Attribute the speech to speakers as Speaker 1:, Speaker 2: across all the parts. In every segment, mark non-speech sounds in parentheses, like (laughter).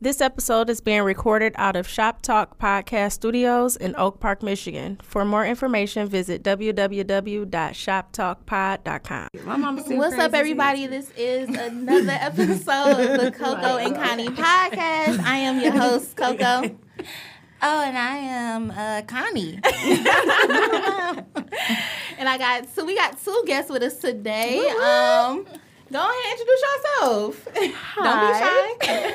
Speaker 1: This episode is being recorded out of Shop Talk Podcast Studios in Oak Park, Michigan. For more information, visit www.shoptalkpod.com.
Speaker 2: My mama said
Speaker 3: What's up,
Speaker 2: crazy
Speaker 3: everybody? This is another episode of the Coco and Connie podcast. I am your host, Coco. Oh, and I am uh, Connie. (laughs) and I got so we got two guests with us today. Um, go ahead, and introduce yourself. (laughs) Don't be shy.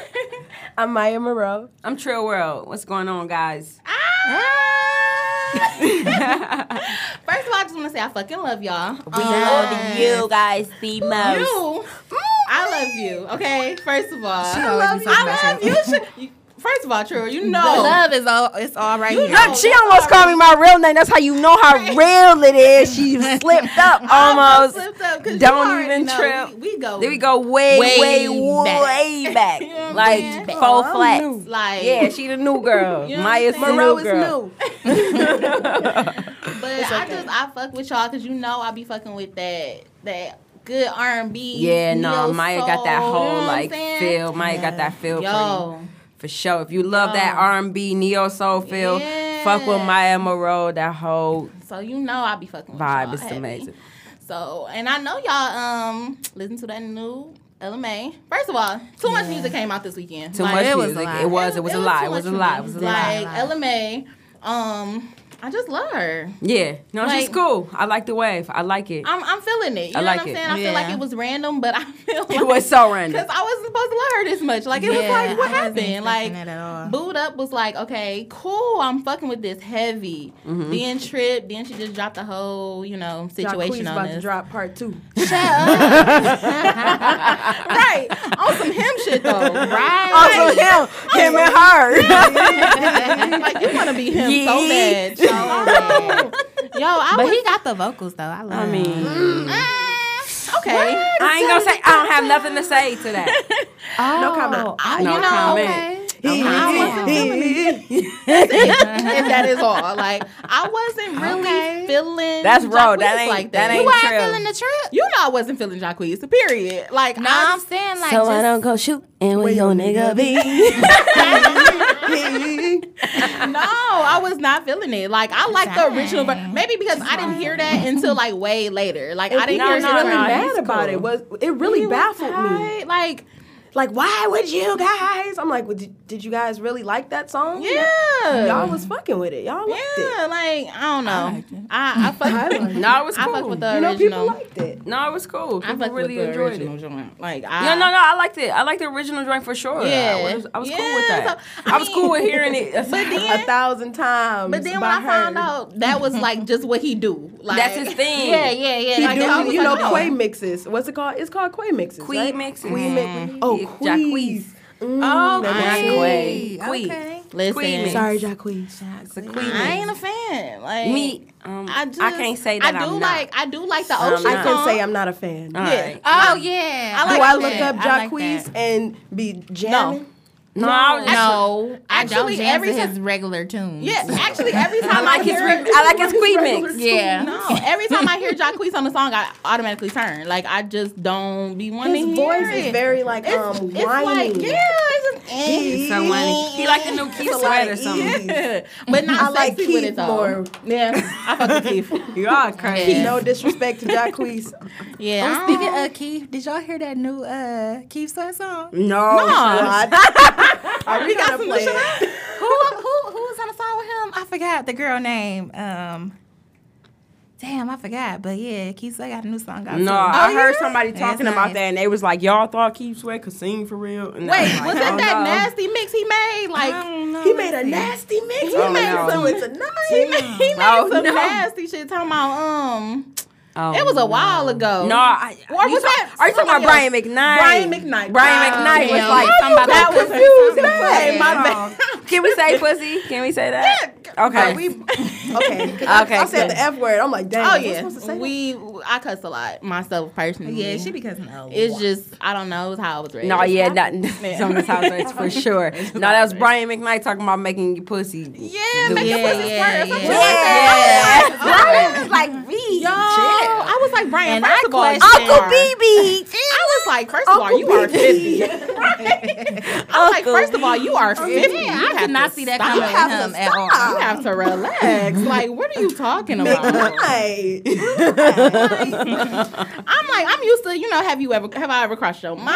Speaker 4: I'm Maya Moreau.
Speaker 2: I'm Trill World. What's going on, guys?
Speaker 3: Ah! First of all, I just want to say I fucking love y'all.
Speaker 2: (laughs)
Speaker 3: Um,
Speaker 5: We love you guys the most.
Speaker 3: You, Um, I love you. Okay, first of all, I
Speaker 2: always
Speaker 3: love
Speaker 2: be
Speaker 3: you.
Speaker 2: talking
Speaker 3: I
Speaker 2: about
Speaker 3: love you. Sh- you. First of all, true, you know,
Speaker 5: The
Speaker 3: love is all. It's all right here.
Speaker 4: Look, she almost called me my real name. That's how you know how real it is. She slipped up almost. Don't
Speaker 3: Don't
Speaker 4: even
Speaker 3: even know,
Speaker 4: trip.
Speaker 3: We, we go.
Speaker 2: There we go way,
Speaker 5: Way
Speaker 2: way,
Speaker 5: back.
Speaker 2: way back.
Speaker 3: You know what I'm
Speaker 2: like
Speaker 3: saying?
Speaker 2: four
Speaker 4: Oh, I'm
Speaker 2: flats.
Speaker 4: new.
Speaker 3: Like
Speaker 2: Yeah, she the new girl.
Speaker 3: You know what
Speaker 2: Maya's
Speaker 3: I'm
Speaker 2: the
Speaker 3: saying?
Speaker 2: new
Speaker 4: is
Speaker 2: girl.
Speaker 3: (laughs)
Speaker 2: (laughs)
Speaker 3: but I just I fuck with y'all because you know I be fucking with that that good R and B.
Speaker 2: Yeah, no, Maya got that whole like feel. Maya got that feel for you.
Speaker 3: Yo,
Speaker 2: For sure. If you love that
Speaker 3: Yo.
Speaker 2: R&B neo soul feel, fuck with
Speaker 3: Oh. Yeah.
Speaker 2: Maya Moreau. That whole
Speaker 3: so you know I be fucking with y'all
Speaker 2: vibe is
Speaker 3: heavy.
Speaker 2: amazing.
Speaker 3: So, and I know y'all um listen to that new LMA. First of all, too much music came out this weekend.
Speaker 2: Too
Speaker 3: Like,
Speaker 2: much
Speaker 3: it was-
Speaker 2: music. It was. It was a lot.
Speaker 3: too
Speaker 2: It was a
Speaker 3: much
Speaker 2: lot.
Speaker 3: for
Speaker 2: It was a
Speaker 3: me.
Speaker 2: lot.
Speaker 3: Like LMA, um, I just love her.
Speaker 2: Yeah. No, she's
Speaker 3: Like-
Speaker 2: cool. I like the wave. I like it.
Speaker 3: I'm, I'm feeling it. You
Speaker 2: I
Speaker 3: know
Speaker 2: like
Speaker 3: what I'm
Speaker 2: it.
Speaker 3: saying? I feel like
Speaker 5: Yeah.
Speaker 3: it was random, but I (laughs) feel
Speaker 2: (laughs)
Speaker 3: like
Speaker 2: It was so random.
Speaker 3: (laughs) Because I wasn't supposed to love her this much. Like, it was
Speaker 5: Yeah,
Speaker 3: like, what
Speaker 5: I wasn't
Speaker 3: happened?
Speaker 5: expecting
Speaker 3: Like,
Speaker 5: it at all.
Speaker 3: Boot Up was like, okay, cool, I'm fucking with this heavy.
Speaker 2: Mm-hmm.
Speaker 3: Then Trip, then she just dropped the whole, you know, situation on
Speaker 4: about to
Speaker 3: this.
Speaker 4: drop part
Speaker 2: (laughs)
Speaker 4: two.
Speaker 3: (laughs) right. On some him shit, though.
Speaker 2: (laughs)
Speaker 3: Right.
Speaker 4: (laughs) Also him, him and
Speaker 3: (laughs)
Speaker 4: her.
Speaker 3: like, you want to be him so
Speaker 4: Yeah.
Speaker 3: bad.
Speaker 2: (laughs)
Speaker 3: So bad. Yo, I
Speaker 5: But
Speaker 3: was.
Speaker 5: he got the vocals though. I love.
Speaker 2: I mean,
Speaker 3: Mm, okay.
Speaker 2: I ain't gonna say. I don't have nothing to say to
Speaker 3: (laughs)
Speaker 2: that.
Speaker 4: no comment.
Speaker 3: I,
Speaker 2: No
Speaker 3: you know,
Speaker 2: comment.
Speaker 3: okay.
Speaker 5: I
Speaker 3: if that is all. Like I wasn't really feeling.
Speaker 2: That's raw.
Speaker 3: Jacquees
Speaker 2: That ain't-
Speaker 3: like
Speaker 2: that
Speaker 3: that.
Speaker 2: ain't
Speaker 3: you,
Speaker 2: true.
Speaker 5: feeling the trip.
Speaker 3: you know I wasn't feeling Jacquees. Period. Like
Speaker 5: No, I'm saying like
Speaker 4: So
Speaker 5: just,
Speaker 4: I don't go shoot, and where your nigga (laughs) be? (laughs)
Speaker 3: I'm no, I was not feeling it. Like I like the
Speaker 5: Dang.
Speaker 3: original, but maybe because I didn't
Speaker 2: (laughs)
Speaker 3: hear that until like way later. Like I didn't
Speaker 2: No,
Speaker 3: hear
Speaker 2: no, no,
Speaker 3: it until-
Speaker 2: no,
Speaker 4: mad
Speaker 2: he's
Speaker 4: about
Speaker 2: cool.
Speaker 4: it was it really
Speaker 3: He was
Speaker 4: baffled me.
Speaker 3: tight, Like
Speaker 4: Like, why would you guys? I'm like, well, did, did you guys really like that song?
Speaker 3: yeah.
Speaker 4: Y'all was fucking with it. Y'all liked
Speaker 3: yeah, like I don't know.
Speaker 2: (laughs)
Speaker 3: I I fuck
Speaker 4: it. I liked it.
Speaker 2: No, it was
Speaker 3: I fuck
Speaker 2: cool.
Speaker 3: with the
Speaker 4: You know, people
Speaker 3: original.
Speaker 4: liked it.
Speaker 2: No, it was cool.
Speaker 3: (laughs) I
Speaker 2: People
Speaker 3: fuck
Speaker 2: really
Speaker 3: with the
Speaker 2: enjoyed
Speaker 3: original
Speaker 2: it.
Speaker 3: joint. Like I
Speaker 2: Yeah, no,
Speaker 3: (laughs)
Speaker 2: no, I liked it. I liked the original joint for sure.
Speaker 3: Yeah.
Speaker 2: I was, I was cool
Speaker 3: Yeah,
Speaker 2: with that.
Speaker 3: so,
Speaker 2: I,
Speaker 3: I
Speaker 2: was
Speaker 3: mean-
Speaker 2: cool with hearing
Speaker 3: (laughs)
Speaker 2: it. But
Speaker 3: then-
Speaker 4: a thousand times.
Speaker 3: But then when
Speaker 4: by
Speaker 3: I found
Speaker 4: her.
Speaker 3: out that was like just what he do, like
Speaker 2: That's his thing.
Speaker 3: Yeah, yeah, yeah.
Speaker 4: He
Speaker 3: Like,
Speaker 4: do,
Speaker 3: I was
Speaker 4: you know,
Speaker 3: like, oh.
Speaker 4: Quay mixes. What's it called? It's called Quay mixes.
Speaker 2: Quay
Speaker 4: right?
Speaker 2: mixes.
Speaker 4: Quay mixes. Oh,
Speaker 2: Yeah,
Speaker 4: Queez. Mm,
Speaker 2: Oh,
Speaker 4: that
Speaker 2: Quay.
Speaker 4: was
Speaker 2: Quay. Quay.
Speaker 3: oh. Listen,
Speaker 2: Queen mix.
Speaker 4: Sorry, Jacquees.
Speaker 2: It's a Queen
Speaker 3: I
Speaker 2: mix.
Speaker 3: ain't a fan. Like
Speaker 2: Me, um, I,
Speaker 3: I just
Speaker 2: can't say that
Speaker 3: I do
Speaker 2: am
Speaker 3: like I do like the ocean
Speaker 4: I
Speaker 2: not.
Speaker 4: can
Speaker 3: song.
Speaker 4: say I'm not a fan.
Speaker 2: Not. All
Speaker 3: yeah.
Speaker 2: right.
Speaker 5: Oh yeah.
Speaker 3: Uh-huh. I
Speaker 4: do
Speaker 3: like
Speaker 4: I
Speaker 3: that.
Speaker 4: look
Speaker 5: I
Speaker 4: up
Speaker 5: like
Speaker 4: Jacquees
Speaker 5: that.
Speaker 4: and be jamming?
Speaker 2: No, I was just-
Speaker 5: no, I
Speaker 3: actually,
Speaker 5: don't jam
Speaker 3: every
Speaker 5: to his
Speaker 3: ti-
Speaker 5: regular tunes.
Speaker 3: Yeah, actually, every time (laughs) I,
Speaker 2: I like his.
Speaker 3: hear,
Speaker 2: re- I like his Queen
Speaker 3: (laughs)
Speaker 2: mix.
Speaker 5: Yeah.
Speaker 3: No, every time I hear Jacquees on the song, I automatically turn. Like I just don't be wanting
Speaker 4: His
Speaker 3: to hear
Speaker 4: voice
Speaker 3: it.
Speaker 4: is very like
Speaker 3: it's,
Speaker 4: um
Speaker 3: it's like
Speaker 4: whining.
Speaker 3: yeah, it's just eh.
Speaker 2: So whiny. He like the new Keith
Speaker 4: a lot
Speaker 2: Sweat or
Speaker 4: of
Speaker 2: something.
Speaker 4: ease.
Speaker 2: (laughs)
Speaker 3: Yeah. but not
Speaker 4: I like
Speaker 3: sexy with
Speaker 4: Keith
Speaker 3: it though.
Speaker 4: more.
Speaker 3: Yeah, I fuck with Keith.
Speaker 2: You are crazy.
Speaker 4: No disrespect to Jacquees.
Speaker 3: (laughs) Yeah,
Speaker 5: Oh, speaking of Keith, did y'all hear that new uh Keith Sweat song?
Speaker 2: No,
Speaker 4: God. Are we gonna play it?
Speaker 5: who who who was on the song with him? I forgot the girl name. Um, damn, I forgot. But yeah, Keith Sweat got a new song out.
Speaker 2: No,
Speaker 3: Oh,
Speaker 5: too.
Speaker 2: I heard somebody talking
Speaker 5: nice.
Speaker 2: about that, and they was like, "Y'all thought Keith Sweat could sing for real?" And I
Speaker 3: Wait,
Speaker 2: like,
Speaker 3: was
Speaker 2: "Oh,
Speaker 3: it that
Speaker 2: no."
Speaker 3: nasty mix he made? Like
Speaker 5: I don't know.
Speaker 4: (laughs) He made a nasty mix. He
Speaker 2: Oh,
Speaker 4: made
Speaker 2: no.
Speaker 4: so it's a (laughs)
Speaker 3: he
Speaker 4: nice.
Speaker 3: made, he made
Speaker 2: Oh,
Speaker 3: some
Speaker 2: no.
Speaker 3: nasty shit talking about um
Speaker 2: Oh,
Speaker 3: it was a while ago.
Speaker 2: No, I,
Speaker 3: Or
Speaker 2: you
Speaker 3: was
Speaker 2: talk-
Speaker 3: that
Speaker 2: Are you talking about
Speaker 3: somebody
Speaker 2: Brian McKnight?
Speaker 3: Brian McKnight.
Speaker 2: Brian
Speaker 3: Oh,
Speaker 2: McKnight was
Speaker 5: yeah. How
Speaker 2: like
Speaker 5: you
Speaker 2: somebody.
Speaker 3: that was
Speaker 2: confused.
Speaker 3: confused.
Speaker 2: Hey, (laughs)
Speaker 3: Hey,
Speaker 2: my
Speaker 3: my
Speaker 2: bad. Can we say pussy? Can we say that?
Speaker 3: bad.
Speaker 2: Okay.
Speaker 6: But we,
Speaker 4: Okay.
Speaker 2: Okay,
Speaker 4: I said
Speaker 2: good.
Speaker 4: the F word. I'm like, dang.
Speaker 3: Oh
Speaker 4: was I
Speaker 3: yeah,
Speaker 4: supposed to say that?
Speaker 3: we I cuss a lot myself personally.
Speaker 6: yeah, she be cussing a lot.
Speaker 3: It's just I don't know it's how I was raised.
Speaker 2: No, yeah, not some of the times (laughs) it's for sure. No, that was Brian McKnight talking about making you pussy. Yeah,
Speaker 6: yeah, yeah, yeah,
Speaker 2: yeah.
Speaker 3: I was like, me, yo, I was like, Brian,
Speaker 6: And
Speaker 3: first
Speaker 6: I
Speaker 3: of all,
Speaker 6: question-
Speaker 3: you are-
Speaker 2: Uncle BB.
Speaker 3: I was like, first of all, you are fifty. (laughs) Right? I was like, first of all, you are fifty. You I have did not to
Speaker 6: see that
Speaker 3: stop.
Speaker 6: coming
Speaker 3: You have
Speaker 6: from
Speaker 3: to
Speaker 6: him at all.
Speaker 3: stop. You have to (laughs) relax. like, what are you talking
Speaker 4: (laughs)
Speaker 3: about?
Speaker 4: Right.
Speaker 3: I'm like, I'm used to, you know, have you ever, have I ever crossed your mind? You know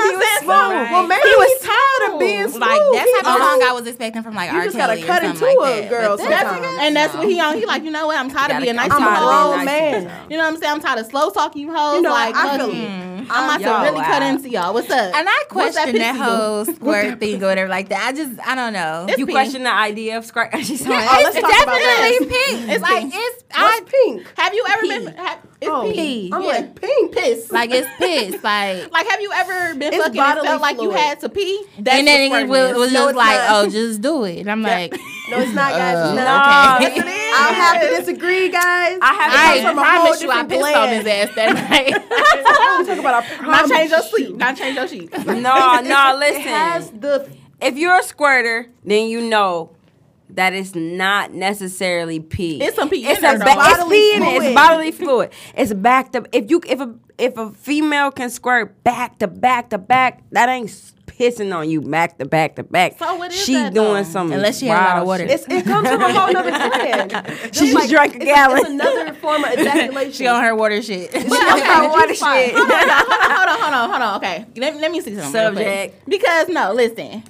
Speaker 4: he
Speaker 3: what
Speaker 4: was
Speaker 3: I'm
Speaker 4: smooth.
Speaker 3: saying?
Speaker 4: Well, maybe he was tired of being smooth. Oh,
Speaker 6: Like that's how
Speaker 4: He-
Speaker 6: the song I was expecting from like
Speaker 4: You
Speaker 6: R.
Speaker 4: just gotta
Speaker 6: Kelly or
Speaker 4: cut
Speaker 6: something
Speaker 4: into
Speaker 6: like
Speaker 4: a
Speaker 6: that.
Speaker 4: girl
Speaker 6: But that-
Speaker 4: sometimes.
Speaker 3: And that's what he on. He like, you know what? I'm tired of being nice. to
Speaker 4: I'm a
Speaker 3: all
Speaker 4: grown
Speaker 3: of you.
Speaker 4: man.
Speaker 3: You know what I'm saying? I'm tired of slow talking you hoes.
Speaker 4: You know,
Speaker 3: like,
Speaker 4: I
Speaker 3: fuck
Speaker 4: feel
Speaker 3: you.
Speaker 4: it.
Speaker 6: Mm-hmm.
Speaker 3: I'm about
Speaker 2: Yo,
Speaker 3: to really
Speaker 2: wow.
Speaker 3: cut into y'all. What's up?
Speaker 6: And I
Speaker 3: What's that
Speaker 6: question that,
Speaker 3: pissy
Speaker 6: whole squirt thing or whatever like that. I just I don't know.
Speaker 3: It's
Speaker 2: You
Speaker 3: pink.
Speaker 2: question the idea of scratch. (laughs) She's like,
Speaker 4: Oh, let's talk about that.
Speaker 6: definitely pink. It's like
Speaker 3: pink.
Speaker 6: it's I
Speaker 4: What's pink?
Speaker 3: Have you ever been? Have, it's
Speaker 4: Oh,
Speaker 3: pee.
Speaker 4: I'm
Speaker 3: Yeah.
Speaker 4: like, pink. Piss.
Speaker 6: like it's piss. Like
Speaker 3: Like, have you ever been
Speaker 4: It's
Speaker 3: fucking and
Speaker 4: bodily
Speaker 3: felt like you
Speaker 4: fluid.
Speaker 3: had to pee?
Speaker 6: and then it was, was
Speaker 4: No,
Speaker 6: just
Speaker 4: it's
Speaker 6: like,
Speaker 4: not.
Speaker 6: oh, just do it. And I'm like,
Speaker 4: No, it's not, guys.
Speaker 6: Uh,
Speaker 4: no.
Speaker 2: no.
Speaker 6: okay.
Speaker 4: (laughs) I'll have to disagree, guys.
Speaker 2: I have
Speaker 4: It
Speaker 6: I
Speaker 4: comes from a whole
Speaker 6: promise you, I
Speaker 4: different
Speaker 6: pissed on
Speaker 2: (laughs)
Speaker 6: his
Speaker 4: blend.
Speaker 6: ass that (laughs) night.
Speaker 4: I'm talking about. I
Speaker 3: Not
Speaker 4: promise
Speaker 3: change your
Speaker 4: you.
Speaker 3: sheet. Not change your sheet.
Speaker 2: no, no. Listen,
Speaker 4: It has the
Speaker 2: if you're a squirter, then you know that it's not necessarily pee.
Speaker 3: It's some pee in
Speaker 2: It's
Speaker 3: there,
Speaker 2: a
Speaker 3: though.
Speaker 2: ba- it's
Speaker 4: Bodily
Speaker 2: pee in it. It's
Speaker 4: fluid.
Speaker 2: bodily fluid. It's backed up. If you if a if a female can squirt back to back to back, that ain't s- pissing on you back to back to back.
Speaker 3: So what is
Speaker 2: she
Speaker 3: that,
Speaker 2: doing
Speaker 3: though?
Speaker 2: some
Speaker 6: Unless she had a lot of
Speaker 2: wild
Speaker 6: water.
Speaker 2: shit.
Speaker 4: It's, it comes from a whole other
Speaker 3: (laughs)
Speaker 4: plan.
Speaker 6: (laughs)
Speaker 2: She just drank a gallon.
Speaker 4: It's another form of ejaculation.
Speaker 6: she on her water
Speaker 3: (laughs)
Speaker 6: shit.
Speaker 2: That's how water shit.
Speaker 3: hold on, hold on, hold on. Okay, let, let me see something. real quick.
Speaker 2: Subject.
Speaker 3: Because no, listen.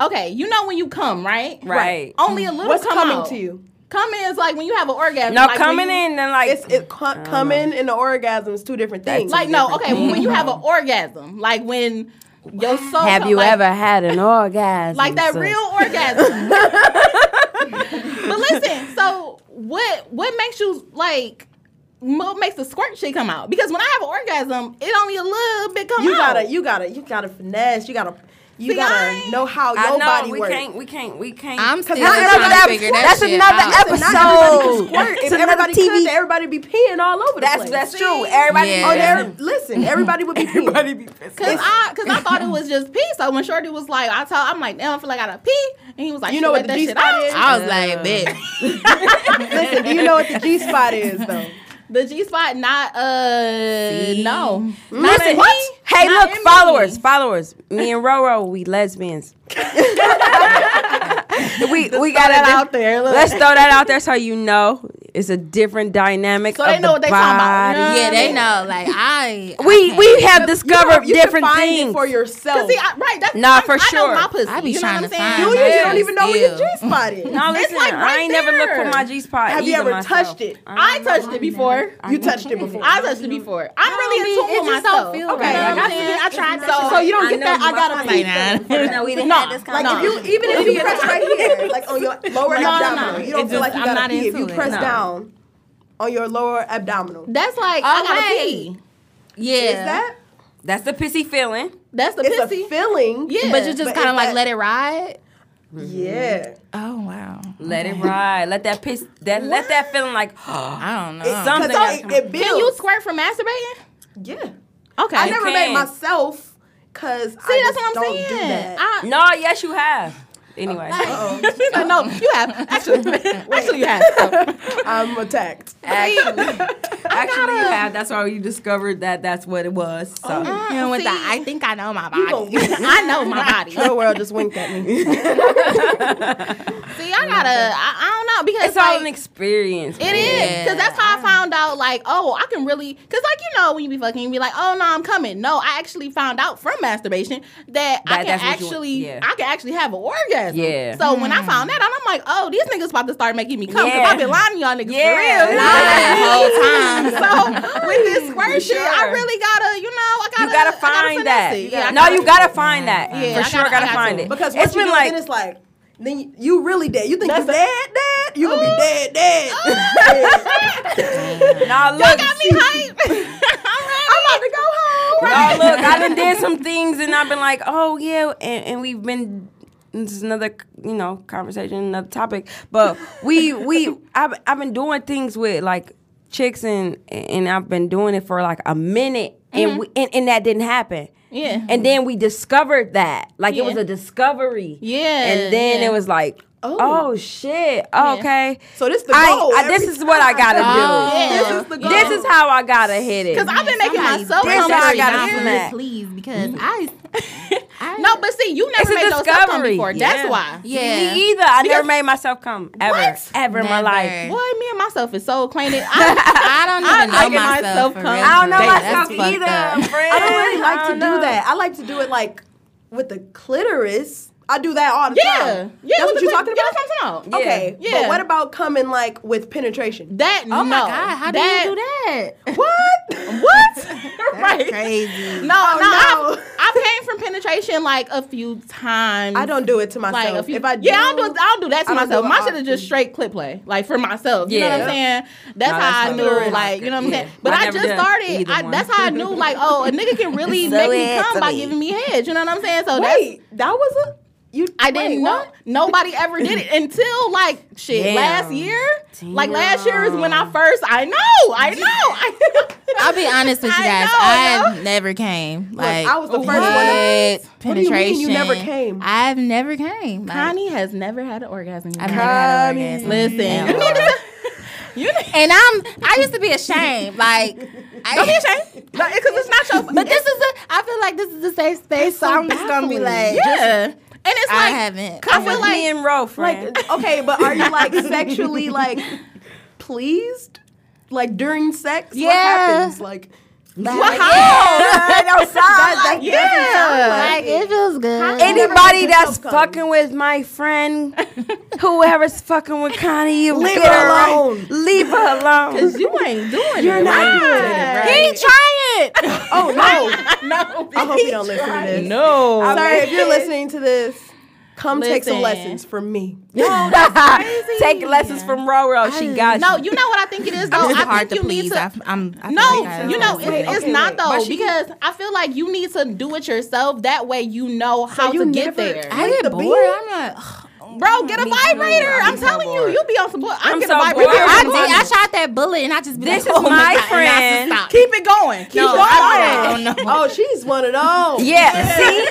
Speaker 3: Okay, you know when you come, right?
Speaker 2: Right.
Speaker 3: Only a little.
Speaker 4: What's
Speaker 3: come
Speaker 4: coming
Speaker 3: out.
Speaker 4: to you?
Speaker 3: Coming is like when you have an orgasm.
Speaker 2: No,
Speaker 3: like when
Speaker 2: coming
Speaker 3: you-
Speaker 2: in and like
Speaker 4: It's it co- coming and the orgasm is two different things.
Speaker 3: Like no, okay. Well, when you have an orgasm, like when your soul.
Speaker 2: Have
Speaker 3: come-
Speaker 2: you
Speaker 3: like,
Speaker 2: ever had
Speaker 3: (laughs)
Speaker 2: an orgasm?
Speaker 3: like that
Speaker 2: sis?
Speaker 3: real
Speaker 4: (laughs)
Speaker 3: orgasm? but listen, so what? What makes you like? What makes the squirt shit come out? Because when I have an orgasm, it only a little bit come
Speaker 4: you
Speaker 3: out.
Speaker 4: gotta, you gotta, you gotta finesse. You gotta, you
Speaker 3: See, I
Speaker 4: gotta
Speaker 3: ain't-
Speaker 4: know how
Speaker 2: I
Speaker 4: your
Speaker 2: know
Speaker 4: body
Speaker 2: we
Speaker 4: works.
Speaker 2: can't. We can't. We can't.
Speaker 6: I'm still
Speaker 2: That's
Speaker 6: trying
Speaker 2: another,
Speaker 6: to
Speaker 2: ep-
Speaker 6: figure that
Speaker 2: that's
Speaker 6: shit
Speaker 2: another
Speaker 6: out.
Speaker 4: Not everybody can
Speaker 2: episode.
Speaker 4: squirt. If
Speaker 2: It's another
Speaker 4: everybody
Speaker 2: TV.
Speaker 4: could, then everybody be peeing all over the
Speaker 2: That's
Speaker 4: place.
Speaker 2: that's true. Everybody.
Speaker 6: Yeah.
Speaker 4: Oh, there. Listen, everybody would be peeing.
Speaker 2: be pissed.
Speaker 3: Cause I, cause I
Speaker 4: (laughs)
Speaker 3: thought it was just pee. So when Shorty was like, I told, I'm like, damn, I feel like I gotta pee, and he was like,
Speaker 4: You
Speaker 3: "Shit,
Speaker 4: know
Speaker 3: let
Speaker 4: what the
Speaker 3: that shit
Speaker 4: G
Speaker 3: out.
Speaker 4: spot is?
Speaker 6: I was like, bitch.
Speaker 4: Listen, do you know what the G spot is though?
Speaker 3: The G spot, not uh, no.
Speaker 4: Mm.
Speaker 2: Listen, what? Hey,
Speaker 3: Not
Speaker 2: look,
Speaker 3: in
Speaker 2: followers,
Speaker 3: me.
Speaker 2: followers. Me and Roro, we lesbians. we we got
Speaker 4: that
Speaker 2: it
Speaker 4: out there, look.
Speaker 2: Let's throw that out there so you know it's a different dynamic.
Speaker 3: So
Speaker 2: of
Speaker 3: they know
Speaker 2: the
Speaker 3: what they talking about.
Speaker 2: body.
Speaker 3: You know
Speaker 6: Yeah,
Speaker 3: what I
Speaker 6: they
Speaker 3: mean?
Speaker 6: know. Like I,
Speaker 2: We
Speaker 6: okay.
Speaker 2: we have discovered
Speaker 4: you
Speaker 2: different
Speaker 4: can find
Speaker 2: things.
Speaker 4: It for yourself.
Speaker 3: See, I, right? That's
Speaker 2: Nah,
Speaker 3: I,
Speaker 2: for
Speaker 3: I
Speaker 2: sure.
Speaker 3: Know my pussy.
Speaker 6: I be
Speaker 3: you know
Speaker 6: trying
Speaker 3: what
Speaker 6: to
Speaker 3: I'm
Speaker 6: find
Speaker 4: you,
Speaker 3: saying?
Speaker 4: you
Speaker 6: Yeah,
Speaker 4: don't even know where your G
Speaker 6: still.
Speaker 4: spot
Speaker 6: (laughs)
Speaker 4: is.
Speaker 2: no,
Speaker 3: It's
Speaker 2: listen,
Speaker 3: like
Speaker 2: I
Speaker 3: right
Speaker 2: ain't never looked for
Speaker 3: there.
Speaker 2: my G spot.
Speaker 4: Have you
Speaker 2: either
Speaker 4: ever
Speaker 2: myself.
Speaker 4: touched it?
Speaker 3: I touched it before.
Speaker 4: You touched it before.
Speaker 3: I touched it before. I'm really in
Speaker 6: mean,
Speaker 3: tune
Speaker 6: it
Speaker 3: with
Speaker 6: just
Speaker 3: myself.
Speaker 6: don't feel
Speaker 3: okay,
Speaker 6: right.
Speaker 3: like
Speaker 6: You know
Speaker 3: I,
Speaker 6: what
Speaker 3: said, I tried
Speaker 4: So,
Speaker 3: to.
Speaker 4: so you don't
Speaker 2: I
Speaker 4: get
Speaker 2: know
Speaker 4: that.
Speaker 2: my
Speaker 4: I
Speaker 3: (laughs)
Speaker 4: gotta
Speaker 2: body
Speaker 4: pee.
Speaker 6: Like, nah.
Speaker 2: No, we didn't
Speaker 3: Nah.
Speaker 2: have this
Speaker 4: Like
Speaker 3: Nah.
Speaker 4: if you even if you press right here, like on your lower
Speaker 6: no,
Speaker 4: abdominal,
Speaker 6: no.
Speaker 4: you
Speaker 6: It
Speaker 4: don't feel
Speaker 6: just-
Speaker 4: like you
Speaker 6: I'm
Speaker 4: gotta
Speaker 6: not
Speaker 4: pee. If
Speaker 6: into
Speaker 4: you
Speaker 6: it.
Speaker 4: press
Speaker 6: No.
Speaker 4: down on your lower abdominal,
Speaker 3: That's like I gotta
Speaker 6: Okay.
Speaker 3: pee.
Speaker 6: yeah.
Speaker 4: is that?
Speaker 2: That's the pissy feeling.
Speaker 3: That's the
Speaker 4: It's
Speaker 3: pissy.
Speaker 4: a feeling.
Speaker 3: Yeah,
Speaker 6: But you just
Speaker 4: But
Speaker 6: kind
Speaker 4: is
Speaker 6: of like
Speaker 4: that-
Speaker 6: let it ride.
Speaker 4: Yeah.
Speaker 6: Oh wow.
Speaker 2: Let it ride. Let that piss. That let that feeling like (gasps)
Speaker 6: I don't know.
Speaker 4: It's
Speaker 2: Something
Speaker 4: something.
Speaker 2: gotta come
Speaker 4: It, it builds.
Speaker 3: Can you squirt from masturbating?
Speaker 4: Yeah.
Speaker 3: Okay.
Speaker 4: I never
Speaker 2: can.
Speaker 4: made myself because See,
Speaker 3: See,
Speaker 4: I
Speaker 3: that's
Speaker 4: just
Speaker 3: what I'm
Speaker 4: don't
Speaker 3: saying.
Speaker 4: do that.
Speaker 3: I,
Speaker 2: no. Yes, you have. Anyway,
Speaker 3: She's (laughs) like, no, you have.
Speaker 4: (laughs)
Speaker 3: Actually, actually you have.
Speaker 4: I'm attacked.
Speaker 2: actually, actually, you have. That's why you discovered that. That's what it was. So.
Speaker 3: Oh, mm-hmm.
Speaker 6: And with that, I think I know my
Speaker 4: You gonna
Speaker 6: body.
Speaker 4: win.
Speaker 3: (laughs) I know my
Speaker 4: (laughs)
Speaker 3: body.
Speaker 4: The world just winked at
Speaker 3: (laughs)
Speaker 4: me.
Speaker 3: See, I gotta. I, I don't know because
Speaker 2: It's all an
Speaker 3: like,
Speaker 2: experience.
Speaker 3: it is because that's how I found out. Like, oh, I can really because like you know when you be fucking, you be like, oh no, I'm coming. No, I actually found out from masturbation that, I
Speaker 2: That- that's what
Speaker 3: can
Speaker 2: you want,
Speaker 3: actually,
Speaker 2: yeah.
Speaker 3: I can actually have an orgasm.
Speaker 2: Yeah. Hmm.
Speaker 3: So when I found that, out, I'm like, oh, these niggas about to start making me come.
Speaker 2: Yeah.
Speaker 3: Cause I've been lying to y'all niggas
Speaker 2: Yeah.
Speaker 3: for real. (laughs)
Speaker 6: That
Speaker 3: So with this squirt shit, I
Speaker 2: sure.
Speaker 3: really gotta, you know, I gotta,
Speaker 2: You gotta
Speaker 3: I gotta
Speaker 2: find
Speaker 3: finesse
Speaker 2: that.
Speaker 3: it. Yeah, I
Speaker 2: no, you gotta find that.
Speaker 3: Yeah, I
Speaker 2: For sure,
Speaker 3: gotta-
Speaker 2: gotta,
Speaker 3: I got
Speaker 2: find
Speaker 3: to.
Speaker 2: it.
Speaker 4: Because once
Speaker 2: it's
Speaker 4: you
Speaker 2: been
Speaker 4: do
Speaker 2: like
Speaker 4: it, then it's like, then you, you really dead. You think you dead, dead? You gonna be dead, dead.
Speaker 2: (laughs) nah, look,
Speaker 3: got me hype. (laughs) I'm about to go home. (laughs)
Speaker 2: oh, no, look. I done did some things, and I've been like, oh yeah, and, and we've been this is another you know conversation, another topic. But we we (laughs) I've I've been doing things with like chicks and and I've been doing it for like a minute, and we and, and that didn't happen.
Speaker 3: Mm-hmm. Yeah.
Speaker 2: And then we discovered that like it was
Speaker 3: Yeah.
Speaker 2: a discovery.
Speaker 3: Yeah,
Speaker 2: And then
Speaker 3: yeah.
Speaker 2: it was like. Oh, shit! okay,
Speaker 4: So this the
Speaker 2: I,
Speaker 4: goal
Speaker 2: I, this
Speaker 4: every
Speaker 2: is what I gotta do.
Speaker 3: (laughs) yeah.
Speaker 4: This is the goal.
Speaker 2: This is how I gotta hit it.
Speaker 3: Because I've been making
Speaker 6: Somebody
Speaker 3: myself
Speaker 2: did
Speaker 3: come
Speaker 2: that.
Speaker 3: back.
Speaker 2: I gotta
Speaker 6: Please,
Speaker 2: smack.
Speaker 6: Please, because I, I
Speaker 3: No, but see, you
Speaker 2: It's
Speaker 3: never
Speaker 2: a
Speaker 3: made yourself come
Speaker 2: discovery.
Speaker 3: before. That's
Speaker 2: Yeah.
Speaker 3: why.
Speaker 6: yeah.
Speaker 2: Me either. I never made myself come ever,
Speaker 3: What?
Speaker 2: ever in my
Speaker 6: Never.
Speaker 2: life.
Speaker 3: Boy, me and myself is so acquainted. I,
Speaker 6: I don't even
Speaker 3: I
Speaker 6: know
Speaker 3: get myself
Speaker 6: myself. for real,
Speaker 3: come-
Speaker 6: for
Speaker 2: I don't know
Speaker 6: real.
Speaker 2: myself
Speaker 6: That's fucked up.
Speaker 2: either, friend.
Speaker 4: I don't really like to
Speaker 2: I
Speaker 4: do
Speaker 2: don't know.
Speaker 4: that. I like to do it like with the clitoris. I do that all the
Speaker 3: yeah,
Speaker 4: time.
Speaker 3: yeah.
Speaker 4: that's what
Speaker 3: the
Speaker 4: you're
Speaker 3: fuck-
Speaker 4: talking
Speaker 3: Yeah,
Speaker 4: about.
Speaker 3: that's what I'm talking about.
Speaker 4: Okay,
Speaker 3: Yeah.
Speaker 4: but what about coming like with penetration?
Speaker 3: That
Speaker 6: Oh my
Speaker 3: no.
Speaker 6: god, how
Speaker 3: that,
Speaker 6: do you do that?
Speaker 3: (laughs)
Speaker 4: What?
Speaker 3: What?
Speaker 6: That's
Speaker 3: right.
Speaker 6: crazy.
Speaker 3: No, no.
Speaker 4: no.
Speaker 3: I've, I've came from penetration like a few times.
Speaker 4: I don't do it to myself.
Speaker 3: Like a few,
Speaker 4: if I do,
Speaker 3: yeah, I don't do I don't do that to
Speaker 4: I don't
Speaker 3: myself.
Speaker 4: do it
Speaker 3: My shit
Speaker 4: often.
Speaker 3: is just straight clip play, like for myself. You know what I'm saying?
Speaker 2: No,
Speaker 3: That's
Speaker 2: that's
Speaker 3: how I
Speaker 2: what
Speaker 3: knew,
Speaker 2: I do.
Speaker 3: like you know what I'm
Speaker 2: Yeah.
Speaker 3: saying. But
Speaker 2: I
Speaker 3: I,
Speaker 2: never
Speaker 3: just
Speaker 2: done
Speaker 3: started.
Speaker 2: either
Speaker 3: I,
Speaker 2: one.
Speaker 3: that's how I knew, like oh, a nigga can really
Speaker 2: So
Speaker 3: make me
Speaker 2: it's
Speaker 3: come by
Speaker 2: me.
Speaker 3: giving me head. You know what I'm saying? So that's
Speaker 4: Wait, that was a you.
Speaker 3: I didn't
Speaker 4: wait,
Speaker 3: know.
Speaker 4: what?
Speaker 3: Nobody ever did it until like shit
Speaker 2: Damn.
Speaker 3: last year. Like last year is when I
Speaker 2: Damn.
Speaker 3: first. I know. I know. I
Speaker 6: I'll be honest with you guys.
Speaker 3: (laughs) I know,
Speaker 6: I, never came. Like
Speaker 4: I was the first
Speaker 6: with
Speaker 4: one. What do you mean
Speaker 6: Penetration.
Speaker 4: you never came?
Speaker 6: I've never came. Like,
Speaker 3: Connie has never had an orgasm.
Speaker 6: I've never had an
Speaker 4: Connie.
Speaker 6: orgasm.
Speaker 3: Listen,
Speaker 6: Yeah.
Speaker 3: you need to. You need.
Speaker 6: And I'm. I used to be ashamed. Like I, don't be ashamed.
Speaker 3: Because it's not your.
Speaker 6: (laughs) But this is a. I feel like this is a safe space. So I'm just gonna be like,
Speaker 3: Yeah. And it's
Speaker 6: I
Speaker 3: like
Speaker 6: haven't.
Speaker 3: I feel
Speaker 2: me
Speaker 3: like
Speaker 2: and Ro, friend.
Speaker 3: (laughs)
Speaker 4: Like, okay, but are you
Speaker 6: (laughs)
Speaker 4: like (laughs) sexually like pleased? Like during sex,
Speaker 6: Yeah.
Speaker 4: what happens? Like,
Speaker 6: Like,
Speaker 4: (laughs)
Speaker 3: yeah.
Speaker 6: like, it feels good.
Speaker 2: Anybody that's
Speaker 4: come.
Speaker 2: fucking with my (laughs) friend, whoever's fucking with Connie, you
Speaker 4: Leave
Speaker 2: bitter
Speaker 4: her
Speaker 2: right-
Speaker 4: alone.
Speaker 2: Leave her alone.
Speaker 3: (laughs) you ain't doing
Speaker 4: You're
Speaker 3: it.
Speaker 4: not
Speaker 3: right.
Speaker 4: doing it
Speaker 2: He
Speaker 4: right.
Speaker 2: trying.
Speaker 4: oh (laughs) no, no. I hope you don't listen to this.
Speaker 3: No.
Speaker 4: I mean, if you're listening to this, come take some
Speaker 3: Listen.
Speaker 4: lessons from me.
Speaker 2: Take lessons from Ro Ro. She got
Speaker 3: No,
Speaker 2: you.
Speaker 3: you know what I think it is though.
Speaker 6: It's
Speaker 3: I
Speaker 6: hard
Speaker 3: think
Speaker 6: to
Speaker 3: you
Speaker 6: please.
Speaker 3: need to.
Speaker 6: I, I'm. I
Speaker 3: No,
Speaker 6: feel like I
Speaker 3: you know, it's,
Speaker 4: Wait,
Speaker 3: it's
Speaker 4: okay,
Speaker 3: not
Speaker 4: wait.
Speaker 3: though
Speaker 4: But she-
Speaker 3: because I feel like you need to do it yourself. That way, you know how
Speaker 4: you
Speaker 3: to get
Speaker 4: never-
Speaker 3: there.
Speaker 6: I
Speaker 4: Like
Speaker 6: get
Speaker 4: the
Speaker 6: bored.
Speaker 4: beard?
Speaker 6: I'm like, ugh.
Speaker 3: Bro, get a vibrator. I'm telling you, you'll be on some. board. I'm,
Speaker 2: I'm
Speaker 3: get
Speaker 2: so
Speaker 3: a vibrator.
Speaker 2: bored.
Speaker 6: (laughs) I
Speaker 2: I'm
Speaker 6: did.
Speaker 2: on
Speaker 6: I shot that bullet and I just. Be
Speaker 2: This is
Speaker 6: like, oh
Speaker 2: my
Speaker 6: God, and I just
Speaker 2: friend.
Speaker 6: stopped.
Speaker 3: Keep it going. Keep going.
Speaker 6: I don't know.
Speaker 4: Oh, she's one of those.
Speaker 2: Yeah, see?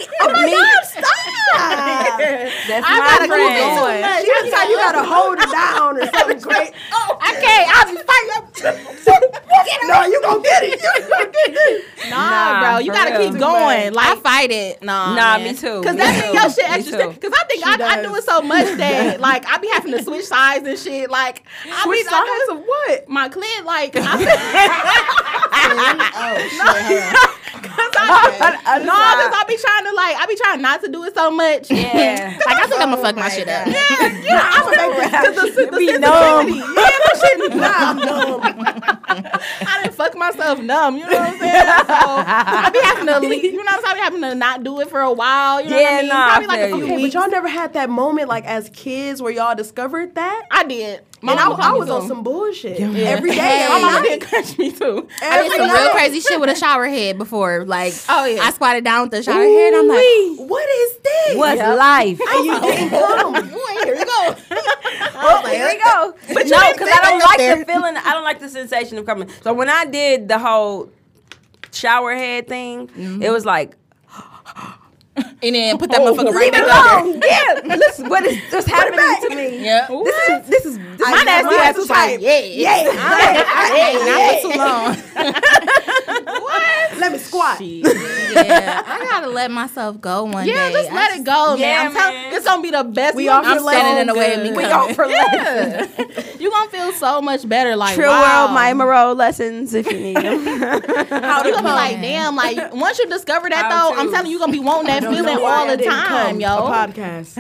Speaker 2: me.
Speaker 3: Stop.
Speaker 2: (laughs) That's
Speaker 3: I
Speaker 2: my
Speaker 3: gotta go
Speaker 2: friend.
Speaker 3: too much.
Speaker 4: She was like, you gotta hold (laughs) her down or something great.
Speaker 6: I can't. I'll be
Speaker 4: (laughs) no, you gonna get it. You gonna get it.
Speaker 3: Nah,
Speaker 2: Nah,
Speaker 3: bro, you
Speaker 2: for
Speaker 3: gotta
Speaker 2: real.
Speaker 3: keep
Speaker 2: Too
Speaker 3: going.
Speaker 6: I
Speaker 3: Like,
Speaker 6: fight it. No.
Speaker 2: Nah,
Speaker 6: man.
Speaker 2: me too.
Speaker 3: (laughs) cause
Speaker 2: Me
Speaker 3: that
Speaker 2: too.
Speaker 3: thing your shit
Speaker 2: Me
Speaker 3: extra.
Speaker 2: too.
Speaker 3: sti- Cause I think I, I do it so much
Speaker 4: (laughs)
Speaker 3: that like I be having to switch sides and shit. Like I
Speaker 4: Which
Speaker 3: be I
Speaker 4: size
Speaker 3: do
Speaker 4: of what?
Speaker 3: my clit
Speaker 4: (laughs)
Speaker 3: like. I
Speaker 4: Oh,
Speaker 3: (laughs) no, cause I no, cause I be trying to like I be trying not to do it so much.
Speaker 6: (laughs)
Speaker 2: Yeah.
Speaker 6: Like I think I'm gonna fuck my shit up.
Speaker 3: Yeah, yeah, I'm cause the, the sensitivity, yeah, that shit, nah, I didn't fuck myself numb, you know what I'm saying? So I be having to, leave, you know what I'm saying? I be having to not do it for a while, you know what
Speaker 2: Yeah,
Speaker 3: I mean?
Speaker 2: nah,
Speaker 3: Probably
Speaker 2: I
Speaker 3: like a
Speaker 2: feel
Speaker 3: few
Speaker 2: you.
Speaker 4: Okay, but
Speaker 3: weeks.
Speaker 4: y'all never had that moment like as kids where y'all discovered that?
Speaker 3: I did. My
Speaker 4: And I,
Speaker 3: mama
Speaker 4: I
Speaker 3: caught me
Speaker 4: was on
Speaker 3: too.
Speaker 4: some bullshit every day.
Speaker 3: My
Speaker 4: every
Speaker 3: mama
Speaker 4: night.
Speaker 3: did catch me too.
Speaker 6: I did
Speaker 4: Every
Speaker 6: some real
Speaker 4: night.
Speaker 6: crazy shit with a shower head before. Like,
Speaker 3: Oh, yeah.
Speaker 6: I squatted down with the shower head. I'm like,
Speaker 4: what is this?
Speaker 2: What's life?
Speaker 4: And you didn't come.
Speaker 3: Here we go.
Speaker 2: Oh, Here we go. no, because I don't like the feeling. I don't like the sensation of coming. So when I did the whole shower head thing, it was like,
Speaker 6: and then put that motherfucker right
Speaker 2: leave it
Speaker 6: back up.
Speaker 2: alone. yeah, listen, what is what's happening to me?
Speaker 6: Yeah.
Speaker 2: This is this is this
Speaker 3: My
Speaker 2: is
Speaker 3: nasty
Speaker 2: my
Speaker 3: ass was like, yeah, yeah.
Speaker 6: Not for too long.
Speaker 4: Let me squat.
Speaker 6: yeah, I gotta let myself go one
Speaker 3: Yeah,
Speaker 6: day.
Speaker 3: just
Speaker 6: I
Speaker 3: let it go,
Speaker 2: Yeah,
Speaker 3: man. I'm telling
Speaker 2: man.
Speaker 3: it's gonna be the best.
Speaker 4: We
Speaker 3: you-
Speaker 4: all
Speaker 3: I'm
Speaker 4: feel
Speaker 3: standing
Speaker 4: so
Speaker 3: in the way of me.
Speaker 6: good.
Speaker 3: coming.
Speaker 2: We all for lessons.
Speaker 3: Yeah. (laughs) you gonna feel so much better. Like
Speaker 2: True
Speaker 3: wow.
Speaker 2: world my Moreau lessons if you need
Speaker 3: (laughs)
Speaker 2: them.
Speaker 3: you gonna be like, damn, like once you discover that
Speaker 2: How
Speaker 3: though, I'm
Speaker 2: to.
Speaker 3: telling you, you gonna be wanting that
Speaker 4: Don't know
Speaker 3: feeling
Speaker 4: why
Speaker 3: all
Speaker 4: I
Speaker 3: the
Speaker 4: didn't
Speaker 3: time,
Speaker 4: come.
Speaker 3: yo.
Speaker 4: A podcast.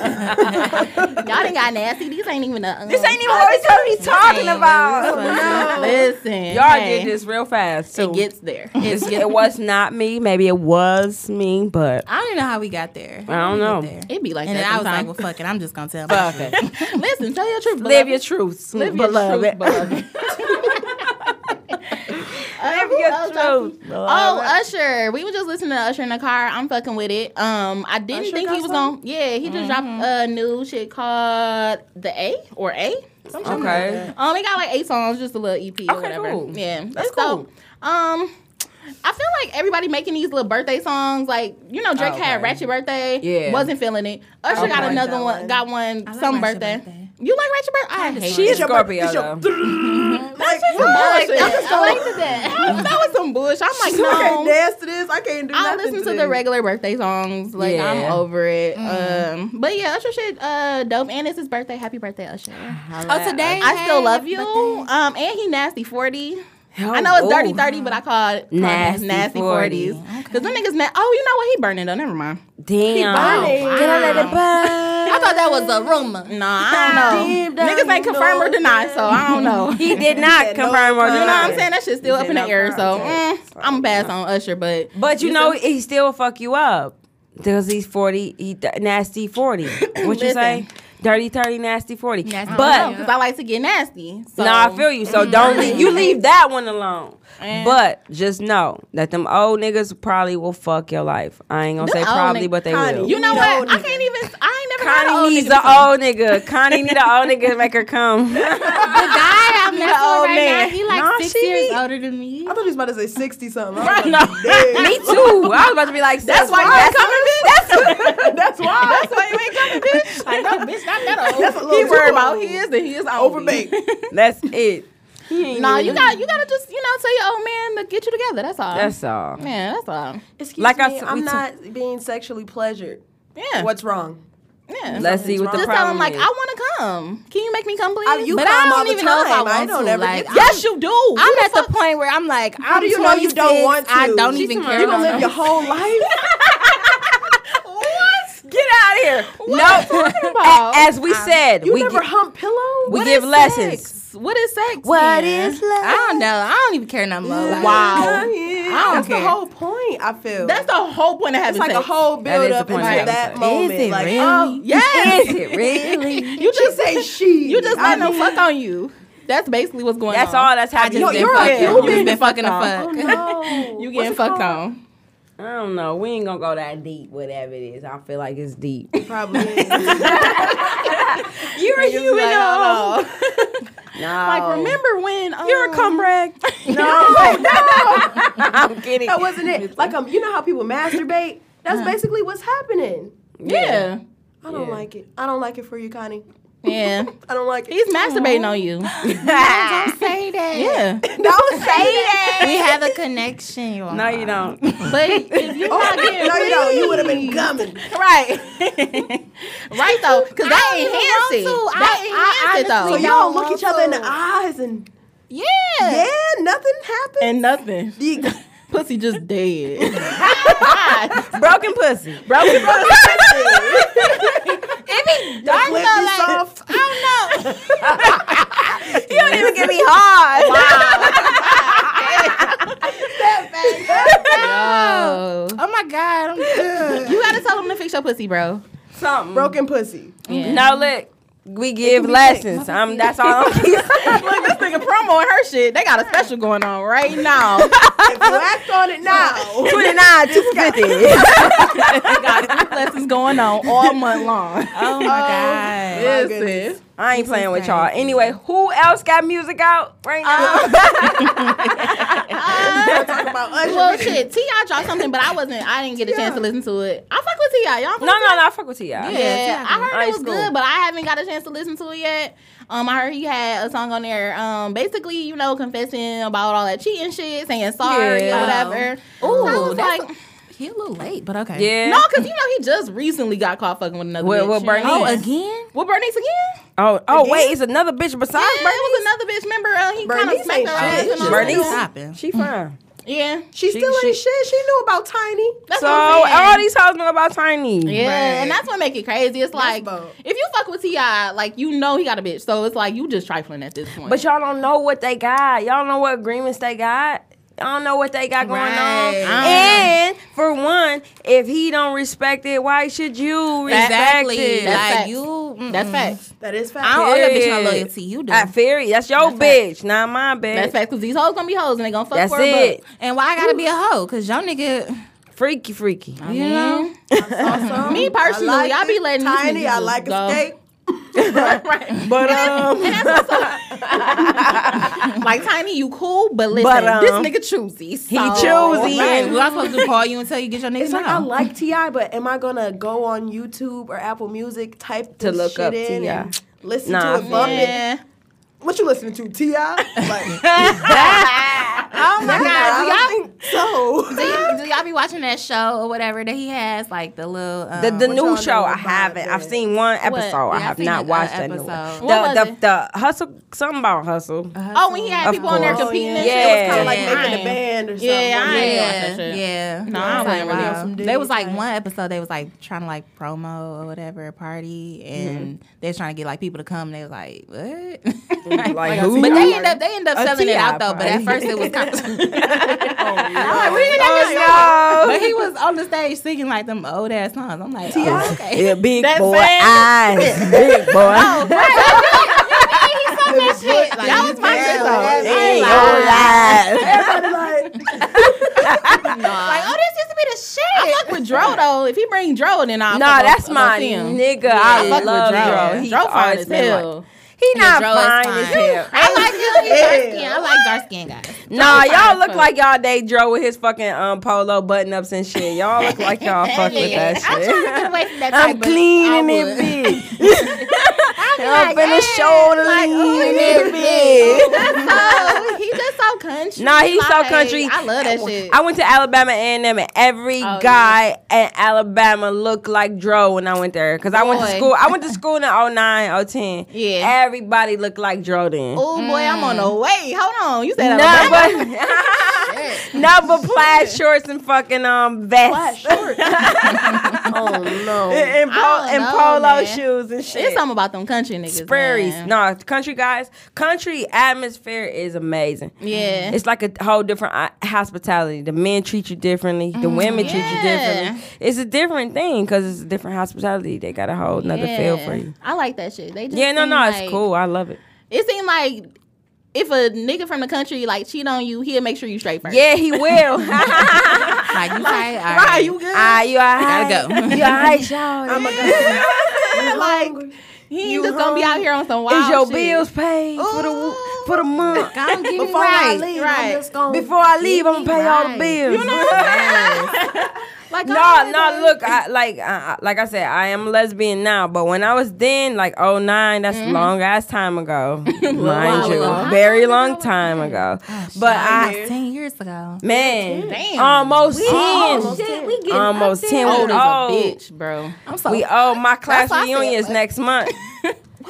Speaker 3: Y'all done got nasty. These ain't even uh-uh. the.
Speaker 2: this ain't even what we he's talking about.
Speaker 3: No. Listen,
Speaker 2: Y'all
Speaker 3: hey,
Speaker 2: did this real fast too.
Speaker 3: It gets there.
Speaker 2: It's- it was not me. Maybe it was me, but
Speaker 6: I don't even know how we got there.
Speaker 2: I don't know.
Speaker 3: It be like
Speaker 6: And then
Speaker 3: that.
Speaker 6: I was like,
Speaker 3: sometimes.
Speaker 6: well, fuck it. I'm just gonna tell my
Speaker 3: (laughs)
Speaker 6: shit.
Speaker 3: listen, tell your truth.
Speaker 2: Live your
Speaker 3: beloved.
Speaker 2: truths,
Speaker 3: Live your
Speaker 2: beloved.
Speaker 3: truth, beloved. Um,
Speaker 2: Yes, true.
Speaker 3: Oh, Usher. We were just listening to Usher in the car. I'm fucking with it. Um, I didn't
Speaker 2: Usher
Speaker 3: think
Speaker 2: got
Speaker 3: he was
Speaker 2: something? Mm-hmm.
Speaker 3: going. to Yeah, he just dropped a new shit called the A or A.
Speaker 2: Okay.
Speaker 3: Um, it got like eight songs, just a little EP or
Speaker 2: Okay,
Speaker 3: whatever.
Speaker 2: cool.
Speaker 3: Yeah,
Speaker 2: That's
Speaker 3: it's dope.
Speaker 2: cool.
Speaker 3: Um, I feel like everybody making these little birthday songs, like you know, Drake
Speaker 2: Oh,
Speaker 3: had
Speaker 2: Okay.
Speaker 3: Ratchet Birthday.
Speaker 2: Yeah.
Speaker 3: wasn't feeling it. Usher
Speaker 2: I
Speaker 3: got
Speaker 2: like
Speaker 3: another
Speaker 4: that
Speaker 3: one.
Speaker 4: one.
Speaker 3: Got one.
Speaker 6: like
Speaker 3: some
Speaker 6: Ratchet
Speaker 3: birthday.
Speaker 6: Birthday.
Speaker 3: You like Ratchet Birthday? I, hate
Speaker 2: She
Speaker 3: it.
Speaker 2: is Scorpio though.
Speaker 4: Like,
Speaker 3: Bullshit.
Speaker 4: bullshit.
Speaker 3: I liked that. (laughs) that was some bullshit.
Speaker 2: (laughs)
Speaker 3: I'm like,
Speaker 4: I can't
Speaker 3: no.
Speaker 4: dance to this. I can't do
Speaker 3: I
Speaker 4: nothing
Speaker 3: listen to the
Speaker 4: this.
Speaker 3: regular birthday songs. Like I'm
Speaker 2: Yeah.
Speaker 3: over it. Um, but yeah, Usher shit, uh, dope. And it's his birthday. Happy birthday, Usher.
Speaker 6: Oh, today
Speaker 3: I still
Speaker 6: had
Speaker 3: love you.
Speaker 6: birthday.
Speaker 3: Um, and he nasty forty. I know it's dirty thirty, but I call it
Speaker 2: Nasty
Speaker 3: Oh, nasty, nasty
Speaker 2: 40.
Speaker 3: forties. Cause them niggas, na- oh, you know what? He burning though. Never mind.
Speaker 2: Damn.
Speaker 4: burning.
Speaker 2: Did I let it burn?
Speaker 3: I thought that was a rumor. Nah, (laughs) I
Speaker 4: Deep
Speaker 3: don't know. Niggas ain't confirm or deny, so I don't (laughs) know.
Speaker 2: He did not confirm or
Speaker 3: You know what I'm
Speaker 2: deny.
Speaker 3: saying? That shit's still up in the air. So mm, I'm gonna pass on Usher, but
Speaker 2: But you know, he still fuck you up because he's forty. He d- nasty forty. What you say? Dirty thirty, nasty forty.
Speaker 6: Nasty
Speaker 2: but
Speaker 3: because I like to get nasty. So. mm-hmm.
Speaker 2: no, I feel you. So don't leave, you
Speaker 3: (laughs)
Speaker 2: leave that one alone. But just know that them old niggas probably will fuck your life. I ain't gonna
Speaker 3: Them
Speaker 2: say
Speaker 3: old
Speaker 2: probably,
Speaker 3: nigg-
Speaker 2: but they
Speaker 4: Connie,
Speaker 2: will.
Speaker 3: You know
Speaker 4: No,
Speaker 3: what? I
Speaker 4: nigga.
Speaker 3: can't even. I ain't never got
Speaker 2: Connie
Speaker 3: old
Speaker 2: needs
Speaker 3: nigga
Speaker 2: an old nigga. Connie need an old nigga to make her come.
Speaker 3: (laughs)
Speaker 6: The guy I'm messing with
Speaker 2: old
Speaker 6: right
Speaker 2: man.
Speaker 6: now, he like
Speaker 2: Nah,
Speaker 6: six
Speaker 2: she
Speaker 6: years
Speaker 2: be-
Speaker 6: older than me.
Speaker 4: I thought he was about to say 60 something.
Speaker 2: (laughs) No. Me too. I was about to be like, that's why you (laughs) coming, bitch. That's
Speaker 4: (laughs) That's why.
Speaker 3: That's why you ain't coming, bitch. Like, no, bitch, not that old.
Speaker 4: That's a little
Speaker 3: he
Speaker 4: too
Speaker 3: worried about
Speaker 4: old.
Speaker 3: his, then his only.
Speaker 4: Overbaked.
Speaker 2: that's it.
Speaker 3: Nah, you got you gotta just you know tell your old man to get you together. That's all.
Speaker 2: That's all.
Speaker 3: yeah, that's all.
Speaker 4: Excuse
Speaker 2: Like I
Speaker 4: me,
Speaker 2: said,
Speaker 4: I'm
Speaker 2: we took-
Speaker 4: not being sexually pleasured.
Speaker 3: Yeah.
Speaker 4: What's wrong?
Speaker 3: Yeah.
Speaker 2: Let's see what the
Speaker 3: just tell
Speaker 2: problem
Speaker 3: him like
Speaker 2: is.
Speaker 3: I want to come. Can you make me come, please?
Speaker 4: Uh, you
Speaker 3: but
Speaker 4: come
Speaker 3: I don't
Speaker 4: all the
Speaker 3: even know if I
Speaker 4: time. I
Speaker 3: want
Speaker 4: don't
Speaker 3: to.
Speaker 4: ever
Speaker 3: Like,
Speaker 4: get
Speaker 3: yes, you do.
Speaker 6: I'm
Speaker 3: Who the
Speaker 6: at the point where I'm like, I'm
Speaker 4: do you know you don't
Speaker 6: 26,
Speaker 4: want to?
Speaker 6: I don't
Speaker 4: She's
Speaker 6: even
Speaker 4: You
Speaker 6: care.
Speaker 4: gonna live your whole life?
Speaker 2: Get out of here. no. (laughs) A- as we said,
Speaker 4: You
Speaker 2: we
Speaker 4: never
Speaker 2: gi-
Speaker 4: hump pillow?
Speaker 2: we
Speaker 4: What
Speaker 2: give
Speaker 4: is
Speaker 2: lessons.
Speaker 3: f- What is sex?
Speaker 2: What
Speaker 3: then?
Speaker 2: is love?
Speaker 6: I don't know. I don't even care no more. Like,
Speaker 3: Wow.
Speaker 4: Yeah, that's
Speaker 6: care.
Speaker 4: the whole point. I feel
Speaker 3: That's the whole point of
Speaker 4: it's
Speaker 3: having
Speaker 4: like a
Speaker 3: sex.
Speaker 4: whole
Speaker 2: That is
Speaker 4: build
Speaker 2: the
Speaker 4: up
Speaker 2: point of
Speaker 4: until
Speaker 2: having
Speaker 4: that
Speaker 2: sex.
Speaker 4: moment.
Speaker 6: Is it
Speaker 4: like,
Speaker 6: really?
Speaker 4: oh,
Speaker 2: (laughs)
Speaker 3: Yes.
Speaker 2: Is it really?
Speaker 3: you
Speaker 4: she
Speaker 3: just
Speaker 4: say she.
Speaker 3: you just
Speaker 4: I
Speaker 3: let him
Speaker 4: mean,
Speaker 3: fuck on you. That's basically what's going
Speaker 2: That's all
Speaker 3: on.
Speaker 2: that's happening.
Speaker 4: Yo,
Speaker 2: They
Speaker 4: you're a
Speaker 2: fucking-
Speaker 3: You
Speaker 4: human.
Speaker 3: just been
Speaker 6: Been
Speaker 3: fucking
Speaker 6: fucking
Speaker 3: a fuck. (laughs)
Speaker 4: Oh, No.
Speaker 6: a fuck.
Speaker 3: You
Speaker 4: What's
Speaker 3: getting
Speaker 4: it
Speaker 3: fucked
Speaker 4: called?
Speaker 3: on. (laughs)
Speaker 2: I don't know. We ain't gonna go that deep, whatever it is. I feel like it's deep.
Speaker 4: Probably. is.
Speaker 2: (laughs) You're a human,
Speaker 3: like,
Speaker 2: though. oh, No.
Speaker 3: uh, Like remember when um,
Speaker 2: You're a cum rag.
Speaker 4: no, no.
Speaker 2: (laughs) I'm kidding.
Speaker 4: That wasn't it. Like um, you know how people masturbate? That's basically what's happening.
Speaker 3: Yeah.
Speaker 4: I don't
Speaker 2: Yeah.
Speaker 4: like it. I don't like it for you, Connie.
Speaker 3: Yeah.
Speaker 4: (laughs) I don't like it.
Speaker 3: He's masturbating on you.
Speaker 6: Don't say that.
Speaker 3: Yeah.
Speaker 4: don't say that.
Speaker 6: We have a connection. You
Speaker 2: No, you don't.
Speaker 3: But if you're not getting
Speaker 4: No, you don't. You would have been gumming.
Speaker 3: right. right though. Cause that enhances it.
Speaker 6: to.
Speaker 3: That
Speaker 6: I- I
Speaker 3: enhances it though.
Speaker 4: So
Speaker 6: honestly-
Speaker 4: y'all look each other in the eyes and
Speaker 3: yeah.
Speaker 4: yeah, nothing happened.
Speaker 3: And (laughs) nothing.
Speaker 4: You-
Speaker 3: Pussy just dead.
Speaker 2: Broken pussy.
Speaker 3: Broken
Speaker 4: Your clip is soft.
Speaker 2: You don't even get me hard.
Speaker 3: Oh.
Speaker 6: Oh my god, I'm good.
Speaker 3: You gotta tell him to fix your pussy, bro.
Speaker 2: Something.
Speaker 4: Broken (laughs) pussy.
Speaker 3: Yeah.
Speaker 2: No, look. We give lessons. Um, that's all. I'm (laughs)
Speaker 3: Look, this nigga promo and her shit. They got a special going on (laughs) right now.
Speaker 4: If you act on it now.
Speaker 2: Twenty nine, two fifty.
Speaker 3: Lessons going on all month (laughs) long. Oh,
Speaker 6: Oh my god.
Speaker 4: My
Speaker 3: Listen.
Speaker 4: goodness.
Speaker 2: I ain't playing with y'all. Anyway, who else got music out right now?
Speaker 4: Talk about Usher.
Speaker 3: Well, Oh, shit, T.I. dropped something, but I wasn't. I didn't get a chance to listen to it. I fuck with T.I. Y'all fuck
Speaker 2: no,
Speaker 3: with
Speaker 2: no, no. I fuck with you.
Speaker 3: Yeah,
Speaker 6: Yeah,
Speaker 3: I heard
Speaker 2: Alright,
Speaker 3: it was
Speaker 2: it's cool.
Speaker 3: good, but I haven't got a chance to listen to it yet. Um, I heard he had a song on there, um, basically, you know, confessing about all that cheating shit, saying sorry
Speaker 2: Yeah.
Speaker 3: or whatever.
Speaker 6: Ooh,
Speaker 3: I was
Speaker 6: that's
Speaker 3: like,
Speaker 6: He a little late, but okay.
Speaker 2: Yeah.
Speaker 3: no, because you know he just recently got caught fucking with another
Speaker 2: With-
Speaker 3: bitch.
Speaker 2: with
Speaker 3: you know?
Speaker 6: Oh,
Speaker 2: Bernice.
Speaker 6: again?
Speaker 3: with Bernice again?
Speaker 2: Oh, oh, wait. It's another bitch besides
Speaker 3: Yeah, it was another bitch. Remember, uh, he kind
Speaker 4: Bernice
Speaker 3: of smacked
Speaker 4: ain't
Speaker 3: her
Speaker 6: Oh,
Speaker 3: ass and
Speaker 4: shit.
Speaker 3: all
Speaker 2: Bernice.
Speaker 3: that.
Speaker 2: Bernice.
Speaker 6: Stopping.
Speaker 2: She fine.
Speaker 3: Yeah,
Speaker 4: She,
Speaker 2: She-
Speaker 4: still
Speaker 2: she-
Speaker 4: ain't shit. She knew about Tiny.
Speaker 3: (laughs) that's
Speaker 2: so
Speaker 3: what I'm saying.
Speaker 2: all these hoes know about Tiny.
Speaker 3: Yeah,
Speaker 4: Right.
Speaker 3: and that's what make it crazy. It's like
Speaker 4: bold.
Speaker 3: if you fuck with Ti, like you know he got a bitch, so it's like you just trifling at this point.
Speaker 2: But y'all don't know what they got. Y'all don't know what agreements they got. I don't know what they got going on.
Speaker 6: Right.
Speaker 2: And for one, if he don't respect it, why should you respect
Speaker 6: Exactly.
Speaker 2: it?
Speaker 6: like
Speaker 3: facts.
Speaker 6: you. mm-mm.
Speaker 2: Mm.
Speaker 3: That's facts.
Speaker 4: That is fact.
Speaker 6: I don't owe that bitch
Speaker 2: Period.
Speaker 6: my loyalty. You do.
Speaker 2: I fear you. That's your bitch, not my bitch.
Speaker 3: That's fact. Cause these hoes gonna be hoes and they gonna fuck
Speaker 2: That's
Speaker 3: for a
Speaker 2: it.
Speaker 3: buck.
Speaker 6: and why I gotta be a hoe? Cause y'all nigga,
Speaker 2: Freaky, freaky.
Speaker 6: you know.
Speaker 3: Me personally, I,
Speaker 4: like
Speaker 3: be
Speaker 4: it
Speaker 3: letting these
Speaker 4: tiny.
Speaker 3: niggas
Speaker 4: I like
Speaker 3: go.
Speaker 4: escape.
Speaker 3: (laughs)
Speaker 2: But um,
Speaker 3: Like tiny, you cool, but listen,
Speaker 2: But, um,
Speaker 3: this nigga choosy. So.
Speaker 2: he choosy.
Speaker 6: Right. Well, I'm supposed to call you until you get your nigga
Speaker 4: It's
Speaker 6: now.
Speaker 4: like I like Ti, but am I gonna go on YouTube or Apple Music type
Speaker 2: To
Speaker 4: this
Speaker 2: look
Speaker 4: shit
Speaker 2: up
Speaker 4: in
Speaker 2: T.I..
Speaker 4: and listen
Speaker 2: Nah,
Speaker 4: to it, bump it?
Speaker 6: yeah.
Speaker 4: What you listening to, Ti? Like,
Speaker 6: Oh my
Speaker 4: I
Speaker 6: god, do
Speaker 4: don't
Speaker 6: y'all
Speaker 4: think so.
Speaker 6: do, y- do y'all be watching that show or whatever that he has, like the little um,
Speaker 2: The, the new
Speaker 4: y'all
Speaker 2: show
Speaker 4: know
Speaker 2: I
Speaker 4: about
Speaker 2: haven't. I've
Speaker 4: that?
Speaker 2: seen one episode. I
Speaker 6: Yeah, I
Speaker 2: have
Speaker 6: seen
Speaker 2: not
Speaker 6: a-
Speaker 2: watched
Speaker 6: a
Speaker 2: that new one.
Speaker 6: episode.
Speaker 2: The,
Speaker 3: What
Speaker 2: the,
Speaker 3: was it?
Speaker 2: the hustle something about hustle.
Speaker 3: Oh, when he had
Speaker 2: Of
Speaker 3: people on there
Speaker 2: course.
Speaker 3: competing and
Speaker 4: It
Speaker 3: shit.
Speaker 4: was kind of like
Speaker 2: Yeah.
Speaker 4: making a band or something.
Speaker 3: Yeah, I ain't watch
Speaker 6: yeah,
Speaker 3: that shit.
Speaker 6: yeah.
Speaker 3: No,
Speaker 6: I
Speaker 3: I
Speaker 6: was
Speaker 3: wasn't really on
Speaker 6: wow.
Speaker 4: some
Speaker 6: They
Speaker 4: dude
Speaker 6: was like
Speaker 4: type.
Speaker 6: one episode. They was like trying to like promo or whatever a party, and they was trying to get like people to come. And they was like, what? like, (laughs)
Speaker 2: who?
Speaker 6: But they end up they end up
Speaker 2: A
Speaker 6: selling it
Speaker 2: TI
Speaker 6: out though. But at
Speaker 2: party.
Speaker 6: first it was (laughs) kind of.
Speaker 2: Oh,
Speaker 6: But he was on the stage singing like them old ass songs. I'm like, oh, okay.
Speaker 2: Yeah, big
Speaker 3: That
Speaker 2: boy
Speaker 3: fan-
Speaker 2: eyes, big boy.
Speaker 6: that was my shit
Speaker 2: Big
Speaker 6: though.
Speaker 2: old eyes.
Speaker 3: Like, oh, this used to be the shit. I fuck with Dro though. If he bring Dro, then I
Speaker 2: No, that's my nigga. I
Speaker 6: fuck with
Speaker 2: love
Speaker 6: Dro.
Speaker 2: Dro. He
Speaker 3: Dro fine
Speaker 2: always
Speaker 3: as
Speaker 2: been
Speaker 3: hell.
Speaker 2: like- He not
Speaker 6: Dro is
Speaker 2: fine
Speaker 6: fine.
Speaker 2: as hell.
Speaker 6: I like him. He's dark skin. I like dark skin guys.
Speaker 2: (laughs) Nah, y'all look like y'all day Dro with his fucking um polo button ups and shit. Y'all look like y'all fuck with that
Speaker 6: I'm trying to
Speaker 2: shit.
Speaker 6: get away from that type
Speaker 2: I'm
Speaker 6: of-
Speaker 2: cleaning
Speaker 6: I
Speaker 2: it
Speaker 6: would. (laughs)
Speaker 2: big.
Speaker 6: I'm
Speaker 2: Up in the shoulder leaning it big.
Speaker 3: (laughs)
Speaker 6: Oh, he just so country.
Speaker 2: Nah, he's so
Speaker 6: Like,
Speaker 2: country.
Speaker 6: I love that shit.
Speaker 2: I went to Alabama A&M and
Speaker 6: Oh,
Speaker 2: every guy in Alabama looked like Dro when I went there because I went to
Speaker 6: Boy.
Speaker 2: school. I went to school in 09, 010.
Speaker 6: Yeah.
Speaker 2: everybody looked like Dro then.
Speaker 3: Oh boy, I'm on the way. Hold on, you said
Speaker 2: No,
Speaker 3: Alabama.
Speaker 2: but (laughs) no, but plaid
Speaker 6: (laughs)
Speaker 2: shorts and fucking um vest
Speaker 4: Oh no.
Speaker 2: and, (laughs) and, po-
Speaker 6: I don't
Speaker 2: and
Speaker 6: know,
Speaker 2: polo
Speaker 6: man.
Speaker 2: shoes and shit.
Speaker 3: It's something about them country niggas.
Speaker 2: prairies.
Speaker 3: man.
Speaker 2: No, country guys, country atmosphere is amazing.
Speaker 3: Yeah.
Speaker 2: It's like a whole different uh, hospitality. The men treat you differently, the women treat you differently. It's a different thing because it's a different hospitality. They got a whole nother feel for you.
Speaker 3: I like that shit. They just
Speaker 2: Yeah, no,
Speaker 3: seem
Speaker 2: no,
Speaker 3: like-
Speaker 2: it's cool. I love it.
Speaker 3: It seemed like if a nigga from the country like cheat on you, he'll make sure you straight first.
Speaker 2: Yeah, he will.
Speaker 6: like you say, all
Speaker 4: Are
Speaker 6: right.
Speaker 4: you good?
Speaker 2: (laughs) Ah, you all right?
Speaker 6: Gotta
Speaker 2: (laughs)
Speaker 6: go.
Speaker 2: You all right, y'all?
Speaker 4: I'm a guy.
Speaker 3: like he ain't just gonna be out here on some wild.
Speaker 2: (laughs) Is your
Speaker 3: shit.
Speaker 2: bills paid for the for the month?
Speaker 6: I'm getting
Speaker 4: Before I
Speaker 6: right.
Speaker 4: leave,
Speaker 3: right.
Speaker 4: I'm just gonna.
Speaker 2: Before I leave, I'm gonna pay all the bills. (laughs)
Speaker 3: Like
Speaker 2: No, no. Look, I, like, uh, like I said, I am lesbian now. But when I was then, like oh nine, that's long ass time (laughs) ago, mind you, very long time ago. But I,
Speaker 6: Ten years ago.
Speaker 2: man, almost ten,
Speaker 4: Almost there.
Speaker 2: we almost ten. We old,
Speaker 3: old as a bitch, bro.
Speaker 6: I'm so.
Speaker 2: we owe my class
Speaker 6: That's why I said,
Speaker 2: reunions
Speaker 6: like-
Speaker 2: next month.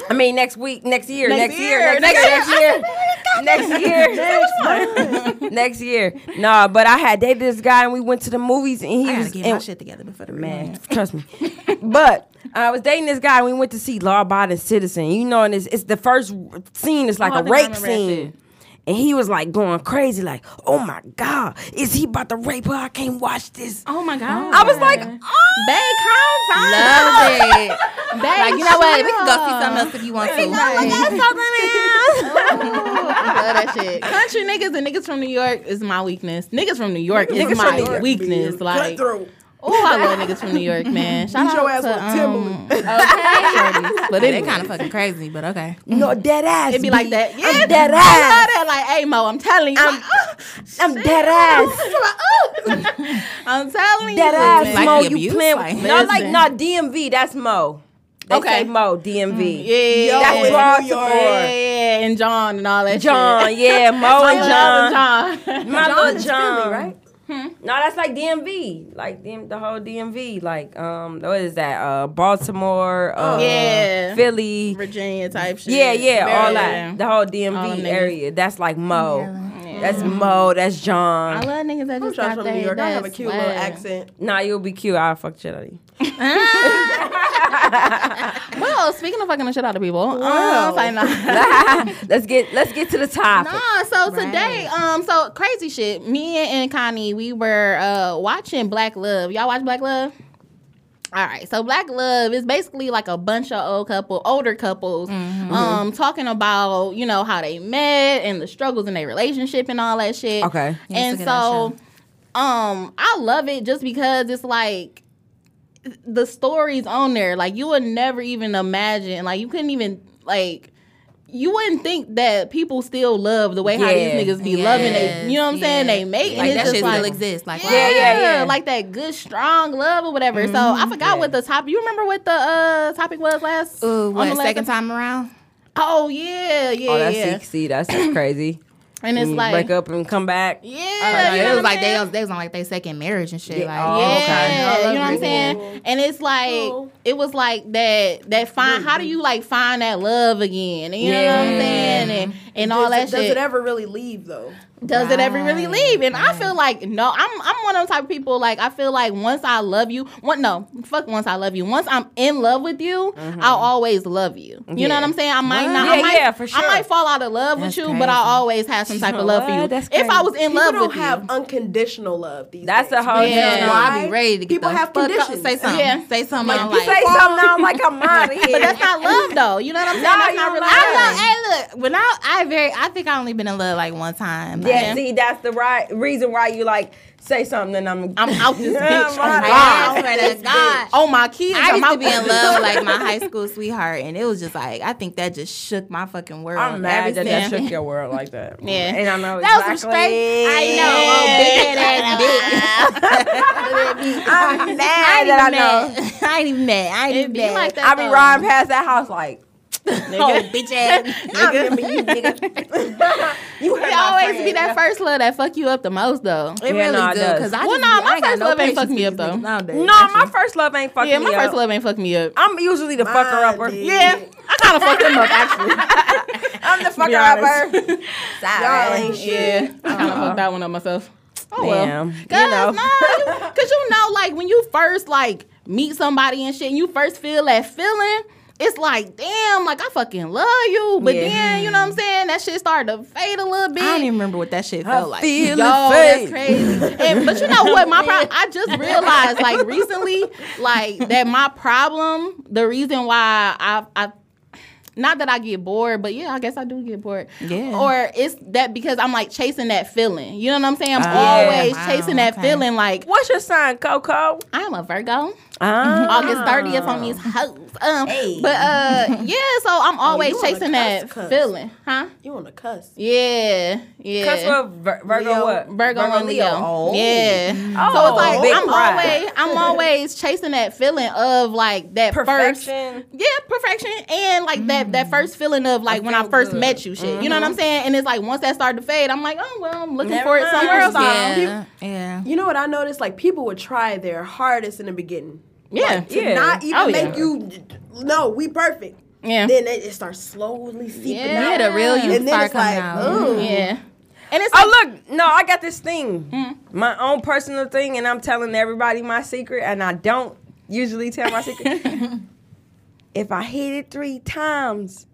Speaker 2: I mean, next week, next year, next, year,
Speaker 3: year,
Speaker 2: next year, (laughs) next year, next year, (laughs) next year. No, but I had dated this guy and we went to the movies and he
Speaker 6: I gotta
Speaker 2: was
Speaker 6: get
Speaker 2: and-
Speaker 6: my shit together before the
Speaker 2: man.
Speaker 6: man.
Speaker 2: Trust me. but I was dating this guy, and we went to see Law Abiding Citizen. You know, and it's, it's the first scene. It's like
Speaker 3: Oh, I
Speaker 2: a
Speaker 3: think I
Speaker 2: rape
Speaker 3: remember that
Speaker 2: scene.
Speaker 3: shit.
Speaker 2: And he was like going crazy, like, "Oh my God, is he about to rape her? I can't watch this."
Speaker 3: Oh my god.
Speaker 2: I was like, "Oh,
Speaker 3: Babe, come find
Speaker 6: Love
Speaker 3: (laughs)
Speaker 6: it.
Speaker 3: Babe,
Speaker 6: Like you know what? We can go see something else if you
Speaker 3: (laughs)
Speaker 6: want to.
Speaker 3: Oh, I love that shit. Country niggas and niggas from New York is my weakness. Niggas from New York is
Speaker 2: Niggas
Speaker 3: my
Speaker 2: from New York,
Speaker 3: weakness. Like,
Speaker 4: Cutthroat.
Speaker 3: oh, I love niggas from New York, man. Shout
Speaker 4: Beat
Speaker 3: out
Speaker 4: your ass
Speaker 3: to
Speaker 4: with
Speaker 3: um,
Speaker 4: Timberland.
Speaker 3: (laughs)
Speaker 6: But it kind of fucking crazy. But okay.
Speaker 2: (laughs) no, dead ass."
Speaker 3: It'd be like
Speaker 2: B.
Speaker 3: that. Yeah,
Speaker 2: I'm dead
Speaker 3: I
Speaker 2: ass.
Speaker 3: love that. Like, hey Mo, I'm telling you. (laughs)
Speaker 2: I'm-
Speaker 3: Like, oh,
Speaker 2: I'm dead ass.
Speaker 3: (laughs) I'm telling
Speaker 2: Dead
Speaker 3: you.
Speaker 2: ass.
Speaker 6: Like
Speaker 2: Mo,
Speaker 6: the
Speaker 2: you
Speaker 6: abuse,
Speaker 2: playing?
Speaker 6: like-
Speaker 2: with no, like no DMV. That's Mo. They
Speaker 3: Okay. Mm,
Speaker 2: say Mo DMV.
Speaker 3: Yeah,
Speaker 2: that's
Speaker 3: yeah,
Speaker 2: Baltimore.
Speaker 3: yeah, yeah, and John and all that.
Speaker 2: John,
Speaker 3: shit.
Speaker 2: yeah, Mo and (laughs) John.
Speaker 3: John. John. (laughs) Hmm?
Speaker 2: My little John,
Speaker 4: Philly, right?
Speaker 2: No, that's like DMV, like DM, the whole DMV, like um, what is that? Uh, Baltimore, uh,
Speaker 3: Oh, Yeah.
Speaker 2: Philly,
Speaker 3: Virginia type shit.
Speaker 2: yeah, yeah, all
Speaker 3: Maryland.
Speaker 2: that, the whole
Speaker 3: All them
Speaker 2: DMV
Speaker 3: niggas.
Speaker 2: area. That's like Mo, that's Mo, that's
Speaker 3: I
Speaker 2: John.
Speaker 3: love niggas that
Speaker 4: I'm
Speaker 3: just
Speaker 4: trying
Speaker 3: got
Speaker 4: from
Speaker 3: they-
Speaker 4: New York. I have a
Speaker 3: that's
Speaker 4: cute little
Speaker 3: swag.
Speaker 4: accent.
Speaker 2: Nah, you'll be cute. I'll fuck shit out of you.
Speaker 3: well, speaking of fucking the shit out of people, um, like, nah.
Speaker 2: (laughs) let's get let's get to the topic.
Speaker 3: nah, Ah, so today, um, so crazy shit. Me and, and Connie, we were uh watching Black Love. Y'all watch Black Love? All right, so Black Love is basically like a bunch of old couple, older couples, um, talking about you know how they met and the struggles in their relationship and all that shit.
Speaker 2: Okay.
Speaker 6: Yeah,
Speaker 3: and
Speaker 6: it's a good ass
Speaker 3: so, um, I love it just because it's like the stories on there, like you would never even imagine, like you couldn't even like. You wouldn't think that people still love the way how
Speaker 2: Yeah.
Speaker 3: these niggas be loving. They,
Speaker 6: Yes,
Speaker 3: you know what I'm saying?
Speaker 6: yeah.
Speaker 3: They make and
Speaker 6: Like
Speaker 3: it's
Speaker 6: that
Speaker 3: just
Speaker 6: shit
Speaker 3: like,
Speaker 6: still exists. Like,
Speaker 3: yeah,
Speaker 6: wow.
Speaker 3: yeah,
Speaker 2: yeah,
Speaker 3: yeah,
Speaker 2: yeah.
Speaker 3: like that good, strong love or whatever. So I
Speaker 6: Mm-hmm.
Speaker 3: forgot what the topic. You remember what the uh, topic was last?
Speaker 6: Ooh,
Speaker 3: on
Speaker 6: what,
Speaker 3: the last
Speaker 6: second
Speaker 3: episode?
Speaker 6: time around?
Speaker 3: Oh yeah, yeah,
Speaker 2: Oh, that's
Speaker 3: yeah.
Speaker 2: see, that's just crazy.
Speaker 3: And it's
Speaker 6: Mm,
Speaker 2: You
Speaker 3: like,
Speaker 2: break up and come back.
Speaker 3: yeah,
Speaker 6: Like,
Speaker 3: you know
Speaker 6: it
Speaker 3: what
Speaker 6: was
Speaker 3: I'm
Speaker 6: like they
Speaker 3: saying?
Speaker 6: was, they was on like their second marriage and shit.
Speaker 2: Yeah.
Speaker 6: Like,
Speaker 2: Oh,
Speaker 3: Yeah,
Speaker 2: okay.
Speaker 3: you know what I'm saying, and it's like it was like that. That find how do you like find that love again? And you know what I'm
Speaker 2: Yeah.
Speaker 3: saying, and, and all that
Speaker 4: does,
Speaker 3: shit.
Speaker 4: Does it ever really leave though?
Speaker 3: does it ever really
Speaker 6: Right,
Speaker 3: leave? And I feel like no, I'm I'm one of those type of people. Like I feel like once I love you, one no fuck once I love you. Once I'm in love with you, I'll always love you. You know
Speaker 2: Mm-hmm. Yeah.
Speaker 3: what I'm saying? I might not. I
Speaker 2: Yeah,
Speaker 3: might,
Speaker 2: yeah, for
Speaker 3: I
Speaker 2: sure.
Speaker 3: might fall out of love
Speaker 6: That's
Speaker 3: with you, but I
Speaker 6: crazy.
Speaker 3: always have some type of love for you.
Speaker 2: What? That's
Speaker 3: if I
Speaker 2: crazy.
Speaker 3: was in
Speaker 4: People
Speaker 3: love
Speaker 4: don't
Speaker 3: with
Speaker 4: have
Speaker 3: you,
Speaker 4: unconditional love these
Speaker 2: That's
Speaker 4: days.
Speaker 2: a whole
Speaker 4: You know
Speaker 3: Yeah.
Speaker 6: Hell no, I
Speaker 4: why?
Speaker 6: be ready to get
Speaker 4: People
Speaker 6: the
Speaker 4: have
Speaker 6: fuck up.
Speaker 4: conditions.
Speaker 6: Say something.
Speaker 3: Yeah.
Speaker 6: Say something. I'm
Speaker 2: You
Speaker 6: like,
Speaker 2: say something, I'm like, I'm
Speaker 3: (laughs)
Speaker 2: out of here.
Speaker 3: but that's not love though. You know what I'm saying?
Speaker 2: No,
Speaker 3: that's
Speaker 2: you
Speaker 3: not
Speaker 2: don't
Speaker 3: really.
Speaker 2: love.
Speaker 3: I love-
Speaker 6: I look when I I very I think I only been in love like one time. Like,
Speaker 2: yeah, see, that's the right reason why you like say something and (laughs) I'm
Speaker 3: I'm out this bitch.
Speaker 2: Yeah,
Speaker 3: on
Speaker 2: right.
Speaker 3: God.
Speaker 6: I swear to God.
Speaker 3: Oh my kids,
Speaker 6: I
Speaker 3: I'm
Speaker 6: used
Speaker 3: out
Speaker 6: to be
Speaker 3: this
Speaker 6: in
Speaker 3: bitch.
Speaker 6: love with,
Speaker 3: (laughs)
Speaker 6: like my high school sweetheart, and it was just like I think that just shook my fucking world.
Speaker 2: I'm mad that
Speaker 6: Ever
Speaker 2: that
Speaker 6: since-
Speaker 2: shook your world like that. (laughs)
Speaker 3: Yeah.
Speaker 2: and I know
Speaker 6: That was some
Speaker 2: exactly.
Speaker 6: straight. (laughs) I know, oh, big head ass bitch.
Speaker 2: I'm
Speaker 6: I
Speaker 2: mad
Speaker 6: ain't even
Speaker 2: that (laughs) I know.
Speaker 6: mad. I ain't even mad. I ain't
Speaker 3: It
Speaker 6: even
Speaker 3: be
Speaker 6: mad.
Speaker 3: like that.
Speaker 2: I be
Speaker 3: though.
Speaker 2: riding past that house like
Speaker 6: oh, bitch ass.
Speaker 2: I remember you,
Speaker 4: (laughs)
Speaker 2: nigga. you hurt
Speaker 3: It
Speaker 2: my
Speaker 3: always be
Speaker 2: friend.
Speaker 3: that first love that fuck you up the most though.
Speaker 6: It
Speaker 2: Yeah,
Speaker 6: really
Speaker 2: nah, it
Speaker 6: do
Speaker 2: does.
Speaker 6: because I
Speaker 3: Well,
Speaker 6: just,
Speaker 3: nah,
Speaker 6: I
Speaker 3: my
Speaker 6: ain't got
Speaker 3: first
Speaker 6: no
Speaker 3: love ain't
Speaker 6: patience
Speaker 3: fuck
Speaker 6: for
Speaker 3: me up,
Speaker 6: these
Speaker 3: though.
Speaker 6: niggas nowadays.
Speaker 2: No, my first love ain't fucking
Speaker 3: Yeah, my
Speaker 2: me
Speaker 3: first
Speaker 2: up.
Speaker 3: love ain't fucked me up.
Speaker 2: I'm usually the fucker upper.
Speaker 3: Yeah, I kind of fucked
Speaker 2: (laughs)
Speaker 3: him up actually.
Speaker 2: I'm the fucker
Speaker 3: honest.
Speaker 2: upper. Sorry.
Speaker 3: Yeah, I kind of fucked that one up myself. Uh-huh. Oh well,
Speaker 2: Damn, you
Speaker 3: 'Cause,
Speaker 2: know.
Speaker 3: nah, you- cause you know, like when you first like meet somebody and shit, and you first feel that feeling. It's like, damn, like I fucking love you, but
Speaker 2: Yeah.
Speaker 3: then you know what I'm saying. That shit started to fade a little bit.
Speaker 6: I don't even remember what that shit felt like.
Speaker 2: Feeling
Speaker 3: Yo,
Speaker 2: fake.
Speaker 3: that's crazy. And, but you know what? My problem. I just realized, like recently, like that my problem, the reason why I, I, not that I get bored, but yeah, I guess I do get bored.
Speaker 6: Yeah.
Speaker 3: Or it's that because I'm like chasing that feeling. You know what I'm saying? I'm
Speaker 2: Ah, yeah.
Speaker 3: always
Speaker 6: Wow,
Speaker 3: chasing that
Speaker 6: okay.
Speaker 3: feeling.
Speaker 2: (laughs)
Speaker 3: Like
Speaker 2: What's your sign, Coco?
Speaker 3: I'm a Virgo.
Speaker 2: Ah.
Speaker 3: August 30th on these hoes. Um, but uh, yeah. So I'm always
Speaker 4: you on a
Speaker 3: chasing that
Speaker 4: cuss, cuss.
Speaker 3: feeling, huh?
Speaker 4: You want to cuss?
Speaker 3: Yeah, yeah.
Speaker 2: Cuss what? Vir- Virgo
Speaker 4: Leo.
Speaker 2: what?
Speaker 3: Virgo and Leo.
Speaker 2: Oh.
Speaker 3: Yeah. so
Speaker 2: Oh,
Speaker 3: it's like
Speaker 2: big
Speaker 3: I'm
Speaker 2: pride.
Speaker 3: always I'm always chasing that feeling of like that First,
Speaker 2: Perfection.
Speaker 3: yeah, perfection and like that
Speaker 2: Mm.
Speaker 3: that first feeling of like when I first met you, shit. You know what I'm saying? And it's like once that started to fade, I'm like, oh well, I'm looking
Speaker 2: Mm-hmm. Never
Speaker 3: for it
Speaker 2: mind.
Speaker 3: somewhere else.
Speaker 4: Yeah.
Speaker 6: Yeah, yeah.
Speaker 4: You know what I noticed? Like people would try their hardest in the beginning.
Speaker 3: Yeah,
Speaker 4: to
Speaker 2: Yeah.
Speaker 4: not even
Speaker 3: Oh, yeah.
Speaker 4: make you. No, we perfect.
Speaker 3: yeah,
Speaker 4: Then it, it starts slowly seeping
Speaker 3: Yeah.
Speaker 4: out.
Speaker 3: Yeah, the real
Speaker 6: you
Speaker 4: and then
Speaker 6: start
Speaker 4: it's like,
Speaker 6: coming out.
Speaker 4: ooh.
Speaker 3: yeah. And it's like,
Speaker 2: Oh look, no, I got this thing, my own personal thing, and I'm telling everybody my secret, and I don't usually tell my secret. if I hit it three times,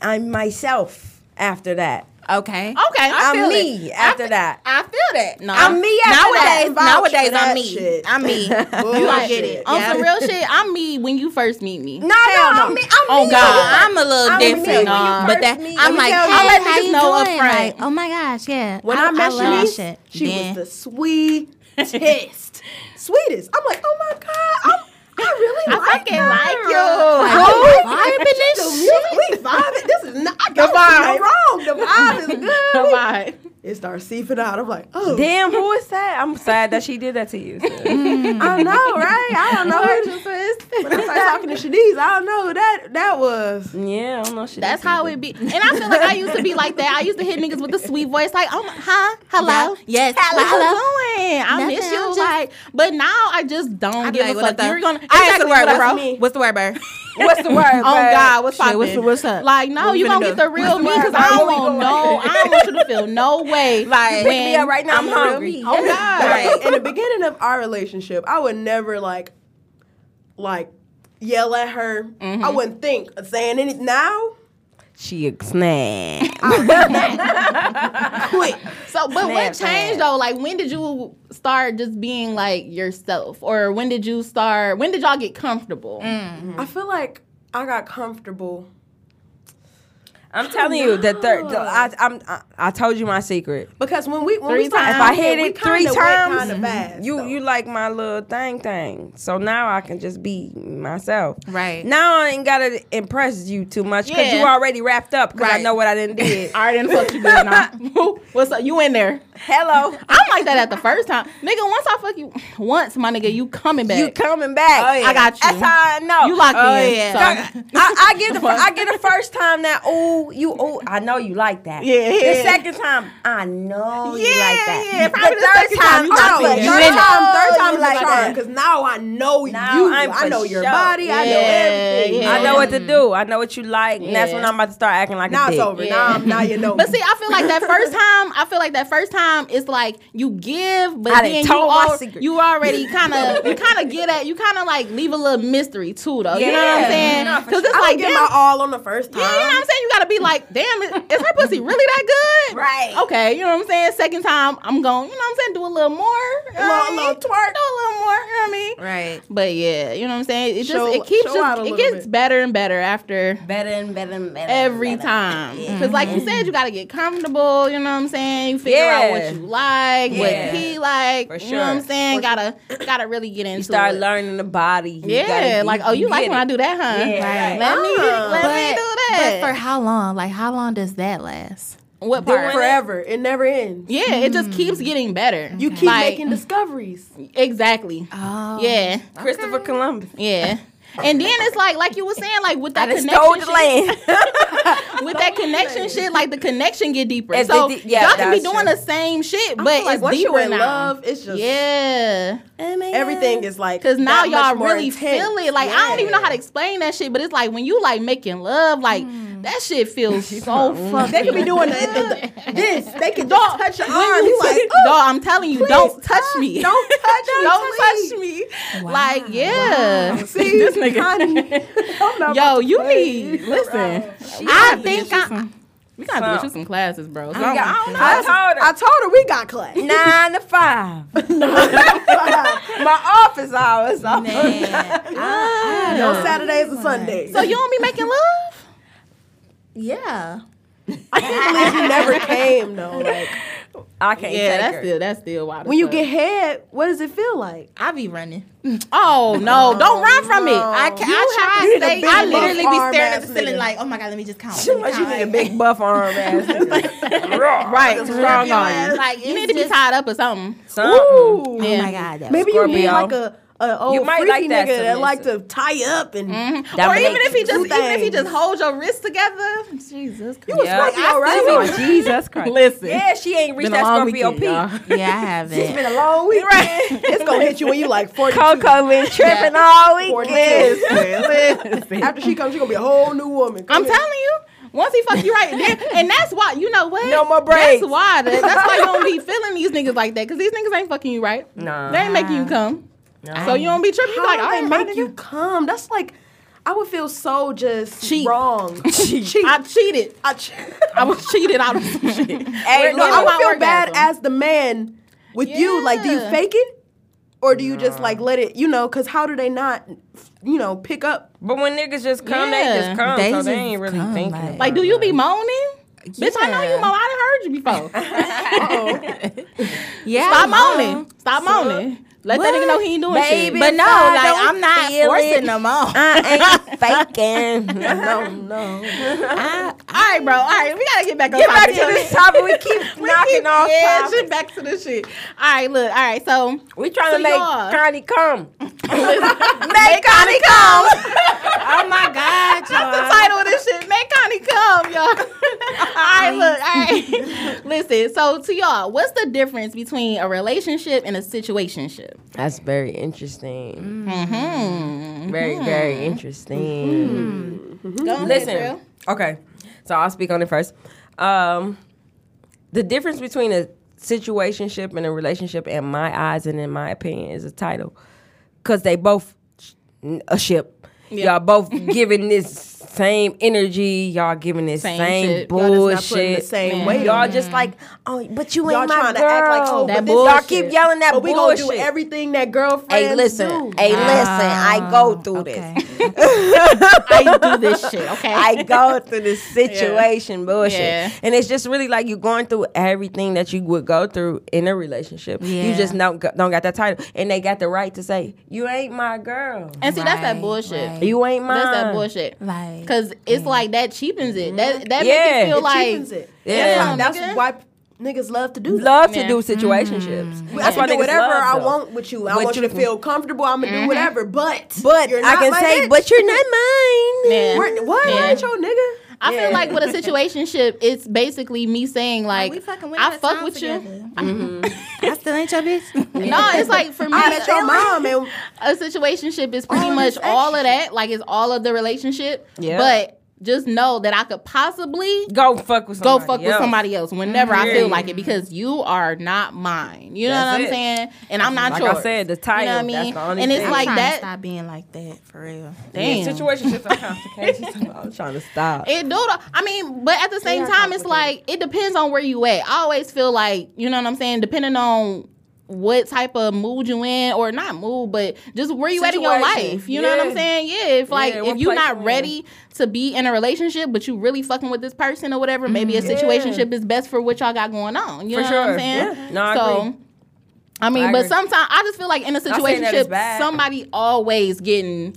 Speaker 2: I'm myself after that.
Speaker 6: Okay.
Speaker 3: okay, I
Speaker 2: I'm
Speaker 3: feel
Speaker 2: me
Speaker 3: it.
Speaker 2: after that.
Speaker 3: I feel that. No,
Speaker 2: I'm me after that.
Speaker 6: Nowadays,
Speaker 4: Vouch for
Speaker 6: nowadays
Speaker 4: that
Speaker 6: I'm me.
Speaker 4: shit.
Speaker 2: (laughs)
Speaker 6: I'm me.
Speaker 4: Bullshit.
Speaker 3: I get it. On
Speaker 6: Yeah.
Speaker 3: some real shit, I'm me when you first meet me.
Speaker 2: No, no, I'm me. I'm
Speaker 3: Oh,
Speaker 2: me.
Speaker 3: God.
Speaker 6: I'm a little
Speaker 2: I'm me
Speaker 6: different,
Speaker 2: when you
Speaker 6: but
Speaker 2: first
Speaker 6: that
Speaker 2: meet.
Speaker 6: I'm
Speaker 2: You
Speaker 6: like,
Speaker 2: tell
Speaker 6: hey,
Speaker 2: me. I'll
Speaker 3: let
Speaker 6: how
Speaker 3: niggas
Speaker 6: you
Speaker 3: know
Speaker 6: doing?
Speaker 3: upfront.
Speaker 6: Like, oh my gosh, yeah.
Speaker 4: When I, met
Speaker 6: love
Speaker 4: Shanice,
Speaker 6: shit.
Speaker 4: she
Speaker 6: Then-
Speaker 4: was the sweetest, (laughs) sweetest. I'm like, oh my god, I'm, I really
Speaker 3: I
Speaker 4: like
Speaker 3: fucking
Speaker 4: her.
Speaker 3: like you.
Speaker 4: Oh,
Speaker 6: Vibing
Speaker 4: I like
Speaker 6: this
Speaker 4: the music. We vibing. This is not. I don't see no wrong. The vibe is good.
Speaker 3: Bye.
Speaker 4: It starts seeping out. I'm like, oh,
Speaker 2: Damn, who is that? (laughs) I'm sad that she did that to you. sis.
Speaker 4: (laughs) I know, right? I don't know who this is. (laughs) When I started talking to Shanice, I don't know who that that
Speaker 2: (laughs)
Speaker 4: was.
Speaker 2: yeah, I don't know. Shit
Speaker 3: That's how it be. And I feel like I used to be like that. I used to hit niggas with a sweet voice, like, um, huh, hello.
Speaker 6: Yes.
Speaker 3: Hello,
Speaker 6: Hello.
Speaker 3: how you doing? I
Speaker 6: Nothing,
Speaker 3: miss you.
Speaker 6: I'm just-
Speaker 3: like, but now I just don't
Speaker 6: I'd be
Speaker 3: give a
Speaker 6: like, what
Speaker 3: fuck.
Speaker 6: up, though?
Speaker 3: You're gonna.
Speaker 6: I asked
Speaker 3: Exactly,
Speaker 6: the word.
Speaker 3: what up,
Speaker 6: What's,
Speaker 3: bro?
Speaker 6: what's the word, bird?
Speaker 2: What's the word?
Speaker 3: Oh God, what's
Speaker 6: Shit, what's-
Speaker 3: poppin'?
Speaker 6: what's up?
Speaker 3: Like, no,
Speaker 6: What
Speaker 3: you
Speaker 6: we
Speaker 3: gonna get
Speaker 6: finna do?
Speaker 3: the real me
Speaker 6: (laughs)
Speaker 3: because I
Speaker 2: Where
Speaker 3: don't
Speaker 2: we
Speaker 3: want
Speaker 2: going?
Speaker 3: no. I don't want you to feel no way.
Speaker 6: Like,
Speaker 3: when
Speaker 2: Yeah, right now I'm, hungry.
Speaker 3: Oh God.
Speaker 6: Right.
Speaker 4: In the beginning of our relationship, I would never like, like, yell at her, I wouldn't think of saying anything now.
Speaker 2: She a snack.
Speaker 3: Quick. So, but what
Speaker 2: Snap,
Speaker 3: changed
Speaker 2: snap.
Speaker 3: though? Like, when did you start just being like yourself, or when did you start? When did y'all get comfortable?
Speaker 2: Mm.
Speaker 4: I feel like I got comfortable.
Speaker 2: I'm telling you, the third. the- I, I'm. I, I told you my secret.
Speaker 4: Because when we when
Speaker 3: Three
Speaker 4: we started,
Speaker 3: times.
Speaker 2: If I
Speaker 4: dating,
Speaker 2: hit
Speaker 4: we
Speaker 2: it three
Speaker 4: kinda went
Speaker 2: times, mm-hmm.
Speaker 4: kinda fast,
Speaker 2: you
Speaker 4: though.
Speaker 2: you like my little thing thing. So now I can just be myself.
Speaker 6: Right.
Speaker 2: Now I ain't gotta impress you too much because you
Speaker 3: Yeah.
Speaker 2: already wrapped up. Because I
Speaker 3: Right.
Speaker 2: know what I didn't did.
Speaker 3: I already done fucked you good now. What's up? You in there?
Speaker 2: (laughs) Hello.
Speaker 3: I'm like that at the first time, nigga. Once I fuck you once, my nigga, you coming back?
Speaker 2: You coming back?
Speaker 3: Oh, yeah. I got you.
Speaker 2: That's how I know.
Speaker 3: You locked
Speaker 6: Oh,
Speaker 3: in.
Speaker 6: yeah.
Speaker 3: So-
Speaker 2: I, I get (laughs) the fir- I get the first time that oh you oh I know you like that.
Speaker 3: Yeah,
Speaker 2: The
Speaker 3: yeah.
Speaker 2: second time I know you
Speaker 3: Yeah,
Speaker 2: like that.
Speaker 3: yeah, probably
Speaker 2: the
Speaker 3: the
Speaker 2: third
Speaker 3: second
Speaker 2: time
Speaker 3: time, you
Speaker 2: oh,
Speaker 3: got
Speaker 2: but
Speaker 3: it.
Speaker 2: third
Speaker 3: You
Speaker 2: time third time
Speaker 4: I'm like
Speaker 2: like
Speaker 4: charm
Speaker 2: that.
Speaker 4: because now I know
Speaker 2: Now
Speaker 4: you.
Speaker 2: I'm
Speaker 4: I
Speaker 2: for
Speaker 4: know your
Speaker 2: sure. Mm-hmm.
Speaker 4: body. I know
Speaker 3: Yeah,
Speaker 4: everything.
Speaker 3: yeah.
Speaker 2: I know what to do. I know what you like. And that's
Speaker 3: Yeah.
Speaker 2: when I'm about to start acting like
Speaker 4: Now
Speaker 2: a
Speaker 4: it's
Speaker 2: dick.
Speaker 4: over. Now, I'm, now you know.
Speaker 3: But see, I feel like that first time, I feel like that first time, it's like you give, but
Speaker 2: I done
Speaker 3: then you,
Speaker 2: told my
Speaker 3: al-
Speaker 2: secret.
Speaker 3: you already kind of, you kind of get at, you kind of like leave a little mystery too, though. You know what
Speaker 2: Yeah.
Speaker 3: I'm saying?
Speaker 2: No, for
Speaker 3: Because it's
Speaker 4: I
Speaker 3: like,
Speaker 4: like
Speaker 3: damn,
Speaker 4: get my all on the first time.
Speaker 3: yeah, you know what I'm saying? You gotta be like, damn, is, is her pussy really that good?
Speaker 4: Right.
Speaker 3: Okay, you know what I'm saying? Second time, I'm going, you know what I'm saying? Do a little more. You know what I
Speaker 4: Little- little
Speaker 3: mean?
Speaker 4: twerk.
Speaker 3: Do a little more, you know what I mean?
Speaker 6: Right.
Speaker 3: But yeah, you know what I'm saying? It just,
Speaker 4: Show-
Speaker 3: it keeps,
Speaker 4: show
Speaker 3: just,
Speaker 4: out a
Speaker 3: it
Speaker 4: little
Speaker 3: gets
Speaker 4: bit.
Speaker 3: better and better after
Speaker 2: Better and better and better. Mm-hmm.
Speaker 3: every time. Because, like you said, you got to get comfortable. You know what I'm saying? You figure out
Speaker 2: Yeah.
Speaker 3: what you like,
Speaker 2: Yeah.
Speaker 3: what he like.
Speaker 2: For
Speaker 3: You know what I'm
Speaker 2: sure.
Speaker 3: saying? gotta gotta really get into
Speaker 2: You start
Speaker 3: it.
Speaker 2: learning the body. You gotta-
Speaker 3: Yeah, like oh, you
Speaker 2: get
Speaker 3: like when
Speaker 2: it.
Speaker 3: I do that, huh?
Speaker 2: Yeah.
Speaker 3: Let me let me do that.
Speaker 6: But for how long? Like how long does that last?
Speaker 3: what part?
Speaker 4: Forever. It never ends.
Speaker 3: Yeah, it just
Speaker 2: Mm.
Speaker 3: keeps getting better.
Speaker 4: You keep
Speaker 3: Like,
Speaker 4: making discoveries.
Speaker 3: exactly.
Speaker 6: Oh.
Speaker 3: Yeah,
Speaker 2: Christopher Columbus.
Speaker 3: yeah. And then it's like, like you were saying, like with that
Speaker 2: I just
Speaker 3: connection,
Speaker 2: stole the
Speaker 3: shit-
Speaker 2: (laughs) land.
Speaker 3: with that connection shit, like the connection get deeper.
Speaker 2: As
Speaker 3: so
Speaker 2: they did- yeah,
Speaker 3: y'all can be
Speaker 2: that's
Speaker 3: doing
Speaker 2: true.
Speaker 3: the same shit, but
Speaker 4: I feel like
Speaker 3: it's
Speaker 4: once
Speaker 3: deeper
Speaker 4: you're in
Speaker 3: now.
Speaker 4: love, it's just
Speaker 3: Yeah,
Speaker 4: everything is like
Speaker 3: because now
Speaker 4: that much
Speaker 3: y'all
Speaker 4: more
Speaker 3: really
Speaker 4: intense.
Speaker 3: feel it. Like I don't even know how to explain that shit, but it's like when you like making love, like
Speaker 4: Hmm.
Speaker 3: that shit
Speaker 4: (laughs)
Speaker 3: feels so fucking.
Speaker 4: They could be doing the, the, the, this. They could just touch your arm. You like, "Oh,
Speaker 3: Dog, I'm telling you, "Oh, don't touch me.
Speaker 4: (laughs) don't touch, me,
Speaker 3: Don't
Speaker 4: please.
Speaker 3: touch me. (laughs) Like, yeah. (laughs)
Speaker 4: (laughs) See, this nigga. I'm (laughs) not
Speaker 3: Yo, you need listen. I think I we gotta
Speaker 2: Some.
Speaker 3: get you some classes, bro.
Speaker 2: I
Speaker 3: Something.
Speaker 2: don't know. I told her.
Speaker 4: I told her we
Speaker 3: (laughs)
Speaker 4: got class. (laughs)
Speaker 2: nine to five. My office hours.
Speaker 4: No Saturdays and Sundays.
Speaker 3: So you don't be making love?
Speaker 4: yeah. I can't believe you never came though. Like
Speaker 2: I can't
Speaker 3: Yeah,
Speaker 2: take
Speaker 3: that's
Speaker 2: her.
Speaker 3: still that's still wild. as
Speaker 4: when you
Speaker 3: fuck.
Speaker 4: get head, what does it feel like?
Speaker 6: I be running.
Speaker 3: oh no, don't run from it. I can't. I
Speaker 4: You
Speaker 3: try to
Speaker 4: need a
Speaker 3: stay.
Speaker 4: big
Speaker 3: I
Speaker 4: mouth
Speaker 3: literally
Speaker 4: arm
Speaker 3: be
Speaker 6: Staring
Speaker 4: ass
Speaker 6: at the ceiling
Speaker 4: nigga.
Speaker 6: like, oh my god, let me just count.
Speaker 2: But you need a big buff arm (laughs) ass.
Speaker 3: right strong on you.
Speaker 6: Like
Speaker 3: You need to be tied up or something.
Speaker 2: Something.
Speaker 4: Ooh.
Speaker 6: Oh
Speaker 3: Yeah.
Speaker 6: my god, that
Speaker 4: Maybe you need
Speaker 2: Scorpio.
Speaker 4: like a, a old
Speaker 2: You might
Speaker 4: freaky
Speaker 2: like that,
Speaker 4: nigga that
Speaker 2: submissive.
Speaker 4: like to tie up and
Speaker 3: Or even if he just
Speaker 4: two
Speaker 3: even if he just
Speaker 4: things.
Speaker 3: holds your wrists together. Jesus Christ.
Speaker 4: you was
Speaker 2: Yeah.
Speaker 4: fucking all right.
Speaker 2: Oh, Jesus Christ.
Speaker 3: Listen.
Speaker 2: Yeah, she ain't reached
Speaker 3: Been a
Speaker 2: that
Speaker 3: long
Speaker 2: Scorpio
Speaker 3: weekend, y'all.
Speaker 2: peak.
Speaker 6: yeah,
Speaker 3: (laughs)
Speaker 6: I haven't.
Speaker 4: Been a long weekend. It's gonna hit you when you like
Speaker 2: (laughs)
Speaker 4: 40.
Speaker 2: Coco been tripping all weekend.
Speaker 3: (laughs)
Speaker 4: (laughs) After she comes, she gonna be a whole new woman. Come
Speaker 3: I'm
Speaker 4: here.
Speaker 3: telling you. Once he fuck you right, (laughs) then, and that's why you know what?
Speaker 2: No more breaks.
Speaker 3: That's why. that- that's why you don't be feeling these niggas like that because these niggas ain't fucking you right.
Speaker 2: Nah.
Speaker 3: They ain't making you come. So you don't be tripping. You
Speaker 4: How
Speaker 3: like,
Speaker 4: do
Speaker 3: I
Speaker 4: they
Speaker 3: ain't
Speaker 4: make you come? That's like, I would feel so just
Speaker 3: (laughs)
Speaker 4: wrong. Cheap.
Speaker 3: I cheated.
Speaker 4: I, ch-
Speaker 3: I was
Speaker 4: (laughs)
Speaker 3: cheated out of some shit.
Speaker 2: Hey,
Speaker 4: no, I
Speaker 3: Where's my
Speaker 4: would feel
Speaker 3: orgasm?
Speaker 4: bad as the man with you. Like, do you
Speaker 3: Yeah.
Speaker 4: fake it? Or do you just like let it, you know, because how do they not, you know, pick up?
Speaker 2: But when niggas just come, they
Speaker 3: Yeah.
Speaker 2: just come.
Speaker 6: They
Speaker 2: so they
Speaker 6: just
Speaker 2: ain't really
Speaker 6: come,
Speaker 2: thinking.
Speaker 6: like-
Speaker 2: about
Speaker 3: Like, do you be moaning? Bitch, I know you
Speaker 6: Yeah.
Speaker 3: moan. I done heard you before.
Speaker 6: Yeah,
Speaker 3: Stop
Speaker 6: I know.
Speaker 3: moaning. Stop moaning. Let that nigga know he ain't doing
Speaker 2: Baby,
Speaker 3: shit. But
Speaker 2: if
Speaker 3: no,
Speaker 2: I
Speaker 3: like
Speaker 2: don't
Speaker 3: I'm not
Speaker 2: feel
Speaker 3: forcing
Speaker 2: it, (laughs)
Speaker 3: them on.
Speaker 2: I ain't (laughs) faking.
Speaker 4: No,
Speaker 2: (laughs)
Speaker 4: no.
Speaker 3: All right, bro. All right, we gotta get back on
Speaker 2: Get back to
Speaker 3: topic.
Speaker 2: this topic. (laughs) We keep
Speaker 3: (laughs) We
Speaker 2: knocking
Speaker 3: keep-
Speaker 2: off
Speaker 3: yeah,
Speaker 2: topics.
Speaker 3: shit, back to the shit. All right, look. All right, so
Speaker 2: We trying
Speaker 3: So
Speaker 2: to make
Speaker 3: y'all-
Speaker 2: Connie come. make Connie come. oh (laughs) my God,
Speaker 3: That's the title of this shit. Make Connie come, y'all. (laughs) all right, look, all right.
Speaker 2: (laughs)
Speaker 3: Listen, so to y'all, what's the difference between a relationship and a situationship?
Speaker 2: That's very interesting. Very, very interesting.
Speaker 3: Go ahead,
Speaker 2: Listen,
Speaker 3: Trill.
Speaker 2: okay, so I'll speak on it first. Um, the difference between a situationship and a relationship, in my eyes and in my opinion, is a title, because they both sh- a ship. Y'all both giving this same energy. Y'all giving this same,
Speaker 3: Same shit.
Speaker 4: Y'all just not putting
Speaker 2: bullshit.
Speaker 4: the same weight
Speaker 2: Y'all
Speaker 4: on it.
Speaker 2: just like, oh, but you
Speaker 4: Y'all
Speaker 2: ain't my girl.
Speaker 4: trying to act like, oh,
Speaker 3: That
Speaker 4: but this,
Speaker 2: Y'all
Speaker 3: bullshit.
Speaker 2: keep yelling that
Speaker 4: but we gonna
Speaker 2: bullshit.
Speaker 4: do everything that girlfriends
Speaker 2: hey, listen.
Speaker 4: do.
Speaker 2: Hey, listen. I
Speaker 3: Oh,
Speaker 2: go through this.
Speaker 3: I do this shit.
Speaker 2: (laughs)
Speaker 3: Okay.
Speaker 2: I
Speaker 3: (laughs)
Speaker 2: go through this situation bullshit.
Speaker 3: Yeah.
Speaker 2: And it's just really like you're going through everything that you would go through in a relationship. You
Speaker 6: Yeah.
Speaker 2: just don't, go- don't got that title. And they got the right to say, you ain't my girl.
Speaker 3: and see, that's that
Speaker 6: Right,
Speaker 3: bullshit.
Speaker 6: right.
Speaker 2: You ain't mine.
Speaker 3: That's that bullshit.
Speaker 6: Like,
Speaker 3: Cause it's like that cheapens it. That that
Speaker 2: Mm-hmm. Yeah.
Speaker 3: makes you feel
Speaker 2: It
Speaker 3: like
Speaker 4: cheapens it.
Speaker 2: Yeah.
Speaker 3: Damn,
Speaker 4: That's
Speaker 3: nigga.
Speaker 4: why p- niggas love to do that.
Speaker 2: Love to
Speaker 3: Yeah. Mm-hmm.
Speaker 2: do situationships.
Speaker 4: I
Speaker 2: That's
Speaker 4: can
Speaker 2: why
Speaker 4: do
Speaker 2: niggas
Speaker 4: whatever
Speaker 2: love,
Speaker 4: I
Speaker 2: though.
Speaker 4: want with you. I
Speaker 2: But
Speaker 4: want you
Speaker 2: you- Mm-hmm.
Speaker 4: to feel comfortable. I'm gonna do whatever, but
Speaker 2: But
Speaker 4: you're
Speaker 2: I
Speaker 4: not
Speaker 2: can
Speaker 4: my
Speaker 2: say,
Speaker 4: bitch.
Speaker 2: but you're
Speaker 4: (laughs)
Speaker 2: not mine.
Speaker 3: Yeah.
Speaker 4: We're- what?
Speaker 3: Yeah.
Speaker 4: I ain't your nigga.
Speaker 3: I
Speaker 4: Yeah.
Speaker 3: feel like
Speaker 2: (laughs)
Speaker 3: with a situationship, it's basically me saying like
Speaker 6: we fucking went
Speaker 3: I
Speaker 6: to
Speaker 3: fuck
Speaker 6: town
Speaker 3: with (laughs) you.
Speaker 6: together.
Speaker 2: Mm-hmm.
Speaker 6: I still ain't your bitch.
Speaker 3: (laughs) No, it's like for me,
Speaker 4: I met
Speaker 2: (laughs)
Speaker 4: your mom and
Speaker 3: a situationship is
Speaker 6: Oh,
Speaker 3: pretty much all of that. Like it's all of the relationship.
Speaker 2: Yeah.
Speaker 3: But just know that I could possibly
Speaker 2: Go fuck with
Speaker 3: go
Speaker 2: somebody.
Speaker 3: fuck with
Speaker 2: else.
Speaker 3: somebody else whenever I
Speaker 2: Yeah.
Speaker 3: feel like it because you are not mine. You know
Speaker 2: That's
Speaker 3: what I'm
Speaker 2: it.
Speaker 3: saying? And I'm not
Speaker 2: Like I
Speaker 3: yours.
Speaker 2: said, the
Speaker 3: You know what I
Speaker 2: title, that's
Speaker 3: mean?
Speaker 2: the only
Speaker 3: and it's
Speaker 2: thing.
Speaker 3: like
Speaker 6: Trying to
Speaker 3: that.
Speaker 6: stop being like that for real.
Speaker 3: Damn.
Speaker 2: Situationships are
Speaker 3: (laughs)
Speaker 2: complicated. I'm trying to stop.
Speaker 3: It do. the- I mean, but at the same time, it's like it depends on where you at. I always feel like you know what I'm saying. Depending on what type of mood you in, or not mood, but just where you at in your
Speaker 2: Situation.
Speaker 3: life. You know what I'm
Speaker 2: Yeah.
Speaker 3: saying? Yeah. If like
Speaker 2: Yeah,
Speaker 3: if
Speaker 2: what
Speaker 3: you're
Speaker 2: place
Speaker 3: not
Speaker 2: you in.
Speaker 3: ready to be in a relationship, but you really fucking with this person or whatever, maybe a situationship is best for what y'all got going on. You
Speaker 2: Mm-hmm. For
Speaker 3: know what I'm
Speaker 2: sure.
Speaker 3: saying?
Speaker 2: Yeah. No, I
Speaker 3: so.
Speaker 2: agree.
Speaker 3: I mean,
Speaker 2: I
Speaker 3: but
Speaker 2: agree.
Speaker 3: sometimes I just feel like in a
Speaker 2: Not saying that it's
Speaker 3: situationship,
Speaker 2: bad.
Speaker 3: somebody always getting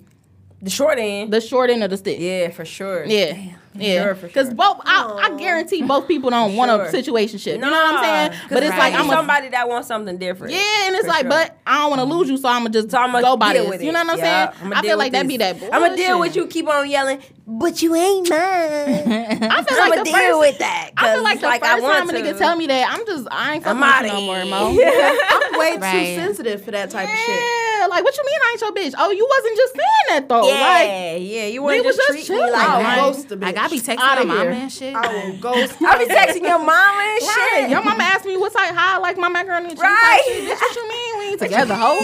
Speaker 2: The short end.
Speaker 3: the short end of the stick.
Speaker 2: yeah, for sure.
Speaker 3: Yeah. Yeah,
Speaker 2: Sure, for
Speaker 3: because
Speaker 2: sure.
Speaker 3: both I, I guarantee both people don't want a
Speaker 2: Sure.
Speaker 3: situation ship. You know
Speaker 2: Nah,
Speaker 3: what I'm saying?
Speaker 2: 'cause
Speaker 3: But it's
Speaker 2: might
Speaker 3: like
Speaker 2: be
Speaker 3: I'm a,
Speaker 2: somebody that wants something different.
Speaker 3: yeah, and it's
Speaker 2: For
Speaker 3: like,
Speaker 2: sure.
Speaker 3: but I don't want to lose you, so I'm gonna just
Speaker 2: So I'm gonna
Speaker 3: go by
Speaker 2: deal
Speaker 3: this.
Speaker 2: with it.
Speaker 3: You know what I'm
Speaker 2: Yeah,
Speaker 3: saying?
Speaker 2: I'ma
Speaker 3: I
Speaker 2: deal
Speaker 3: feel like
Speaker 2: with
Speaker 3: that be
Speaker 2: this.
Speaker 3: that. Bullshit.
Speaker 2: I'ma deal with you. Keep on yelling, but you ain't
Speaker 3: (laughs)
Speaker 2: mine.
Speaker 3: I feel
Speaker 2: I'ma
Speaker 3: like the
Speaker 2: deal
Speaker 3: first,
Speaker 2: with that.
Speaker 3: I feel
Speaker 2: 'cause,
Speaker 3: like the
Speaker 2: like, I
Speaker 3: first time
Speaker 2: want
Speaker 3: a nigga
Speaker 2: to.
Speaker 3: tell me that, I'm just I ain't fucking
Speaker 2: I'm
Speaker 3: with
Speaker 2: outta
Speaker 3: you no
Speaker 2: (laughs)
Speaker 3: more,
Speaker 2: here.
Speaker 3: Mo.
Speaker 4: I'm way
Speaker 6: Right.
Speaker 4: too sensitive for that type of shit.
Speaker 3: Yeah, like what you mean I ain't your bitch? Oh, you wasn't just saying that though. Like
Speaker 2: yeah, yeah. You want to
Speaker 3: we was
Speaker 2: just
Speaker 3: just
Speaker 2: treat me
Speaker 3: chilling.
Speaker 2: like
Speaker 4: I
Speaker 2: that.
Speaker 4: will
Speaker 6: Right.
Speaker 4: ghost the bitch.
Speaker 6: Like I be texting
Speaker 3: Outta
Speaker 6: my mama
Speaker 3: here.
Speaker 6: and shit.
Speaker 4: I will
Speaker 2: (laughs)
Speaker 4: ghost.
Speaker 2: I be texting your mama and
Speaker 3: Right.
Speaker 2: shit.
Speaker 3: Your mama asked me what's like how I like my macaroni and cheese.
Speaker 2: Right.
Speaker 3: Like, Bitch, what you mean we ain't together, hoe? (laughs)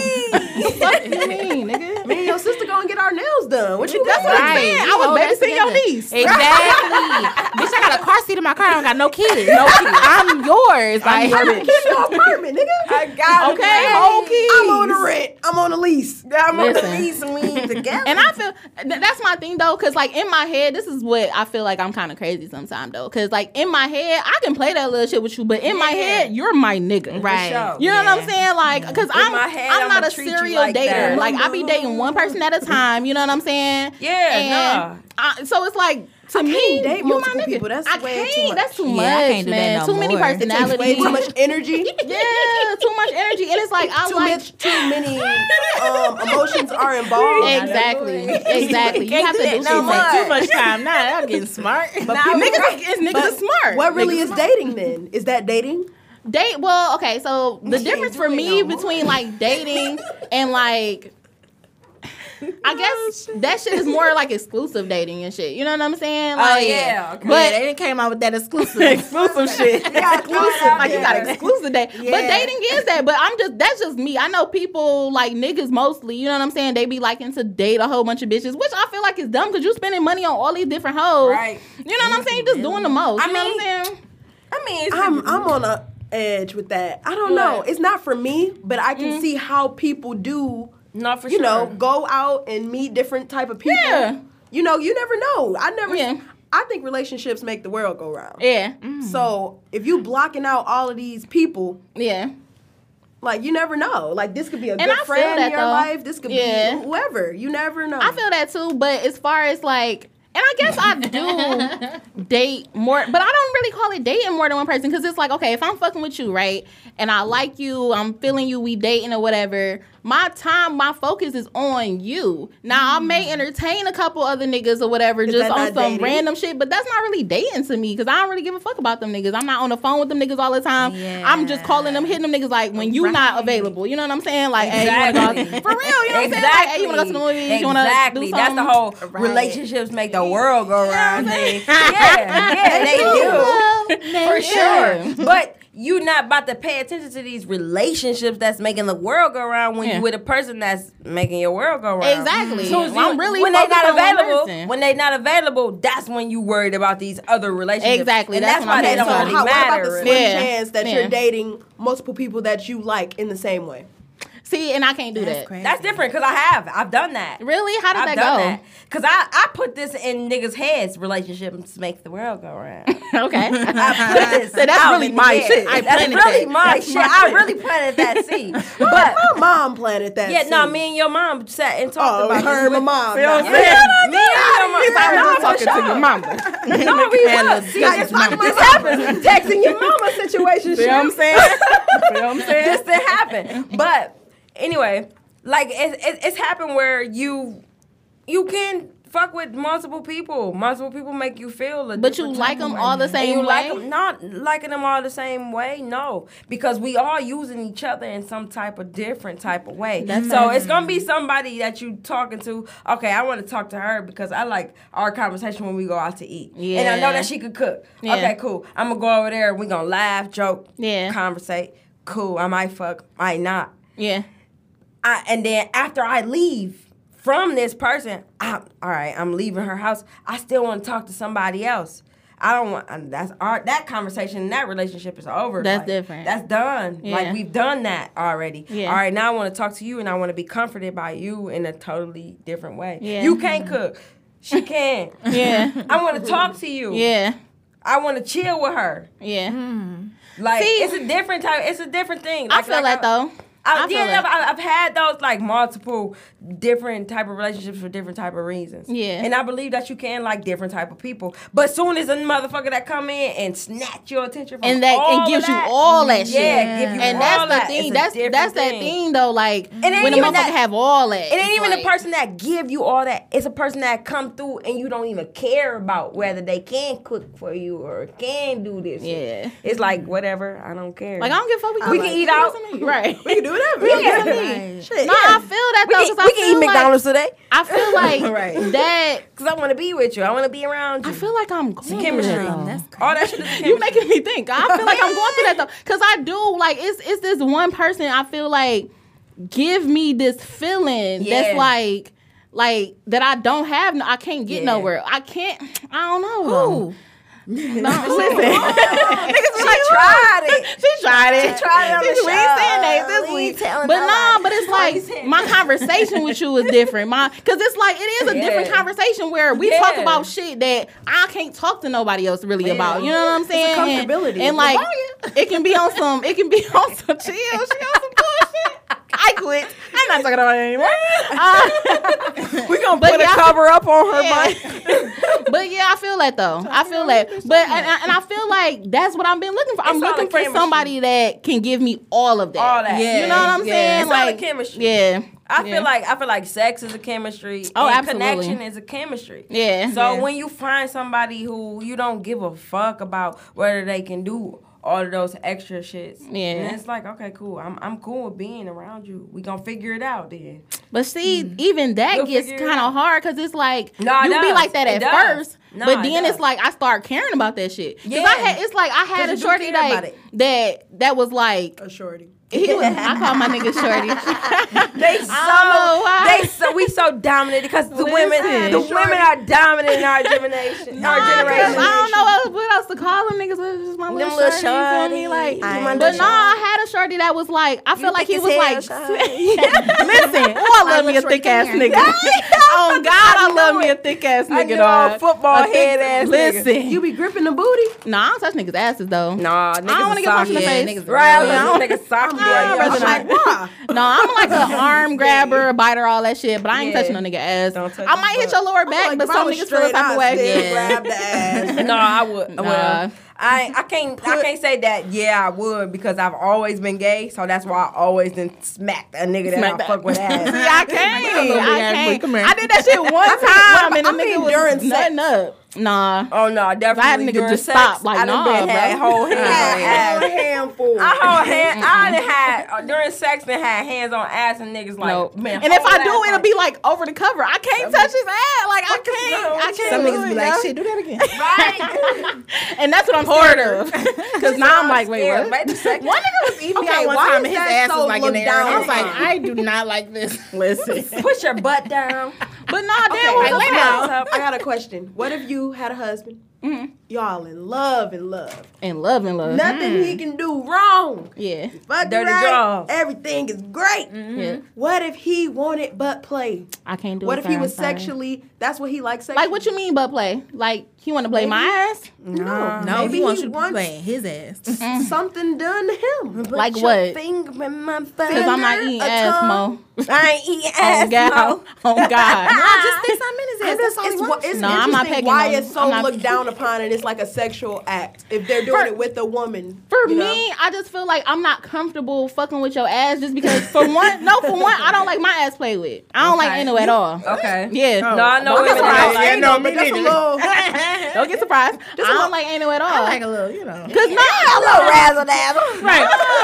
Speaker 3: What you mean, nigga?
Speaker 4: Me and your sister gonna get our nails done. What you
Speaker 3: That's what I'm
Speaker 6: Right.
Speaker 3: saying.
Speaker 6: You hold
Speaker 3: I
Speaker 6: that
Speaker 3: was babysitting your
Speaker 6: together.
Speaker 3: niece. (laughs)
Speaker 6: Exactly. Bitch, I got a car seat in my car. I don't got no kids. No kids. I'm yours. Like,
Speaker 4: I don't keep your apartment, nigga.
Speaker 2: I got
Speaker 3: Okay,
Speaker 2: it.
Speaker 3: whole keys.
Speaker 4: I'm on the rent. I'm on the lease.
Speaker 2: I'm on the
Speaker 3: Listen.
Speaker 2: lease and we
Speaker 3: (laughs)
Speaker 2: ain't together.
Speaker 3: And I feel th- that's my thing though, cause like in my head, this is what I feel like I'm kind of crazy sometimes though, cause like in my head, I can play that little shit with you, but in my
Speaker 2: Yeah.
Speaker 3: head, you're my nigga,
Speaker 6: right.
Speaker 2: sure. Mm-hmm.
Speaker 3: You know what I'm saying? Like, cause I'm
Speaker 2: my head,
Speaker 3: I'm
Speaker 2: I'ma
Speaker 3: not a
Speaker 2: treat you
Speaker 3: serial
Speaker 2: like
Speaker 3: dater.
Speaker 2: that.
Speaker 3: Like I be dating
Speaker 4: Mm-hmm.
Speaker 3: one person at a time. You know what I'm saying?
Speaker 2: Yeah,
Speaker 3: And I, so it's like to me,
Speaker 4: date
Speaker 3: you
Speaker 4: multiple
Speaker 3: my nigga.
Speaker 4: people. That's
Speaker 3: I
Speaker 4: way
Speaker 3: can't.
Speaker 4: too much.
Speaker 3: That's too
Speaker 6: Yeah, I
Speaker 3: much,
Speaker 6: can't do that
Speaker 3: man.
Speaker 6: no
Speaker 3: too many
Speaker 6: more. It takes
Speaker 3: personalities.
Speaker 4: Way too much energy.
Speaker 3: (laughs) Yeah, too much energy, and it's like I
Speaker 4: Too
Speaker 3: like
Speaker 4: much. Too many
Speaker 3: (laughs)
Speaker 4: um, emotions are involved.
Speaker 3: Exactly. Exactly. You have to do shit
Speaker 2: no
Speaker 3: like-
Speaker 2: more.
Speaker 6: too much time now. I'm getting smart.
Speaker 3: Niggas, is, niggas is smart.
Speaker 4: What really is dating then? Is that dating?
Speaker 3: Date? Well, okay. (laughs) So the
Speaker 4: can't
Speaker 3: difference
Speaker 4: do
Speaker 3: for
Speaker 4: it
Speaker 3: me
Speaker 4: no more.
Speaker 3: between like (laughs) dating and like, I guess that shit Oh, is more like exclusive dating and shit. You know what I'm saying? Like,
Speaker 2: yeah, okay.
Speaker 3: But
Speaker 6: they didn't came out with that exclusive exclusive shit.
Speaker 4: Yeah, exclusive.
Speaker 3: like you got
Speaker 2: (laughs)
Speaker 3: exclusive date. But
Speaker 4: Yeah.
Speaker 3: dating is that. But I'm just that's just me. I know people like niggas mostly. You know what I'm saying? They be liking to date a whole bunch of bitches, which I feel like is dumb because you spending money on all these different hoes.
Speaker 2: Right.
Speaker 3: You know what I'm saying? Just doing the most.
Speaker 2: I
Speaker 3: you know
Speaker 2: mean-
Speaker 3: what I'm saying?
Speaker 2: I mean, it's
Speaker 4: I'm I'm on a edge with that. I don't know.
Speaker 3: What? Mm.
Speaker 4: It's not for me, but I can see how people do.
Speaker 2: not for
Speaker 4: you
Speaker 2: sure.
Speaker 4: know, go out and meet different type of people.
Speaker 3: Yeah.
Speaker 4: You know, you never know. I never.
Speaker 3: Yeah.
Speaker 4: I think relationships make the world go round.
Speaker 3: Yeah.
Speaker 4: So if you blocking out all of these people,
Speaker 3: Yeah.
Speaker 4: like you never know. Like this could be a
Speaker 3: I
Speaker 4: good
Speaker 3: feel
Speaker 4: friend
Speaker 3: that,
Speaker 4: in your
Speaker 3: though.
Speaker 4: life. This could
Speaker 3: Yeah.
Speaker 4: be whoever. You never know.
Speaker 3: I feel that too, but as far as like, and I guess I
Speaker 4: (laughs)
Speaker 3: do date more, but I don't really call it dating more than one person because it's like, okay, if I'm fucking with you, right, and I like you, I'm feeling you, we dating or whatever, my time, my focus is on you. Now, I may entertain a couple other niggas or whatever just
Speaker 4: Mm. that
Speaker 3: on
Speaker 4: not
Speaker 3: some
Speaker 4: dating?
Speaker 3: random shit, but that's not really dating to me because I don't really give a fuck about them niggas. I'm not on the phone with them niggas all the time. I'm just
Speaker 6: Yeah.
Speaker 3: calling them, hitting them niggas like when you not available. You know what I'm saying?
Speaker 4: (laughs)
Speaker 3: Like, hey, you wanna
Speaker 2: Exactly.
Speaker 3: go out- for real, you know what I'm saying? Like, hey, you wanna go to the movies? You wanna
Speaker 2: Exactly.
Speaker 3: do
Speaker 2: That's the
Speaker 3: something?
Speaker 2: whole relationships make the
Speaker 3: (laughs)
Speaker 2: world go round. thing. Yeah, yeah, they do.
Speaker 3: Well,
Speaker 2: For sure. But you not about to pay attention to these relationships that's making the world go around when
Speaker 3: Yeah.
Speaker 2: you with a person that's making your world go around.
Speaker 3: Exactly.
Speaker 2: So as
Speaker 3: Well,
Speaker 2: you-
Speaker 3: I'm really
Speaker 2: when they
Speaker 3: focused
Speaker 2: not
Speaker 3: on one
Speaker 2: available,
Speaker 3: person.
Speaker 2: when they not available, that's when you worried about these other relationships.
Speaker 3: Exactly,
Speaker 2: and
Speaker 3: that's
Speaker 2: that's,
Speaker 3: what
Speaker 2: why
Speaker 3: I'm
Speaker 2: they
Speaker 3: saying.
Speaker 2: don't
Speaker 3: So
Speaker 2: really
Speaker 4: how,
Speaker 2: matter.
Speaker 4: What about the slim
Speaker 2: really.
Speaker 3: Yeah.
Speaker 4: chance that
Speaker 3: Yeah.
Speaker 4: you're dating multiple people that you like in the same way?
Speaker 3: See, and I can't do that.
Speaker 6: That's crazy.
Speaker 2: That's different because I have. I've done that.
Speaker 3: Really? How did
Speaker 2: I've
Speaker 3: that
Speaker 2: done
Speaker 3: go?
Speaker 2: that. Cause I, I put this in niggas' heads. Relationships make the world go round. (laughs)
Speaker 3: okay. (laughs)
Speaker 2: I put this
Speaker 3: So that's
Speaker 2: out
Speaker 3: really
Speaker 2: in the
Speaker 3: my
Speaker 2: air.
Speaker 3: shit. I
Speaker 2: that's
Speaker 3: planted
Speaker 2: really
Speaker 3: that.
Speaker 2: my
Speaker 3: That's
Speaker 2: shit.
Speaker 3: my
Speaker 2: I
Speaker 3: shit.
Speaker 2: really planted
Speaker 3: (laughs)
Speaker 2: that seed. But
Speaker 4: My mom planted that.
Speaker 2: yeah, no,
Speaker 4: seed.
Speaker 2: me and your mom sat and talked
Speaker 4: Oh,
Speaker 2: about
Speaker 4: her
Speaker 2: this.
Speaker 4: and my mom.
Speaker 2: You know
Speaker 4: Nah.
Speaker 2: what I'm saying? Me and your mom.
Speaker 3: talking to (laughs) your mama.
Speaker 2: No, we was. See, this, this happens. Texting your mama situation. You know
Speaker 4: (laughs)
Speaker 2: what I'm saying? This did happen. But anyway, like it, it, it's happened where you you can fuck with multiple people. Multiple people make you feel. A
Speaker 3: But you
Speaker 2: different
Speaker 3: like
Speaker 2: type of
Speaker 3: them all the
Speaker 2: And
Speaker 3: same
Speaker 2: you
Speaker 3: way.
Speaker 2: like 'em- not liking them all the same way no because we all using each other in some type of different type of way so it's gonna be somebody that you talking to okay i want to talk to her because i like our conversation when we go out to eat and i know
Speaker 3: Yeah.
Speaker 2: that she could cook
Speaker 3: Yeah.
Speaker 2: okay cool i'm gonna go over there we gonna laugh joke
Speaker 3: Yeah.
Speaker 2: conversate cool i might fuck might not
Speaker 3: Yeah.
Speaker 2: I, and then after I leave from this person, I, all right, I'm leaving her house. I still want to talk to somebody else. I don't want and that's our that conversation and that relationship is over.
Speaker 3: That's
Speaker 2: Like,
Speaker 3: different.
Speaker 2: That's done.
Speaker 3: Yeah.
Speaker 2: Like we've done that already.
Speaker 3: Yeah.
Speaker 2: All right, now I want to talk to you and I want to be comforted by you in a totally different way.
Speaker 3: Yeah.
Speaker 2: You can't cook. She can.
Speaker 3: (laughs) Yeah.
Speaker 2: (laughs) I want to talk to you.
Speaker 3: Yeah.
Speaker 2: I want to chill with her.
Speaker 3: Yeah.
Speaker 2: Mm-hmm. Like
Speaker 3: See-
Speaker 2: it's a different type. It's a different thing.
Speaker 3: I
Speaker 2: Like-
Speaker 3: feel
Speaker 2: like
Speaker 3: that though.
Speaker 2: I,
Speaker 3: I feel
Speaker 2: yeah,
Speaker 3: it.
Speaker 2: I've, I've had those like multiple different type of relationships for different type of reasons.
Speaker 3: Yeah.
Speaker 2: and I believe that you can like different type of people. But soon as a motherfucker that come in and snatch your attention from
Speaker 3: And that
Speaker 2: all
Speaker 3: and
Speaker 2: of
Speaker 3: gives you
Speaker 2: that,
Speaker 3: all that shit.
Speaker 2: yeah, give you
Speaker 3: And
Speaker 2: all
Speaker 3: that's the
Speaker 2: that, it's
Speaker 3: thing.
Speaker 2: a
Speaker 3: That's
Speaker 2: different
Speaker 3: that's that thing though. Like
Speaker 2: ain't
Speaker 3: when a
Speaker 2: even
Speaker 3: motherfucker
Speaker 2: that-
Speaker 3: have all that.
Speaker 2: It ain't
Speaker 3: it's
Speaker 2: even
Speaker 3: like-
Speaker 2: the person that give you all that. It's a person that come through and you don't even care about whether they can cook for you or can do this. shit.
Speaker 3: Yeah.
Speaker 2: it's like whatever. I don't care.
Speaker 3: Like I don't give a fuck. We can,
Speaker 2: We can eat out. (laughs)
Speaker 3: (laughs) Right.
Speaker 4: We can do whatever.
Speaker 2: Yeah.
Speaker 4: Shit,
Speaker 3: No, I feel that
Speaker 2: We
Speaker 3: though.
Speaker 2: can,
Speaker 3: 'cause I
Speaker 2: we can
Speaker 3: feel
Speaker 2: eat
Speaker 3: like-
Speaker 2: McDonald's today
Speaker 3: I
Speaker 2: (laughs)
Speaker 3: feel like
Speaker 4: Right.
Speaker 3: that.
Speaker 2: because I want to be with you. I want to be around you.
Speaker 3: I feel like I'm going through
Speaker 2: chemistry.
Speaker 3: that though.
Speaker 6: That's crazy.
Speaker 2: All that shit is chemistry.
Speaker 3: you making me think. I feel like I'm going through that
Speaker 2: (laughs)
Speaker 3: though, because I do like it's it's this one person I feel like give me this feeling that's
Speaker 2: Yeah.
Speaker 3: like like that I don't have. No, I can't get
Speaker 2: Yeah.
Speaker 3: nowhere. I can't. I don't know. though.
Speaker 2: (laughs)
Speaker 3: No,
Speaker 2: Niggas like tried it.
Speaker 3: she tried it.
Speaker 2: She tried it on
Speaker 3: She-
Speaker 2: the
Speaker 3: we ain't saying
Speaker 2: show.
Speaker 3: that this
Speaker 2: We
Speaker 3: week.
Speaker 2: ain't telling
Speaker 3: But
Speaker 2: no
Speaker 3: nah,
Speaker 2: lie.
Speaker 3: but
Speaker 2: (laughs)
Speaker 3: it's
Speaker 2: We ain't
Speaker 3: like
Speaker 2: saying
Speaker 3: my conversation with you is different. My because it's like it is a different
Speaker 2: Yeah.
Speaker 3: conversation where we talk
Speaker 2: Yeah.
Speaker 3: about shit that I can't talk to nobody else really about. You know what I'm saying? And-
Speaker 4: comfortability.
Speaker 3: And, like (laughs) it can be on some. It can be (laughs) on some chill. She on some
Speaker 2: (laughs)
Speaker 3: bullshit. I quit. I'm not talking about it anymore. We're gonna put a
Speaker 2: Cover up on her
Speaker 3: yeah. (laughs) but yeah, I feel that though. I feel that. But and, and I feel like that's what I've been looking for. I'm
Speaker 2: It's all
Speaker 3: looking
Speaker 2: the
Speaker 3: for
Speaker 2: chemistry.
Speaker 3: somebody that can give me all of that.
Speaker 2: All that.
Speaker 3: Yeah. You know what I'm
Speaker 2: Yeah.
Speaker 3: saying?
Speaker 2: It's all the
Speaker 3: like
Speaker 2: chemistry.
Speaker 3: Yeah.
Speaker 2: I feel like I feel like sex is a chemistry.
Speaker 3: Oh,
Speaker 2: and
Speaker 3: absolutely.
Speaker 2: Connection is a chemistry.
Speaker 3: Yeah.
Speaker 2: So
Speaker 3: Yeah.
Speaker 2: when you find somebody who you don't give a fuck about whether they can do all of those extra shits,
Speaker 3: Yeah.
Speaker 2: and it's like okay, cool. I'm I'm cool with being around you. We gonna figure it out
Speaker 3: (laughs)
Speaker 2: then.
Speaker 3: But see, even that
Speaker 2: Mm. You'll
Speaker 3: gets
Speaker 2: figure it
Speaker 3: kind
Speaker 2: out.
Speaker 3: of hard because it's like
Speaker 2: Nah, it
Speaker 3: you be
Speaker 2: does.
Speaker 3: like that
Speaker 2: It
Speaker 3: at
Speaker 2: does.
Speaker 3: first,
Speaker 2: Nah,
Speaker 3: but
Speaker 2: it
Speaker 3: then
Speaker 2: does.
Speaker 3: it's like I start caring about that shit. Cause
Speaker 2: Yeah.
Speaker 3: I had it's like I
Speaker 2: 'Cause
Speaker 3: had a
Speaker 2: you do
Speaker 3: shorty
Speaker 2: care about
Speaker 3: that
Speaker 2: it.
Speaker 3: that that was
Speaker 2: (laughs)
Speaker 3: like
Speaker 4: A shorty.
Speaker 3: he was, I call my nigga shorty.
Speaker 2: They so
Speaker 3: know why.
Speaker 2: they so we so dominant because the women
Speaker 3: Listen,
Speaker 2: the women are dominant in our generation.
Speaker 3: Nah,
Speaker 2: our
Speaker 3: (laughs) 'cause
Speaker 2: generation.
Speaker 3: I don't know what- what else to call them niggas. It was just my little,
Speaker 2: little
Speaker 3: shorty. You feel me?
Speaker 2: shorties.
Speaker 3: Like,
Speaker 2: I ain't
Speaker 3: but
Speaker 2: no
Speaker 3: no, I had a shorty that was like, I feel like he
Speaker 2: thick
Speaker 3: was like, (laughs)
Speaker 2: as (laughs)
Speaker 3: listen, oh, I love me a thick ass nigga. (laughs) oh God, I love me a thick ass
Speaker 2: I
Speaker 3: nigga.
Speaker 2: know a
Speaker 3: dog.
Speaker 2: football
Speaker 3: A thick-
Speaker 2: head ass nigga.
Speaker 3: Listen,
Speaker 4: You be gripping the booty.
Speaker 3: no, I don't touch niggas' asses though. No,
Speaker 2: Nah, niggas
Speaker 3: I don't want to
Speaker 2: is
Speaker 3: get punched in the
Speaker 2: soft.
Speaker 6: Yeah,
Speaker 3: face.
Speaker 6: niggas
Speaker 2: Right,
Speaker 3: You know?
Speaker 2: I was nigga sock.
Speaker 3: I'd rather not. No, I'm like an arm grabber, a biter, all that shit, but I ain't
Speaker 2: Yeah.
Speaker 3: touching no nigga ass.
Speaker 2: Don't touch
Speaker 3: I might hit your lower back,
Speaker 4: Like,
Speaker 3: but
Speaker 4: if I
Speaker 3: some
Speaker 4: was
Speaker 3: niggas feel a
Speaker 4: straight,
Speaker 3: type of
Speaker 4: I'd
Speaker 3: way.
Speaker 4: still
Speaker 6: Yeah.
Speaker 4: Grab
Speaker 3: (laughs)
Speaker 4: the ass.
Speaker 2: (laughs) No, I would.
Speaker 3: Nah.
Speaker 2: Well, I I can't I can't say that. Yeah, I would because I've always been gay, so that's why I always then smacked a nigga that I fuck with
Speaker 3: (laughs) See,
Speaker 2: ass.
Speaker 3: I can't.
Speaker 6: little
Speaker 3: I
Speaker 6: big ass boy,
Speaker 3: can't.
Speaker 6: come here.
Speaker 3: I did that shit one time, and the
Speaker 4: I mean
Speaker 3: nigga was
Speaker 4: during sex.
Speaker 3: nothing up. Nah.
Speaker 2: (laughs) Oh no, definitely.
Speaker 3: That nigga
Speaker 2: during
Speaker 3: just
Speaker 2: sex,
Speaker 3: stopped, like,
Speaker 2: I done
Speaker 3: nah,
Speaker 2: been had
Speaker 3: bro.
Speaker 2: whole hands
Speaker 3: (laughs)
Speaker 2: on ass.
Speaker 4: Had a handful.
Speaker 2: I hold hand. I done had uh, during sex and had hands on ass and niggas like.
Speaker 3: Nope.
Speaker 2: Man,
Speaker 3: and if I
Speaker 2: hold
Speaker 3: do,
Speaker 2: that
Speaker 3: it'll be like over the cover. I can't touch his ass. Like I
Speaker 2: fuck is wrong
Speaker 3: can't. I
Speaker 2: with
Speaker 3: can't.
Speaker 2: you?
Speaker 4: Some
Speaker 3: do
Speaker 4: niggas
Speaker 3: it,
Speaker 4: be like,
Speaker 3: yo. (laughs)
Speaker 4: shit, do that again.
Speaker 2: right.
Speaker 3: And that's what I'm supportive. Because now I'm like, wait, what?
Speaker 7: Wait a second.
Speaker 3: One nigga was eating me
Speaker 4: Okay,
Speaker 3: out one
Speaker 4: why
Speaker 3: time
Speaker 4: is
Speaker 3: and his
Speaker 4: that
Speaker 3: ass
Speaker 4: so
Speaker 3: was like in the
Speaker 4: looked
Speaker 3: air. And I
Speaker 4: down
Speaker 3: was like,
Speaker 4: upon?
Speaker 3: I do not like this. Listen.
Speaker 2: Push your butt down.
Speaker 3: But nah, damn, like,
Speaker 4: Okay,
Speaker 3: lay down.
Speaker 4: I got a question. What if you had a husband? Y'all in love and love.
Speaker 3: And love and love.
Speaker 4: Nothing he can do wrong.
Speaker 3: Yeah.
Speaker 4: Fuck
Speaker 2: Dirty
Speaker 4: right.
Speaker 2: draw.
Speaker 4: Everything is great.
Speaker 3: Yeah.
Speaker 4: What if he wanted butt play?
Speaker 3: I can't do
Speaker 4: what
Speaker 3: it.
Speaker 4: if he
Speaker 3: sir,
Speaker 4: was
Speaker 3: I'm sorry.
Speaker 4: sexually? That's what he likes. Sexually.
Speaker 3: Like, what you mean, butt play? Like, he want to play my ass?
Speaker 4: No,
Speaker 6: No,
Speaker 4: maybe
Speaker 6: he wants you
Speaker 4: wants
Speaker 6: playing his ass.
Speaker 4: something done to him.
Speaker 3: Like what? Because I'm not eating ass, Mo.
Speaker 4: I ain't eating
Speaker 3: Oh,
Speaker 4: ass,
Speaker 3: (laughs) God. Oh, God.
Speaker 6: I (laughs) just think I'm in his ass. That's all he
Speaker 4: It's, wha-
Speaker 6: wants.
Speaker 4: it's
Speaker 3: No, I'm not
Speaker 4: interesting
Speaker 3: picking
Speaker 4: why
Speaker 3: on-
Speaker 4: it's so
Speaker 3: I'm not-
Speaker 4: looked down upon and it's like a sexual act if they're doing it with a woman.
Speaker 3: For
Speaker 4: you know?
Speaker 3: me, I just feel like I'm not comfortable fucking with your ass just because, for one, no, for one, I don't like my ass played with. I don't like
Speaker 7: Okay.
Speaker 3: into at all.
Speaker 6: Oh.
Speaker 7: Okay.
Speaker 3: Yeah.
Speaker 7: No, I know women that
Speaker 4: I
Speaker 7: like.
Speaker 4: ain't no, but that's a little- (laughs)
Speaker 3: Don't get surprised. I don't like anal at all.
Speaker 6: I like a little, you know.
Speaker 3: Cause no, a little razzle
Speaker 6: (laughs)
Speaker 3: dazzle.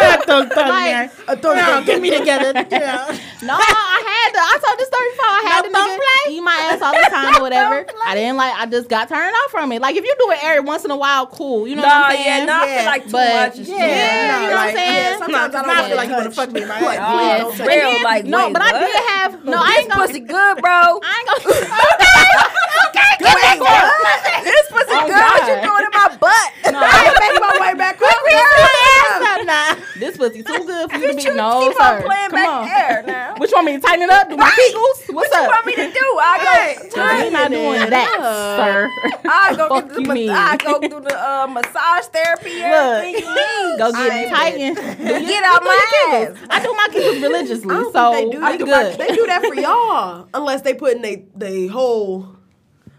Speaker 3: Right. like,
Speaker 6: get me together.
Speaker 3: no, I had to. I told this story before. I had to nigga eat my ass all the
Speaker 2: (laughs)
Speaker 3: time or whatever. I didn't like. I just got turned off from it. Like if you do it every once in a while, cool. You know
Speaker 2: No,
Speaker 3: what I'm saying?
Speaker 2: yeah, no, I feel like too
Speaker 3: But-
Speaker 2: much is
Speaker 3: yeah, you know what I'm saying.
Speaker 4: Sometimes I don't feel like you want to fuck me. Like,
Speaker 2: Yeah.
Speaker 4: please don't touch
Speaker 2: Real,
Speaker 4: me.
Speaker 2: like,
Speaker 3: no,
Speaker 2: wait,
Speaker 3: but I
Speaker 2: what? (laughs)
Speaker 3: did have. No, I ain't gonna.
Speaker 2: Pussy good, bro.
Speaker 3: I ain't gonna.
Speaker 2: (laughs)
Speaker 3: Okay, okay, get that pussy. This pussy
Speaker 2: Oh, God, you doing in my butt.
Speaker 4: I ain't make my way back quick.
Speaker 3: This pussy too good for you to be. No, sir.
Speaker 2: Playing
Speaker 3: Come
Speaker 2: back
Speaker 3: on.
Speaker 2: there now.
Speaker 3: What you want me to tighten it up? Do my kegels? What's
Speaker 2: What
Speaker 3: up?
Speaker 2: you want me to do? I go.
Speaker 3: Cause we not doing that, sir.
Speaker 2: I
Speaker 3: (laughs)
Speaker 2: go
Speaker 3: Fuck
Speaker 2: get the
Speaker 3: you
Speaker 2: mas-
Speaker 3: mean.
Speaker 2: I go do the uh, massage therapy. everything you need.
Speaker 3: Go get
Speaker 2: (laughs)
Speaker 3: Titan. Do
Speaker 2: Get out my ass.
Speaker 3: I do my kegels religiously,
Speaker 4: I don't
Speaker 3: so
Speaker 4: think they do.
Speaker 3: I'm
Speaker 4: that.
Speaker 3: good.
Speaker 4: They do that for y'all, unless they put in they they whole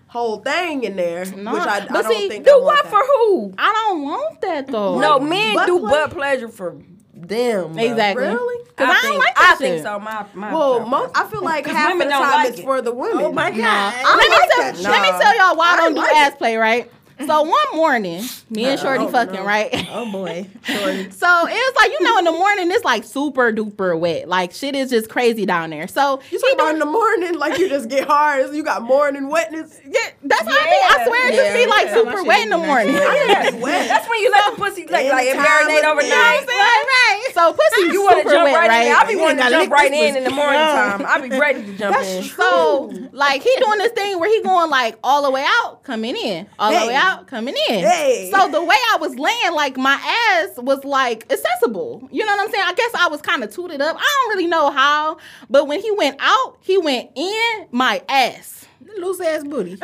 Speaker 4: whole thing in there, which I, I
Speaker 3: But
Speaker 4: don't
Speaker 3: see,
Speaker 4: think. I
Speaker 2: Do
Speaker 4: want
Speaker 2: what
Speaker 4: that.
Speaker 2: for who?
Speaker 3: I don't want that though.
Speaker 2: No, men
Speaker 4: butt
Speaker 2: do
Speaker 4: play?
Speaker 2: butt pleasure for them. bro.
Speaker 3: exactly.
Speaker 4: Really?
Speaker 3: Cause I,
Speaker 2: I,
Speaker 3: don't
Speaker 2: think,
Speaker 3: like that
Speaker 2: I think
Speaker 3: shit.
Speaker 2: so. My, my
Speaker 4: Well,
Speaker 2: preference.
Speaker 4: mo- I feel like half
Speaker 2: women
Speaker 4: of the
Speaker 2: don't
Speaker 4: time
Speaker 2: like
Speaker 4: it's
Speaker 2: it.
Speaker 4: for the women. Oh my god!
Speaker 3: Let me,
Speaker 4: like
Speaker 3: tell,
Speaker 4: that
Speaker 3: let me
Speaker 4: shit.
Speaker 3: tell y'all why I don't do
Speaker 4: like
Speaker 3: ass play, right? So one morning, me and Shorty fucking, right? (laughs)
Speaker 6: Oh boy.
Speaker 3: So it was like, you know, in the morning it's like super duper wet. Like shit is just crazy down there. So he
Speaker 4: You talking about
Speaker 3: do-
Speaker 4: in the morning, like you just get hard. You got morning wetness.
Speaker 3: Yeah, that's how I be. I swear it just be like super wet in
Speaker 2: (laughs)
Speaker 3: the morning.
Speaker 4: Yeah, it's wet.
Speaker 2: That's when you let the pussy like, like it
Speaker 4: Anytime
Speaker 2: marinate
Speaker 4: with
Speaker 2: overnight.
Speaker 3: Right, right. So pussy
Speaker 2: You
Speaker 3: want to
Speaker 2: jump
Speaker 3: wet,
Speaker 2: right, in. I be
Speaker 3: right?
Speaker 2: wanting to
Speaker 4: gotta
Speaker 2: jump
Speaker 4: lick
Speaker 2: right
Speaker 4: this
Speaker 2: in in the
Speaker 4: (laughs)
Speaker 2: morning time. I be ready to jump in.
Speaker 3: So like he doing this thing where he going like all the way out, coming in, all the
Speaker 4: Hey.
Speaker 3: way out, coming in.
Speaker 4: Hey.
Speaker 3: So the way I was laying, like my ass was like accessible. You know what I'm saying? I guess I was kind of tooted up. I don't really know how, but when he went out, he went in my ass.
Speaker 6: Loose
Speaker 3: (laughs)
Speaker 6: ass booty.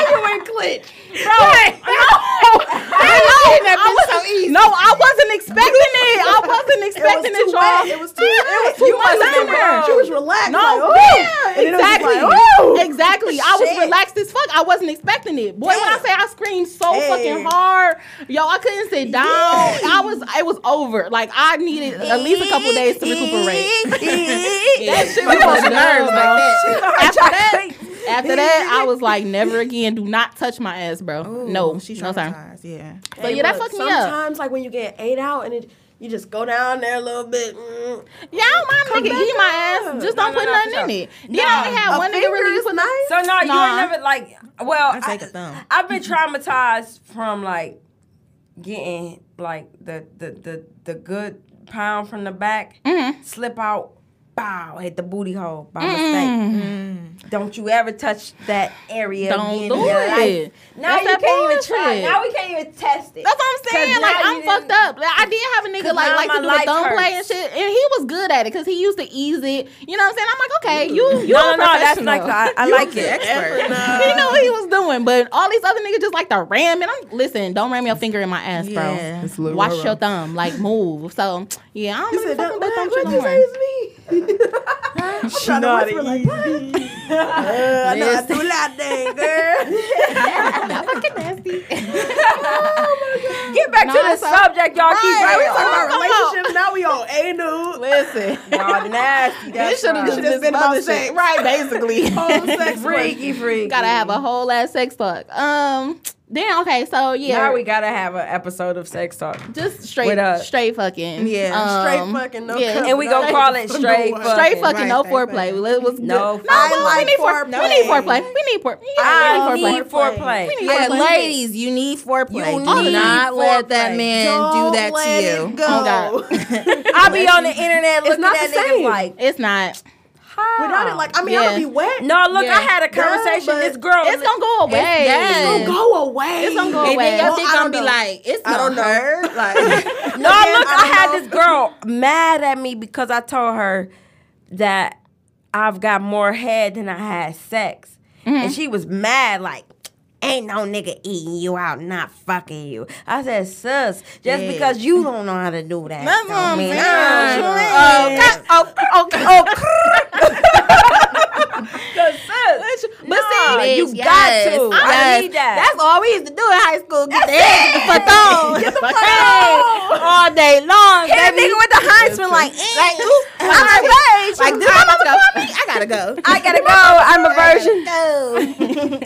Speaker 3: Bro, no, I was so easy. No, I wasn't expecting it. I wasn't expecting it,
Speaker 4: too
Speaker 3: y'all.
Speaker 4: wet. It was too wet.
Speaker 3: It was too
Speaker 4: You
Speaker 3: much
Speaker 4: wasn't
Speaker 3: down there.
Speaker 4: relaxed. You was relaxed.
Speaker 3: No,
Speaker 4: like, ooh.
Speaker 3: yeah,
Speaker 4: And then it was just
Speaker 3: exactly,
Speaker 4: like, ooh.
Speaker 3: exactly. I was
Speaker 4: Shit.
Speaker 3: relaxed as fuck. I wasn't expecting it. Boy, when I
Speaker 4: Damn.
Speaker 3: say I screamed so
Speaker 4: Hey.
Speaker 3: fucking hard, yo, I couldn't sit down. I was, it was over. Like I needed at least a couple days to recuperate.
Speaker 2: (laughs)
Speaker 4: (laughs)
Speaker 3: that shit was on nerves, bro. After that, after that, I
Speaker 2: (laughs)
Speaker 3: was like, never again. Do not touch my ass, bro. no,
Speaker 6: she's
Speaker 3: no, sir.
Speaker 6: traumatized. Yeah.
Speaker 3: So yeah, that fucked me up.
Speaker 4: Sometimes, like when you get ate out and it, you just go down there a little bit. Mm.
Speaker 3: Yeah, I don't mind nigga eat my ass. Just
Speaker 2: No,
Speaker 3: don't
Speaker 2: no,
Speaker 3: put
Speaker 2: no,
Speaker 3: nothing
Speaker 2: for
Speaker 3: in
Speaker 2: sure.
Speaker 3: it. Then I only had
Speaker 4: A
Speaker 3: one nigga
Speaker 4: finger
Speaker 3: really
Speaker 4: is
Speaker 3: put
Speaker 4: nice.
Speaker 2: So no, you
Speaker 3: Nah.
Speaker 2: ain't never like. Well, I
Speaker 6: take a thumb.
Speaker 2: have been traumatized from like getting like the the the, the good pound from the back,
Speaker 3: Mm-hmm.
Speaker 2: slip out, bow, hit the booty hole by mistake. Don't you ever touch that area again
Speaker 3: Mm-hmm. Don't do
Speaker 2: in your
Speaker 3: it.
Speaker 2: life. Now
Speaker 3: That's
Speaker 2: you
Speaker 3: that
Speaker 2: can't even try.
Speaker 3: bullshit.
Speaker 2: Now we can't even test it.
Speaker 3: That's what I'm saying.
Speaker 2: 'Cause
Speaker 3: Like
Speaker 2: now you
Speaker 3: I'm
Speaker 2: didn't-
Speaker 3: fucked up. Like I did have a nigga
Speaker 2: 'Cause
Speaker 3: like
Speaker 2: now
Speaker 3: like to
Speaker 2: my
Speaker 3: do the
Speaker 2: life
Speaker 3: thumb play and
Speaker 2: hurts.
Speaker 3: shit, and he was good at it because he used to ease it. You know what I'm saying? I'm like, okay, you you
Speaker 2: No, no, no.
Speaker 3: a
Speaker 2: That's
Speaker 3: professional.
Speaker 2: like I, I like it.
Speaker 3: (laughs) he knew
Speaker 2: uh,
Speaker 3: what he was doing, but all these other niggas just like to ram it. I'm listen, don't ram your finger in my ass,
Speaker 6: Yeah. It's
Speaker 3: bro. Watch your thumb, like move. So yeah, I don't
Speaker 4: You
Speaker 3: really
Speaker 4: said
Speaker 3: fuck
Speaker 4: that.
Speaker 3: with that thumb
Speaker 4: What
Speaker 3: shit
Speaker 4: did
Speaker 3: no
Speaker 4: you
Speaker 3: more.
Speaker 4: say is me? (laughs) I'm trying to whisper like, what? I know I do that
Speaker 2: eh,
Speaker 4: thing, girl.
Speaker 2: Get back to the
Speaker 3: that's all-
Speaker 2: subject, y'all.
Speaker 4: Right, we talking
Speaker 2: Keep
Speaker 4: about relationship. Now we on a dude.
Speaker 3: Listen,
Speaker 2: going. Y'all nasty. That's
Speaker 3: should have
Speaker 2: right.
Speaker 3: just been
Speaker 4: been
Speaker 3: about
Speaker 4: about
Speaker 3: sex,
Speaker 4: sex.
Speaker 3: right? Basically,
Speaker 4: Home sex work.
Speaker 2: freaky, freaky.
Speaker 6: Mm-hmm.
Speaker 3: gotta have a whole ass sex talk. Um, Damn. Okay. So yeah.
Speaker 2: Now we gotta have an episode of sex talk.
Speaker 3: just straight,
Speaker 2: with us.
Speaker 3: straight fucking.
Speaker 4: Yeah, straight
Speaker 3: Um,
Speaker 4: fucking, no
Speaker 3: yeah.
Speaker 4: cuss,
Speaker 2: And we
Speaker 4: no-
Speaker 2: gonna call it straight
Speaker 4: Straight
Speaker 2: fucking.
Speaker 3: Straight fucking no
Speaker 4: right,
Speaker 3: foreplay.
Speaker 4: straight
Speaker 3: Let-
Speaker 6: (laughs)
Speaker 3: was
Speaker 2: No
Speaker 3: good. No, we- we
Speaker 4: like
Speaker 3: need fore-
Speaker 4: foreplay.
Speaker 3: We need foreplay. We need foreplay.
Speaker 2: I
Speaker 3: we
Speaker 2: need
Speaker 3: need foreplay.
Speaker 2: foreplay.
Speaker 3: We need
Speaker 6: Yeah,
Speaker 3: foreplay.
Speaker 6: ladies, you need foreplay.
Speaker 2: You
Speaker 6: Do
Speaker 2: need
Speaker 6: not let that
Speaker 2: foreplay.
Speaker 6: man do
Speaker 4: Don't
Speaker 6: that
Speaker 4: let
Speaker 6: to
Speaker 4: it
Speaker 6: you.
Speaker 4: Go.
Speaker 3: Oh,
Speaker 4: (laughs)
Speaker 2: I be on the internet looking
Speaker 4: not
Speaker 2: at
Speaker 4: the
Speaker 2: niggas
Speaker 4: same.
Speaker 2: like,
Speaker 3: It's not.
Speaker 2: how?
Speaker 4: Without it, like I mean, I'll
Speaker 3: Yeah.
Speaker 4: be wet.
Speaker 2: no, look,
Speaker 3: Yeah.
Speaker 2: I had a conversation.
Speaker 4: but
Speaker 2: this girl,
Speaker 3: It's gonna go away.
Speaker 6: bad.
Speaker 3: It's
Speaker 4: Go away. It's
Speaker 3: gonna go
Speaker 6: And
Speaker 3: away.
Speaker 6: then y'all
Speaker 4: Well,
Speaker 6: think
Speaker 4: I
Speaker 6: I'm
Speaker 4: don't
Speaker 6: be
Speaker 4: know.
Speaker 6: like, it's
Speaker 4: I
Speaker 6: not
Speaker 4: don't know.
Speaker 3: (laughs)
Speaker 4: Her.
Speaker 6: her.
Speaker 4: Like
Speaker 2: no, look, I,
Speaker 4: don't
Speaker 2: had
Speaker 4: know.
Speaker 2: this girl mad at me because I told her that I've got more head than I had sex,
Speaker 6: Mm-hmm.
Speaker 2: and she was mad like. Ain't no nigga eating you out, not fucking you. I said, sus, just because you don't know how to do that.
Speaker 6: That's what
Speaker 2: don't
Speaker 6: I'm
Speaker 2: mean
Speaker 6: saying.
Speaker 2: I don't know.
Speaker 3: Okay. Oh, okay.
Speaker 2: oh,
Speaker 6: (laughs)
Speaker 2: But see, you
Speaker 6: Yes,
Speaker 2: got to. I
Speaker 6: yes.
Speaker 2: need that.
Speaker 6: That's all we used to do in high school. Get the head, get the fuck on. Get the fuck on. All day long.
Speaker 2: Hit a
Speaker 6: baby.
Speaker 2: nigga with the Heisman like,
Speaker 6: (laughs) Like, oop,
Speaker 3: (laughs)
Speaker 6: I'm her age. Like, this I'm about to go. I gotta go.
Speaker 2: I gotta go. I'm a virgin.
Speaker 6: Go.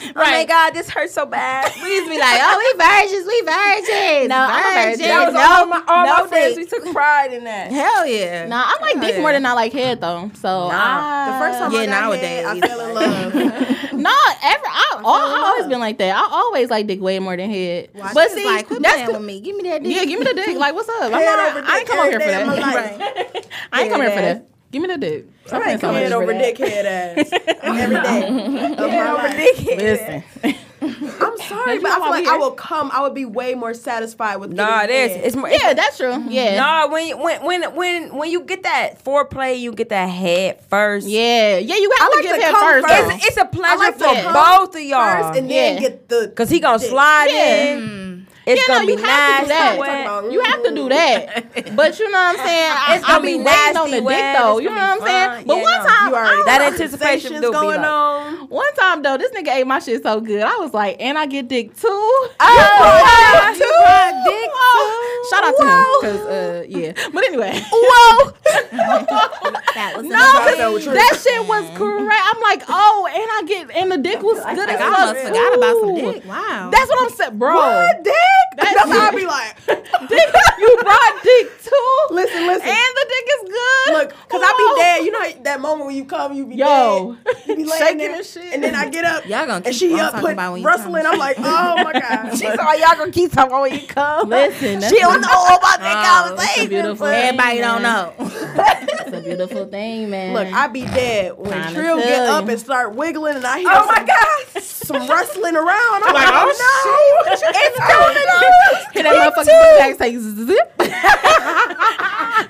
Speaker 6: (laughs)
Speaker 2: Oh my god, this hurts so bad.
Speaker 6: Please be like, oh, we virgins, we virgins. No,
Speaker 3: I'm a virgin.
Speaker 2: That was
Speaker 6: No,
Speaker 2: all my, all
Speaker 6: no
Speaker 2: my friends.
Speaker 6: dick.
Speaker 2: We took pride in that.
Speaker 6: Hell yeah.
Speaker 3: Nah, I like dick more than I like head though. So
Speaker 2: Nah.
Speaker 4: the first time
Speaker 6: Yeah,
Speaker 4: I got
Speaker 6: nowadays,
Speaker 4: hit, I fell in love.
Speaker 3: I, no, ever. I, all, I always been like that. I always like dick way more than head. but see,
Speaker 6: like, quit
Speaker 3: that's
Speaker 6: playing with me. Give me that dick.
Speaker 3: yeah. (laughs) Give me the dick. Like, what's up? I'm not.
Speaker 4: Head over
Speaker 3: I ain't
Speaker 4: dick
Speaker 3: come over here for
Speaker 4: every day of my
Speaker 3: that.
Speaker 4: life.
Speaker 3: I ain't come here for
Speaker 2: Head
Speaker 3: that. Give me the dick. Stop
Speaker 4: I
Speaker 3: playing
Speaker 4: ain't
Speaker 3: so much
Speaker 4: coming
Speaker 3: for
Speaker 4: over
Speaker 3: that.
Speaker 4: dickhead ass every day. of my life.
Speaker 2: Listen,
Speaker 4: I'm sorry, but I feel like I will come. I would be way more satisfied with.
Speaker 2: nah, it
Speaker 4: getting
Speaker 2: is.
Speaker 4: head.
Speaker 2: It's more.
Speaker 3: Yeah, that's true.
Speaker 4: Mm-hmm.
Speaker 3: Yeah.
Speaker 2: Nah, when you- when when when when you get that foreplay, you get that head first.
Speaker 3: Yeah, yeah, you have
Speaker 4: I
Speaker 3: to
Speaker 4: like
Speaker 3: get
Speaker 4: to
Speaker 3: head
Speaker 4: come
Speaker 3: first.
Speaker 4: first.
Speaker 3: though.
Speaker 2: It's, it's a pleasure
Speaker 4: like
Speaker 2: for
Speaker 4: to come
Speaker 2: both of y'all.
Speaker 4: first, and then
Speaker 3: Yeah.
Speaker 4: get the.
Speaker 2: Cause he gonna
Speaker 4: dick.
Speaker 2: slide
Speaker 3: Yeah. Mm.
Speaker 2: in. It's
Speaker 3: Yeah, no,
Speaker 2: gonna
Speaker 3: you
Speaker 2: be
Speaker 3: have to
Speaker 2: nasty.
Speaker 3: do that.
Speaker 2: wet.
Speaker 4: about- mm-hmm.
Speaker 3: You have to do that. But you know what I'm saying? I,
Speaker 2: It's gonna
Speaker 3: I be
Speaker 2: be
Speaker 3: waiting on
Speaker 2: nasty
Speaker 3: the
Speaker 2: wet.
Speaker 3: dick though.
Speaker 2: It's
Speaker 3: You know
Speaker 2: gonna
Speaker 3: what I'm
Speaker 2: be
Speaker 3: saying?
Speaker 2: fun.
Speaker 3: But
Speaker 2: Yeah,
Speaker 3: one
Speaker 2: no.
Speaker 3: time,
Speaker 4: You already
Speaker 2: That
Speaker 3: I,
Speaker 4: know what
Speaker 2: anticipation
Speaker 4: sensation's
Speaker 2: do be
Speaker 4: going
Speaker 2: like-
Speaker 4: on.
Speaker 3: one time though, this nigga ate my shit so good. I was like, and I get dick too. (laughs) Oh,
Speaker 2: yeah,
Speaker 3: too. dick too. Shout out to him because uh, yeah. But anyway, (laughs)
Speaker 4: (laughs)
Speaker 6: That was
Speaker 3: no,
Speaker 4: I
Speaker 6: another-
Speaker 4: know what you're-
Speaker 3: that shit was correct. I'm like, oh, and I get and the dick was good as
Speaker 6: I
Speaker 3: fuck.
Speaker 6: almost forgot about some
Speaker 3: too.
Speaker 6: dick. Wow.
Speaker 3: That's what I'm saying, bro.
Speaker 4: What dick?
Speaker 3: That's-
Speaker 4: That's, how I be like.
Speaker 3: dick. You brought dick too.
Speaker 4: Listen, listen.
Speaker 3: And the dick is good.
Speaker 4: Look, cause I
Speaker 3: Whoa.
Speaker 4: be dead. You know how- that moment when you come, you be
Speaker 3: Yo.
Speaker 4: dead. You
Speaker 2: (laughs)
Speaker 4: be laying
Speaker 3: Shaking
Speaker 4: there,
Speaker 3: and shit.
Speaker 4: And then I get up.
Speaker 6: Y'all gonna
Speaker 4: and
Speaker 6: keep
Speaker 4: she
Speaker 6: on
Speaker 4: up,
Speaker 6: talking
Speaker 4: put,
Speaker 6: about when you
Speaker 4: rustling.
Speaker 6: come.
Speaker 4: I'm like, oh
Speaker 6: (laughs)
Speaker 4: my god.
Speaker 2: She's all y'all gonna keep talking when you come.
Speaker 3: Listen, that's
Speaker 2: she don't know about that
Speaker 3: it's Oh, a
Speaker 2: conversation.
Speaker 3: beautiful
Speaker 2: but-
Speaker 3: thing.
Speaker 6: Everybody
Speaker 2: (laughs)
Speaker 6: don't know.
Speaker 3: That's a beautiful thing, man.
Speaker 4: Look, I be dead when
Speaker 3: Tryna
Speaker 4: Trill
Speaker 3: tell
Speaker 4: get
Speaker 3: you.
Speaker 4: up and start wiggling, and I hear
Speaker 2: Oh my
Speaker 4: some,
Speaker 2: god.
Speaker 4: some rustling around. I'm
Speaker 2: Like,
Speaker 4: like,
Speaker 2: oh,
Speaker 4: oh no,
Speaker 2: (laughs)
Speaker 4: (laughs)
Speaker 2: It's coming on.
Speaker 3: hit that motherfucking boot back, say zip.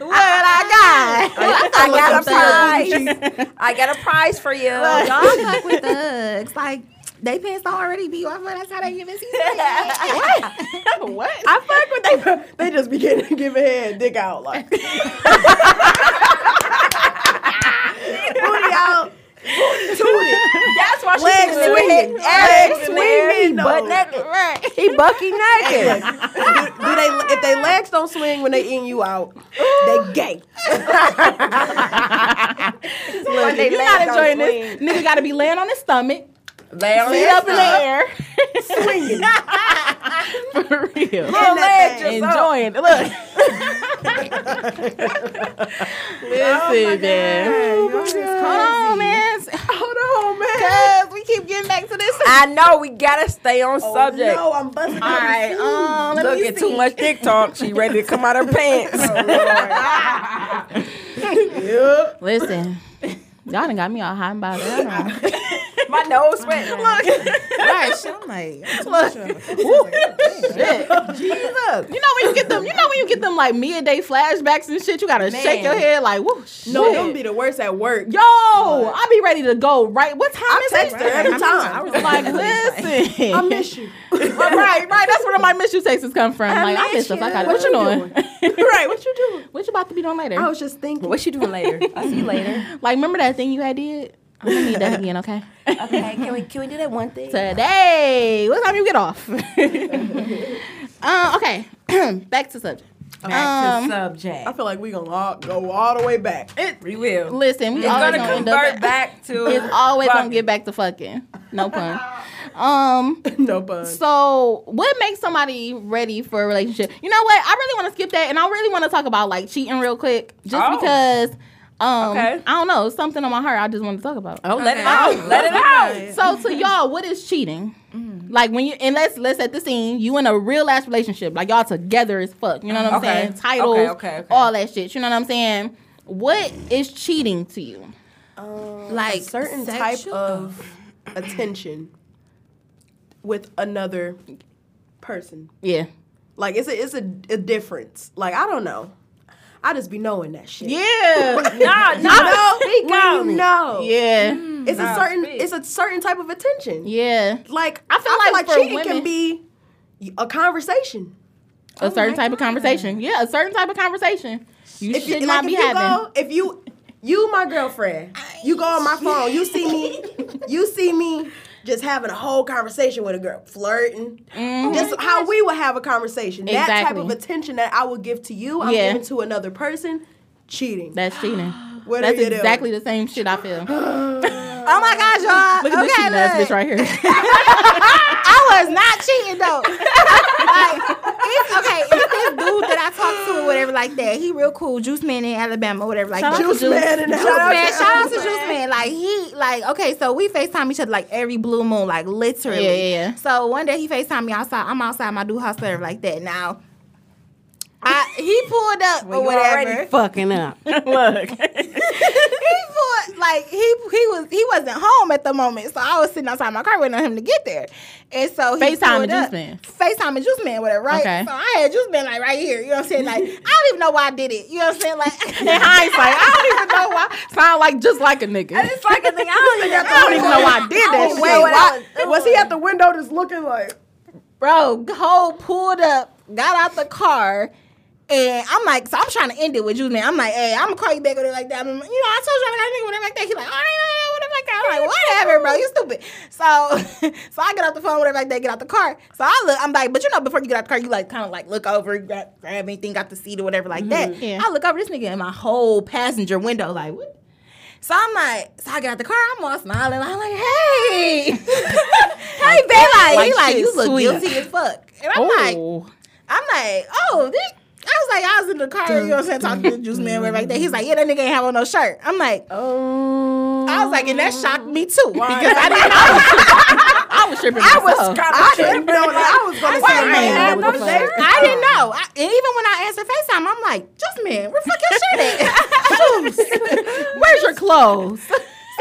Speaker 3: what I got?
Speaker 2: I got a
Speaker 4: Look
Speaker 2: (laughs)
Speaker 4: up
Speaker 2: prize. I got a prize for you.
Speaker 6: Y'all fuck with thugs. Like, they pants already be off, but that's how they give us.
Speaker 3: what?
Speaker 4: I fuck with they. They just begin to give a head, dick
Speaker 2: (laughs)
Speaker 4: out, like booty out, booty tooted,
Speaker 2: That's why she's
Speaker 4: legs
Speaker 2: sitting
Speaker 4: swinging,
Speaker 2: with ass
Speaker 4: legs
Speaker 2: swinging,
Speaker 4: swinging,
Speaker 2: butt
Speaker 4: no.
Speaker 2: naked. He bucky naked.
Speaker 4: do, do they if they legs don't swing when they eating you out, they gay.
Speaker 2: When they
Speaker 3: You're
Speaker 2: leg
Speaker 3: not
Speaker 2: don't
Speaker 3: enjoying this.
Speaker 2: swing.
Speaker 3: Nigga got to be laying on his stomach,
Speaker 2: Lay on
Speaker 3: feet
Speaker 2: his
Speaker 3: up in the
Speaker 2: stomach.
Speaker 3: air.
Speaker 4: Swinging.
Speaker 3: (laughs) For real.
Speaker 2: Little
Speaker 4: that
Speaker 2: leg
Speaker 4: thing.
Speaker 2: just up.
Speaker 3: Enjoying. it. Look. Listen, man. Hold on, man. Hold on, man. Cause we keep getting back to this.
Speaker 2: I know we gotta stay on subject.
Speaker 4: oh, No, I'm busting.
Speaker 2: All
Speaker 4: (laughs)
Speaker 2: right, um,
Speaker 3: let
Speaker 2: look
Speaker 3: me
Speaker 2: at too much dick talk. She ready to come out her (laughs) pants.
Speaker 3: Listen, y'all done got me all hot and bothered. I don't know.
Speaker 2: My nose (laughs) sweat. Look,
Speaker 6: Right, so I'm like,
Speaker 4: "Oh,
Speaker 3: You know when you get them, you know when you get them like midday flashbacks and shit, you gotta shake your head like, whoo, shit.
Speaker 4: No, them be the worst at work.
Speaker 3: Yo, I be ready to go. Right, what time
Speaker 4: I
Speaker 3: is
Speaker 4: text her
Speaker 3: it?
Speaker 4: every time.
Speaker 3: I'm
Speaker 4: (laughs)
Speaker 3: like, listen,
Speaker 4: I miss you.
Speaker 3: right, right. That's where my miss you texts come from. like, I miss the fuck out of (laughs)
Speaker 4: What
Speaker 3: you.
Speaker 4: you
Speaker 3: What you doing?
Speaker 4: right, what you doing?
Speaker 3: what you about to be doing later?
Speaker 4: I was just thinking.
Speaker 2: what you doing
Speaker 4: (laughs)
Speaker 2: later? I'll see you (laughs) later.
Speaker 3: like, remember that thing you had did? I'm gonna need that again, okay?
Speaker 2: Okay, can we can we do that one thing?
Speaker 3: Today, what time you get off? (laughs) uh, okay, (clears throat) back to subject.
Speaker 2: Back
Speaker 3: Um,
Speaker 2: to subject.
Speaker 4: I feel like we gonna all go all the way back.
Speaker 2: We will. Oh,
Speaker 3: Listen, we
Speaker 2: It's
Speaker 3: always
Speaker 2: gonna
Speaker 3: gonna end up
Speaker 2: convert back to.
Speaker 3: It's always
Speaker 2: fucking.
Speaker 3: gonna get back to fucking. No pun. Um,
Speaker 4: no pun.
Speaker 3: so what makes somebody ready for a relationship? You know what? I really want to skip that, and I really want to talk about like cheating real quick, just
Speaker 2: Oh.
Speaker 3: because. Um,
Speaker 2: Okay.
Speaker 3: I don't know something on my heart. I just want to talk about.
Speaker 2: Oh, let it out. Let it out.
Speaker 3: So to y'all, what is cheating?
Speaker 2: Mm.
Speaker 3: Like when you and let's let's set the scene. You in a real ass relationship, like y'all together as fuck. You know what I'm
Speaker 2: Okay.
Speaker 3: saying? Titles,
Speaker 2: Okay, okay, okay.
Speaker 3: all that shit. You know what I'm saying? What is cheating to you?
Speaker 6: like
Speaker 4: certain type
Speaker 6: sexual-
Speaker 4: of attention with another person.
Speaker 3: Yeah,
Speaker 4: Like it's a it's a, a difference. Like I don't know. I just be knowing that
Speaker 2: (laughs)
Speaker 4: shit. (laughs)
Speaker 3: yeah,
Speaker 2: Nah, nah. Speak
Speaker 4: No,
Speaker 2: on it.
Speaker 4: no.
Speaker 3: yeah,
Speaker 4: It's a certain it's a certain type of attention.
Speaker 3: yeah.
Speaker 4: Like
Speaker 3: I feel like for
Speaker 4: cheating
Speaker 3: women-
Speaker 4: can be a conversation.
Speaker 3: A certain type of conversation. Yeah, a certain type of conversation. You
Speaker 4: If
Speaker 3: should
Speaker 4: you
Speaker 3: not
Speaker 4: like,
Speaker 3: be
Speaker 4: if you
Speaker 3: having.
Speaker 4: go, if you you my girlfriend, you go on my phone, you see
Speaker 3: (laughs)
Speaker 4: me, you see me just having a whole conversation with a girl, flirting. Just how we would have a conversation. That type of
Speaker 3: Mm-hmm. Exactly.
Speaker 4: attention that I would give to you, I'm
Speaker 3: Yeah.
Speaker 4: giving to another person. Cheating.
Speaker 3: That's
Speaker 4: (gasps)
Speaker 3: cheating.
Speaker 4: What
Speaker 3: That's
Speaker 4: are you doing?
Speaker 3: exactly the same shit I
Speaker 4: (gasps)
Speaker 3: feel. (laughs) Look
Speaker 6: Oh my gosh, y'all.
Speaker 3: at this
Speaker 6: okay,
Speaker 3: cheating ass
Speaker 6: look.
Speaker 3: bitch right
Speaker 4: (laughs)
Speaker 3: here. (laughs)
Speaker 6: I was not cheating though. like, it's okay. It's this dude that I talked to or whatever like that. He real cool, Juice Man in Alabama, whatever like that.
Speaker 4: Juice man and
Speaker 6: Juice
Speaker 4: (laughs)
Speaker 6: Man, shout out to Juice Man. Like he, like okay, so we Facetime each other like every blue moon, like literally.
Speaker 3: Yeah, yeah, yeah.
Speaker 6: So one day he Facetime me outside. I'm outside my dude house, whatever like that. Now, I he pulled up or whatever.
Speaker 2: Fucking up. (laughs)
Speaker 6: (laughs) he pulled like he he was he wasn't home at the moment, so I was sitting outside my car waiting on him to get there. And so he
Speaker 3: FaceTime
Speaker 6: pulled
Speaker 3: and Juice
Speaker 6: up.
Speaker 3: Man.
Speaker 6: FaceTime and Juice Man, whatever, right?
Speaker 3: Okay.
Speaker 6: So I had Juice Man like right here. You know what I'm saying? Like I don't even know why I did it. You know what I'm saying?
Speaker 3: In
Speaker 6: Like (laughs)
Speaker 3: hindsight, I don't even know why. Sound like just like a nigga. I
Speaker 4: It's like a thing. I
Speaker 3: don't even know why I did that
Speaker 6: Oh,
Speaker 3: shit.
Speaker 6: wait, wait,
Speaker 3: Why-
Speaker 4: why. Was he at the window just looking like?
Speaker 6: bro, whole pulled up, got out the car. And I'm like, so I'm trying to end it with Juice Man. I'm like, hey, I'm gonna call you back or like that. I'm, you know, I told you I'm gonna nigga, whatever like that. He's like, all right, all right, whatever like that. I'm like, whatever, bro, you stupid. So, (laughs) so I get off the phone, whatever like that, get out the car. So I look, I'm like, but you know, before you get out the car, you like kind of like look over, grab, grab anything, got the seat or whatever like that.
Speaker 3: Mm-hmm. Yeah.
Speaker 6: I look over this nigga in my whole passenger window, like, what? So I'm like, so I get out the car, I'm all smiling. I'm like, hey, (laughs) hey, babe, like, he
Speaker 3: Like
Speaker 6: like,
Speaker 3: shit
Speaker 6: you look
Speaker 3: sweet.
Speaker 6: guilty as fuck. And I'm like,
Speaker 3: Oh.
Speaker 6: I'm like, oh, this. I was like, I was in the car, you know what I'm saying, talking to the juice man, whatever like that. He's like, yeah, that nigga ain't have on no shirt. I'm like,
Speaker 3: Oh.
Speaker 4: Um,
Speaker 6: I was like, and that shocked me too because I didn't.
Speaker 3: I was tripping myself.
Speaker 4: I didn't know that. I was gonna say
Speaker 3: a minute,
Speaker 4: I ain't
Speaker 3: what the
Speaker 4: had no
Speaker 3: fuck?
Speaker 4: shirt.
Speaker 6: I didn't know. I, and even when I answered FaceTime, I'm like, just man, where the fuck your shirt (laughs) at? Juice.
Speaker 3: Where's your clothes?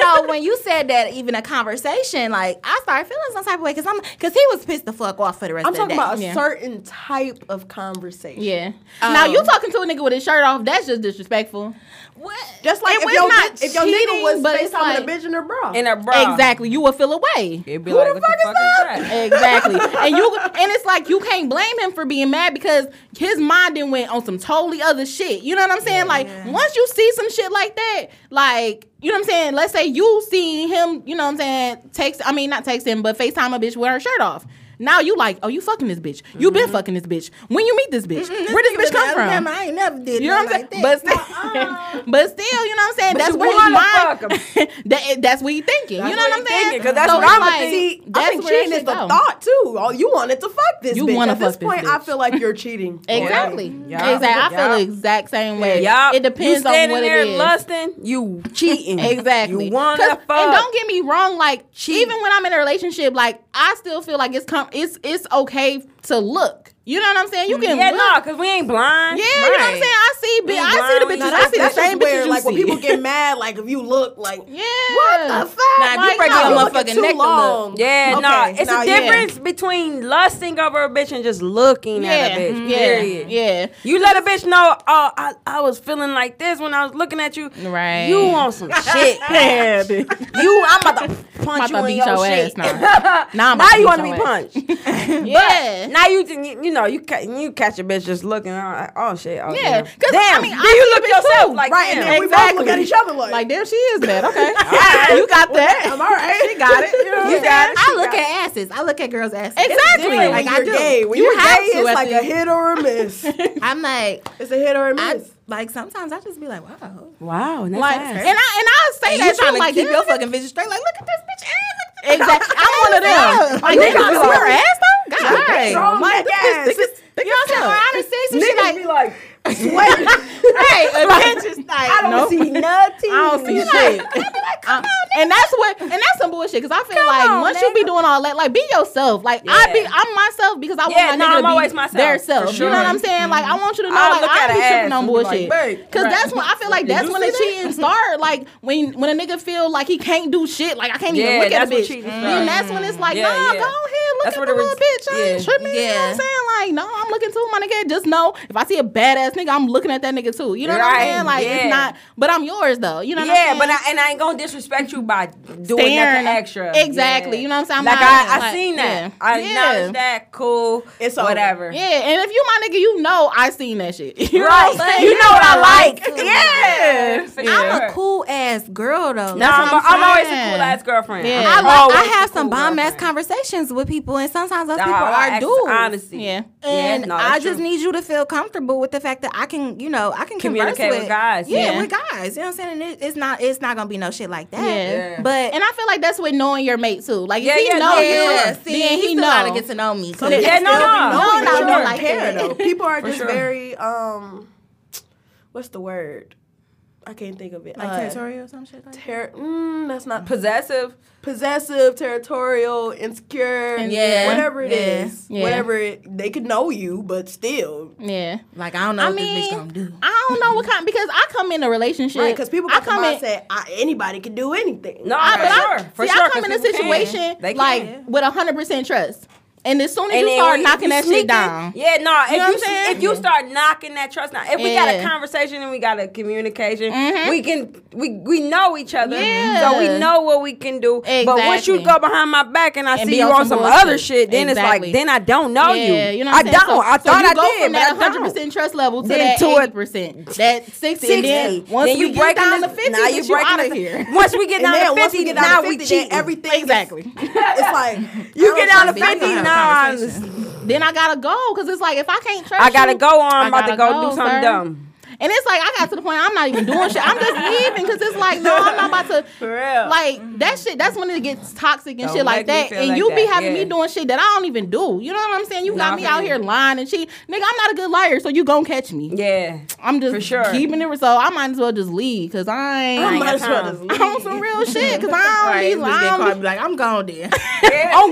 Speaker 6: so when you said that, even a conversation, like I started feeling some type of way because I'm because he was pissed the fuck off for the rest
Speaker 4: I'm
Speaker 6: of
Speaker 4: talking
Speaker 6: the day.
Speaker 4: about a
Speaker 3: Yeah.
Speaker 4: certain type of conversation.
Speaker 3: Yeah. Now
Speaker 4: Um,
Speaker 3: you talking to a nigga with his shirt off? That's just disrespectful.
Speaker 6: what?
Speaker 4: Just like
Speaker 3: It
Speaker 4: if
Speaker 3: was
Speaker 4: your,
Speaker 3: not
Speaker 4: bitch- if your
Speaker 3: cheating,
Speaker 4: nigga was
Speaker 3: but it's
Speaker 4: FaceTiming like, a
Speaker 3: like-
Speaker 4: bitch in her bra.
Speaker 2: In a bra.
Speaker 3: Exactly. You would feel away.
Speaker 2: It'd be like, what the fuck is that?
Speaker 3: Exactly. and you and it's like you can't blame him for being mad because his mind then went on some totally other shit. You know what I'm saying? Like once you see some shit like that, like you know what I'm saying? Let's say you seen him, you know what I'm saying, text I mean not text him, but FaceTime a bitch with her shirt off. Now you like, oh you fucking this bitch. You been fucking this bitch. When you meet this bitch, where this bitch come from?
Speaker 6: Alabama, I ain't never did.
Speaker 3: You know what I'm
Speaker 6: nothing
Speaker 3: saying?
Speaker 6: Like
Speaker 3: But,
Speaker 6: that.
Speaker 3: still, (laughs) but still, you know what I'm saying? That's
Speaker 2: you
Speaker 3: where
Speaker 2: wanna
Speaker 3: his mind. (laughs) that, that's what he thinking. you know what,
Speaker 2: what
Speaker 3: I'm
Speaker 2: he thinking,
Speaker 3: saying?
Speaker 2: 'cause that's
Speaker 3: So
Speaker 2: what
Speaker 3: it's
Speaker 4: I'm
Speaker 3: like,
Speaker 4: like, see, I
Speaker 3: that's
Speaker 4: think
Speaker 3: where that
Speaker 4: cheating is
Speaker 3: shit
Speaker 4: the
Speaker 3: go.
Speaker 4: thought too. Oh, you wanted to fuck this
Speaker 3: You
Speaker 4: bitch.
Speaker 3: wanna
Speaker 4: At this
Speaker 3: fuck this
Speaker 4: point, I
Speaker 3: bitch.
Speaker 4: feel like you're cheating.
Speaker 3: (laughs) Exactly.
Speaker 2: Yeah.
Speaker 3: Exactly. I feel
Speaker 2: Yeah.
Speaker 3: the exact same way.
Speaker 2: Yup.
Speaker 3: It depends
Speaker 2: you
Speaker 3: on
Speaker 2: standing
Speaker 3: what
Speaker 2: there
Speaker 3: it is.
Speaker 2: lusting, you cheating.
Speaker 3: Exactly.
Speaker 2: You wanna
Speaker 3: 'Cause-
Speaker 2: fuck.
Speaker 3: And don't get me wrong, like even when I'm in a relationship, like I still feel like it's com- it's it's okay to look. You know what I'm saying? You can
Speaker 2: yeah,
Speaker 3: look.
Speaker 2: no, because we ain't blind.
Speaker 3: Yeah, you know what I'm
Speaker 2: Right.
Speaker 3: saying? I see bi-
Speaker 2: ain't
Speaker 3: I see the
Speaker 2: blind.
Speaker 3: bitches.
Speaker 2: No,
Speaker 3: I see the
Speaker 4: That's
Speaker 3: same bitches
Speaker 4: just where,
Speaker 3: you
Speaker 4: like, when
Speaker 3: see.
Speaker 4: people get mad, like, if you look, like,
Speaker 3: Yeah.
Speaker 4: What the fuck?
Speaker 3: Nah, if you
Speaker 4: Like,
Speaker 3: break
Speaker 4: nah,
Speaker 3: your
Speaker 4: you
Speaker 3: motherfucking
Speaker 4: looking too
Speaker 3: neck to look.
Speaker 4: long.
Speaker 2: Yeah, no,
Speaker 4: Okay,
Speaker 2: it's
Speaker 4: nah,
Speaker 2: a
Speaker 4: yeah.
Speaker 2: difference between lusting over a bitch and just looking at a
Speaker 3: Yeah,
Speaker 2: bitch.
Speaker 3: yeah,
Speaker 2: Period.
Speaker 3: yeah.
Speaker 2: You let a bitch know, oh, I, I was feeling like this when I was looking at you.
Speaker 3: Right.
Speaker 2: You want some
Speaker 3: (laughs)
Speaker 2: shit.
Speaker 3: Yeah, bitch.
Speaker 2: you, I'm about to punch
Speaker 3: I'm about to
Speaker 2: you in
Speaker 3: beat
Speaker 2: your,
Speaker 3: your
Speaker 2: shit.
Speaker 3: ass now. Now I'm about
Speaker 2: you
Speaker 3: to beat
Speaker 2: want to
Speaker 3: your
Speaker 2: be
Speaker 3: ass.
Speaker 2: punched.
Speaker 3: (laughs) Yeah.
Speaker 2: Now you, can- you you know you ca- you catch a bitch just looking. Oh, I- oh shit. Oh,
Speaker 3: Yeah,
Speaker 2: damn.
Speaker 3: 'cause, I
Speaker 2: damn.
Speaker 3: mean,
Speaker 2: do
Speaker 3: I
Speaker 2: you
Speaker 3: see
Speaker 2: look
Speaker 3: bitches
Speaker 2: yourself
Speaker 3: too.
Speaker 2: like
Speaker 4: Right, and
Speaker 2: damn.
Speaker 4: then we both look at each other like,
Speaker 3: Like there she is, man.
Speaker 4: (laughs)
Speaker 2: (laughs)
Speaker 3: Okay, Alright, you got that.
Speaker 4: I'm all right.
Speaker 3: She got it.
Speaker 4: You got it.
Speaker 6: I look at asses. I look at girls' asses.
Speaker 3: Exactly.
Speaker 4: When
Speaker 6: Like, I
Speaker 4: you're
Speaker 6: do.
Speaker 4: gay, when
Speaker 3: You
Speaker 4: you're
Speaker 3: have
Speaker 4: gay,
Speaker 3: to
Speaker 4: it's
Speaker 3: at
Speaker 4: like
Speaker 3: the-
Speaker 4: a hit or a
Speaker 3: (laughs)
Speaker 4: miss.
Speaker 6: I'm like,
Speaker 4: It's a hit or a
Speaker 6: I
Speaker 4: miss.
Speaker 6: like sometimes I just be like, wow.
Speaker 2: Wow. Nice
Speaker 3: Like,
Speaker 2: ass.
Speaker 3: and I and I say that
Speaker 6: And you
Speaker 3: trying
Speaker 6: trying to
Speaker 3: like
Speaker 6: keep
Speaker 3: damn,
Speaker 6: your
Speaker 3: this-
Speaker 6: fucking vision straight? Like, look at this bitch ass. Look at
Speaker 3: Exactly. I'm one of them. Like, nigga, you her ass though? God,
Speaker 4: Strong
Speaker 3: damn. Like,
Speaker 4: neck
Speaker 3: this,
Speaker 4: ass.
Speaker 3: this, this, you know what I'm saying? Like, I done seen some shit
Speaker 4: Niggas
Speaker 3: like,
Speaker 4: be like, sweating.
Speaker 3: hey, attention, like,
Speaker 4: I don't
Speaker 3: nope.
Speaker 4: see
Speaker 3: (laughs)
Speaker 4: nothing.
Speaker 3: I don't see shit. Uh, and that's what, and that's some bullshit. Cause I feel like
Speaker 2: on,
Speaker 3: once you be doing all that, like be yourself. Like I
Speaker 2: Yeah.
Speaker 3: be, I'm myself because I
Speaker 2: Yeah,
Speaker 3: want
Speaker 2: nah,
Speaker 3: my nigga
Speaker 2: I'm
Speaker 3: to be
Speaker 2: always myself,
Speaker 3: their
Speaker 2: for
Speaker 3: self. You know what I'm saying? Like I want you to know,
Speaker 2: I'll
Speaker 3: like
Speaker 2: look
Speaker 3: I
Speaker 2: at
Speaker 3: don't be
Speaker 2: her
Speaker 3: tripping
Speaker 2: ass
Speaker 3: on
Speaker 2: and be like,
Speaker 3: bullshit.
Speaker 2: "Babe,
Speaker 3: Cause
Speaker 2: right."
Speaker 3: that's when I feel like that's
Speaker 2: you
Speaker 3: when the
Speaker 2: see that?
Speaker 3: cheating start. Like when when a nigga feel like he can't do shit. Like I can't even
Speaker 2: Yeah,
Speaker 3: look at a
Speaker 2: that's when
Speaker 3: bitch.
Speaker 2: cheating
Speaker 3: Then
Speaker 2: start.
Speaker 3: that's when it's like,
Speaker 2: Yeah,
Speaker 3: nah,
Speaker 2: yeah.
Speaker 3: go ahead, look
Speaker 2: That's
Speaker 3: at
Speaker 2: where
Speaker 3: the
Speaker 2: the
Speaker 3: little
Speaker 2: res-
Speaker 3: bitch. I ain't
Speaker 2: yeah.
Speaker 3: tripping. You know what I'm
Speaker 7: Yeah.
Speaker 3: saying? Like, no, I'm looking too, my nigga. Just know if I see a badass nigga, I'm looking at that nigga too. You know what I'm
Speaker 2: Right,
Speaker 3: saying? Like it's
Speaker 2: yeah.
Speaker 3: not, but I'm yours though. You know what
Speaker 2: (laughs)
Speaker 3: I'm
Speaker 2: yeah,
Speaker 3: saying?
Speaker 2: but I, and I ain't gonna disrespect you by doing
Speaker 3: Staring.
Speaker 2: nothing extra.
Speaker 3: Exactly.
Speaker 2: Yeah.
Speaker 3: You know what I'm saying? I'm
Speaker 2: like
Speaker 3: not-
Speaker 2: I, I
Speaker 3: like,
Speaker 2: seen that.
Speaker 3: yeah.
Speaker 2: I
Speaker 3: Yeah.
Speaker 2: acknowledge that. Cool.
Speaker 4: It's
Speaker 2: It's
Speaker 4: over.
Speaker 2: whatever.
Speaker 3: Yeah, and if you my nigga, you know I seen that shit. (laughs) You know
Speaker 2: Right.
Speaker 3: what I'm saying?
Speaker 2: You know what I
Speaker 7: like.
Speaker 2: Yeah. For
Speaker 7: I'm
Speaker 2: sure.
Speaker 7: a cool ass girl though.
Speaker 2: Nah, I'm, I'm,
Speaker 3: what I'm
Speaker 2: always a cool
Speaker 3: saying.
Speaker 2: ass girlfriend.
Speaker 3: Yeah.
Speaker 7: I,
Speaker 2: I'm
Speaker 7: like, I
Speaker 2: always a
Speaker 7: have some
Speaker 2: cool
Speaker 7: bomb ass
Speaker 2: girlfriend.
Speaker 7: conversations with people, and sometimes those
Speaker 2: Nah,
Speaker 7: people
Speaker 2: I
Speaker 7: are
Speaker 2: ask for
Speaker 7: dudes.
Speaker 2: Honesty.
Speaker 3: Yeah.
Speaker 7: And
Speaker 2: Yeah, no,
Speaker 7: I
Speaker 2: that's
Speaker 7: just
Speaker 2: true.
Speaker 7: need you to feel comfortable with the fact that I can, you know, I can converse
Speaker 2: Communicate with guys,
Speaker 7: Yeah,
Speaker 3: yeah.
Speaker 7: with guys. You know what I'm saying? And it, it's not, it's not gonna be no shit like that.
Speaker 3: Yeah.
Speaker 7: But
Speaker 3: And I feel like that's with knowing your mate too. Like if
Speaker 2: Yeah,
Speaker 3: he
Speaker 2: yeah,
Speaker 3: know
Speaker 2: no,
Speaker 3: you,
Speaker 2: yeah.
Speaker 7: see,
Speaker 3: then he,
Speaker 7: he,
Speaker 3: know.
Speaker 7: got to get to know me.
Speaker 4: So
Speaker 7: too.
Speaker 4: they
Speaker 2: Yeah,
Speaker 4: still
Speaker 2: no,
Speaker 4: be
Speaker 2: no.
Speaker 4: knowing,
Speaker 3: No, no,
Speaker 4: but you don't
Speaker 3: no, like
Speaker 4: care
Speaker 3: that.
Speaker 4: though. People are
Speaker 2: For
Speaker 4: just
Speaker 2: sure.
Speaker 4: very um, what's the word? I can't think of it. Like territorial, some shit. Like ter- mm, that's not
Speaker 2: Possessive.
Speaker 4: possessive, territorial, insecure.
Speaker 7: Yeah.
Speaker 4: whatever it
Speaker 7: Yeah.
Speaker 4: is,
Speaker 3: Yeah.
Speaker 4: whatever it, they could know you, but still,
Speaker 3: Yeah.
Speaker 7: Like I don't know
Speaker 3: I
Speaker 7: what this bitch
Speaker 3: mean,
Speaker 7: gonna do.
Speaker 3: I don't know what kind because I come in a relationship
Speaker 4: right? Because people
Speaker 3: I
Speaker 4: got the
Speaker 3: come in
Speaker 4: mindset I, anybody can do anything.
Speaker 2: No,
Speaker 3: I,
Speaker 2: for
Speaker 3: but I-
Speaker 2: sure. For
Speaker 3: see,
Speaker 2: sure.
Speaker 3: I come in
Speaker 2: 'cause
Speaker 3: a
Speaker 2: people can.
Speaker 3: situation
Speaker 2: They can.
Speaker 3: like with hundred percent trust, and as soon as
Speaker 2: And
Speaker 3: you
Speaker 2: then
Speaker 3: start
Speaker 2: when
Speaker 3: knocking
Speaker 2: you
Speaker 3: that
Speaker 2: sneaking-
Speaker 3: shit down,
Speaker 2: Yeah, no.
Speaker 3: know what
Speaker 2: If
Speaker 3: I'm
Speaker 2: you, see-
Speaker 3: saying?
Speaker 2: if you start knocking that trust down, if we got
Speaker 3: Yeah.
Speaker 2: a conversation and we got a communication,
Speaker 3: Mm-hmm.
Speaker 2: we can we we know each other,
Speaker 3: Yeah.
Speaker 2: so we know what we can do. But once you
Speaker 3: Exactly.
Speaker 2: go behind my back and I
Speaker 3: And
Speaker 2: see
Speaker 3: be
Speaker 2: you
Speaker 3: on
Speaker 2: on
Speaker 3: some
Speaker 2: some,
Speaker 3: bullshit.
Speaker 2: other shit, then it's
Speaker 3: Exactly.
Speaker 2: like then I don't know
Speaker 3: yeah,
Speaker 2: you.
Speaker 3: you know what I'm
Speaker 2: I
Speaker 3: saying?
Speaker 2: don't.
Speaker 3: So-
Speaker 2: I
Speaker 3: so
Speaker 2: thought
Speaker 3: you
Speaker 2: I
Speaker 3: go
Speaker 2: did,
Speaker 3: from
Speaker 2: but
Speaker 3: that
Speaker 2: I don't.
Speaker 3: 100% trust level to
Speaker 2: Then
Speaker 3: that
Speaker 2: to a-
Speaker 3: 80%. That 60, and then
Speaker 2: Then
Speaker 3: once
Speaker 2: you
Speaker 3: we get down
Speaker 2: this-
Speaker 3: to 50,
Speaker 2: now
Speaker 3: now
Speaker 2: you
Speaker 3: you
Speaker 2: breaking
Speaker 3: out of
Speaker 2: the-
Speaker 3: here.
Speaker 2: (laughs) Once we get
Speaker 4: And
Speaker 2: down
Speaker 4: then
Speaker 2: to
Speaker 4: once we
Speaker 2: fifty,
Speaker 4: get down
Speaker 2: now
Speaker 4: to
Speaker 2: we
Speaker 4: 50, then
Speaker 2: cheating.
Speaker 4: everything is-
Speaker 3: Exactly.
Speaker 4: it's like
Speaker 2: You get down to
Speaker 7: be- I don't
Speaker 2: fifty,
Speaker 7: have
Speaker 2: now I
Speaker 7: conversations.
Speaker 2: just-
Speaker 3: then I gotta go because it's like if I can't trust
Speaker 2: I gotta
Speaker 3: you-
Speaker 2: go on. I'm
Speaker 3: I
Speaker 2: about to
Speaker 3: gotta
Speaker 2: go do
Speaker 3: go,
Speaker 2: something
Speaker 3: sir.
Speaker 2: dumb.
Speaker 3: And it's like I got to the point I'm not even doing shit. I'm
Speaker 2: (laughs)
Speaker 3: just leaving because it's like no, I'm not about to.
Speaker 2: For real. Mm-hmm.
Speaker 3: Like that shit. That's when it gets toxic and
Speaker 2: Don't
Speaker 3: shit
Speaker 2: make
Speaker 3: like
Speaker 2: me
Speaker 3: that.
Speaker 2: feel
Speaker 3: And
Speaker 2: like
Speaker 3: you be
Speaker 2: that,
Speaker 3: having me
Speaker 2: yeah.
Speaker 3: doing shit that I don't even do. You know what I'm saying? You got
Speaker 2: Nah,
Speaker 3: me
Speaker 2: for
Speaker 3: out
Speaker 2: real.
Speaker 3: here lying and cheating, nigga. I'm not a good liar, so you gonna catch me.
Speaker 2: (laughs) Yeah.
Speaker 3: I'm just
Speaker 2: For sure.
Speaker 3: keeping it. So I might as well just leave because I ain't.
Speaker 4: I
Speaker 3: I
Speaker 4: might as well
Speaker 2: time.
Speaker 4: just
Speaker 3: (laughs)
Speaker 4: leave.
Speaker 3: on some
Speaker 2: (laughs)
Speaker 3: real shit because I don't be
Speaker 6: Right, this bitch get caught,
Speaker 3: lying.
Speaker 6: be like, I'm gone then.
Speaker 3: (laughs) Oh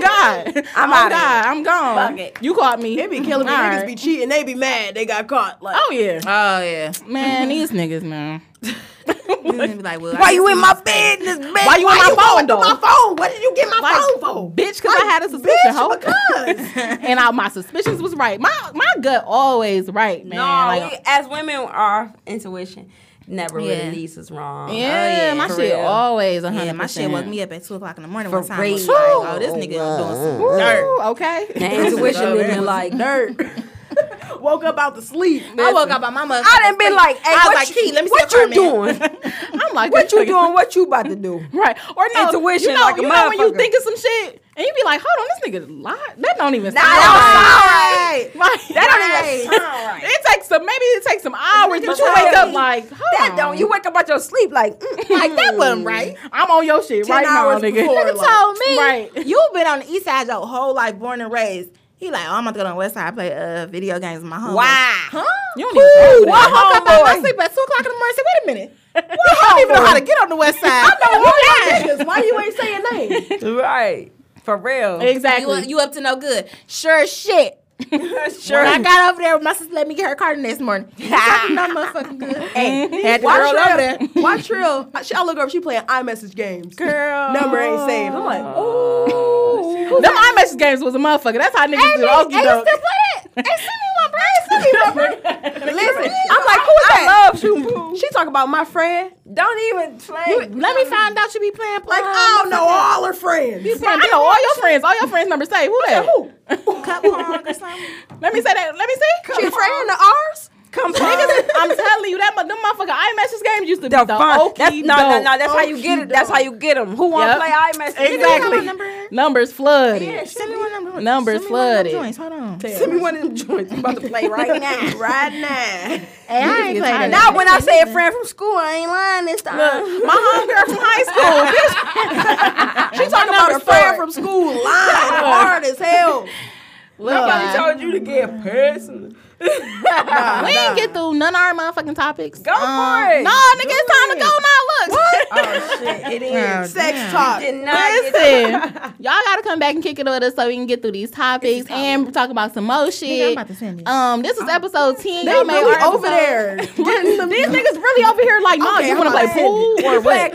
Speaker 2: (laughs)
Speaker 3: God, I'm oh,
Speaker 2: outta
Speaker 3: God, I'm gone.
Speaker 2: Fuck it.
Speaker 3: You caught me.
Speaker 4: They be killing me.
Speaker 3: All
Speaker 4: Niggas
Speaker 3: right.
Speaker 4: be cheating. They be mad. They got caught. Like,
Speaker 3: Oh yeah,
Speaker 6: Oh yeah.
Speaker 2: (laughs)
Speaker 3: man, these niggas, man.
Speaker 6: And then be like, well,
Speaker 4: why you
Speaker 2: (laughs)
Speaker 4: in my business, man?
Speaker 3: Why you in my phone, though?
Speaker 4: My phone. What did you get my
Speaker 3: Like,
Speaker 4: phone for?
Speaker 3: Bitch, because I had a suspicion, hoe.
Speaker 4: Bitch, because
Speaker 3: (laughs) and I, my suspicions was right. My my gut always right, man.
Speaker 2: No,
Speaker 3: Like,
Speaker 2: we, as women, our intuition never
Speaker 7: Yeah.
Speaker 2: really leads us wrong. Oh,
Speaker 3: yeah, my
Speaker 2: for
Speaker 3: shit
Speaker 2: real.
Speaker 3: always hundred.
Speaker 7: Yeah, my shit woke me up at two o'clock in the morning one time. I was
Speaker 2: real.
Speaker 7: like, oh, this nigga doing some
Speaker 2: (laughs)
Speaker 7: dirt.
Speaker 3: Okay.
Speaker 2: The intuition been like,
Speaker 4: dirt. Woke up out the sleep.
Speaker 7: I woke up by my mother.
Speaker 2: (laughs) I done been like, hey,
Speaker 7: I was
Speaker 2: what
Speaker 7: like,
Speaker 2: you,
Speaker 7: Key, let me see
Speaker 2: what
Speaker 7: your
Speaker 2: you doing?
Speaker 3: I'm
Speaker 2: (laughs)
Speaker 3: like,
Speaker 2: what
Speaker 3: this
Speaker 2: you
Speaker 3: nigga-
Speaker 2: doing? What you about to do?
Speaker 3: (laughs) Right. Or no,
Speaker 2: Intuition
Speaker 3: you know,
Speaker 2: like a
Speaker 3: you know when you
Speaker 2: motherfucker.
Speaker 3: think of some shit and you be like, hold on, this nigga lie. That don't even sound
Speaker 2: That
Speaker 3: right. (laughs) Right.
Speaker 2: That don't even
Speaker 3: Right.
Speaker 2: sound right.
Speaker 3: It takes some, maybe it takes some hours,
Speaker 2: Nigga
Speaker 3: but you
Speaker 2: tell
Speaker 3: wake up
Speaker 2: me
Speaker 3: like, hold
Speaker 2: That
Speaker 3: on.
Speaker 2: (laughs) don't. You wake up out your sleep like, mm,
Speaker 7: Like that wasn't right.
Speaker 3: (laughs) I'm on your shit right now,
Speaker 4: hours
Speaker 3: nigga.
Speaker 4: before,
Speaker 7: Nigga told me (laughs)
Speaker 3: Right.
Speaker 7: you've been on the east side your whole life, born and raised. He like, oh, I'm about to go to the west side, I play uh, video games with my homeboy.
Speaker 2: why?
Speaker 3: You don't even
Speaker 7: I
Speaker 3: do that.
Speaker 7: woke up out of my
Speaker 2: Homeboy.
Speaker 7: sleep at two o'clock in the morning. Said, wait a
Speaker 3: (laughs)
Speaker 7: minute, I don't even know how to get on the west side. (laughs)
Speaker 4: Because why you ain't saying name?
Speaker 2: Right. For real.
Speaker 3: (laughs) Exactly.
Speaker 7: You, you up to no good? Sure, as (laughs) shit.
Speaker 2: sure.
Speaker 7: When I got over there, my sister let me get her car the next morning. no motherfucking good. Had the girl over there.
Speaker 4: Watch real. Watch real. I, she, I look over. She playing iMessage games.
Speaker 2: Girl.
Speaker 4: Number ain't saved. I'm like, ooh.
Speaker 3: Them iMessage games was a motherfucker. That's how niggas do.
Speaker 7: Hey,
Speaker 3: Okie
Speaker 7: you still
Speaker 3: doke.
Speaker 7: play that? Hey, send me one, bro. Send me one, bro.
Speaker 4: Listen, I'm like, who is that?
Speaker 3: (laughs)
Speaker 4: Love you. She talk about my friend.
Speaker 2: Don't even play.
Speaker 7: Let me find out you be playing play. Oh,
Speaker 4: Like, I don't know all her friends.
Speaker 3: I know all your
Speaker 7: (laughs)
Speaker 3: friends. All your friends number say who that?
Speaker 4: Who?
Speaker 7: Cup pong or something.
Speaker 3: Let me say that. Let me see.
Speaker 4: She a friend uh, of ours?
Speaker 2: Come
Speaker 3: Niggas,
Speaker 2: on.
Speaker 3: (laughs) I'm telling you that mo- them motherfucker iMessage games used to be
Speaker 2: The
Speaker 3: the,
Speaker 2: fun. That's,
Speaker 3: okie
Speaker 2: no, no,
Speaker 3: doke.
Speaker 2: no. That's how you get it. That's how you get them. Who want to
Speaker 3: Yep.
Speaker 2: play iMessage?
Speaker 3: Exactly. Numbers flooded.
Speaker 7: Send me one number.
Speaker 3: Numbers
Speaker 7: send me one of them
Speaker 3: flooded.
Speaker 7: joints. Hold on.
Speaker 4: Send me one of them joints. I'm about to
Speaker 2: (laughs)
Speaker 4: play right now. (laughs) Right now.
Speaker 7: Hey, I ain't
Speaker 3: tired of
Speaker 7: playing
Speaker 2: Now,
Speaker 7: that.
Speaker 2: when I say a friend from school, I ain't lying this time.
Speaker 3: My homegirl from high school. bitch. she talking about her
Speaker 4: friend
Speaker 2: Nobody told you to get personal.
Speaker 3: we ain't get through none of our motherfucking topics.
Speaker 2: Go
Speaker 4: Um,
Speaker 2: for it.
Speaker 3: No, nigga, it's time to go now. Look, (laughs)
Speaker 2: Oh shit, it is.
Speaker 4: Sex
Speaker 2: (laughs)
Speaker 4: talk.
Speaker 2: Did not get
Speaker 3: Listen, (laughs) y'all gotta come back and kick it with us so we can get through these topics and talk about some more
Speaker 7: Nigga, I'm
Speaker 3: shit.
Speaker 7: about to send you.
Speaker 3: Um, this is episode ten.
Speaker 4: They
Speaker 3: Y'all made
Speaker 4: really
Speaker 3: our
Speaker 4: over
Speaker 3: episode. (laughs)
Speaker 4: there.
Speaker 3: These niggas really over here like, no,
Speaker 4: Okay,
Speaker 3: you
Speaker 4: I'm
Speaker 3: wanna
Speaker 4: about
Speaker 3: play
Speaker 4: to
Speaker 3: pool or
Speaker 2: that
Speaker 3: what?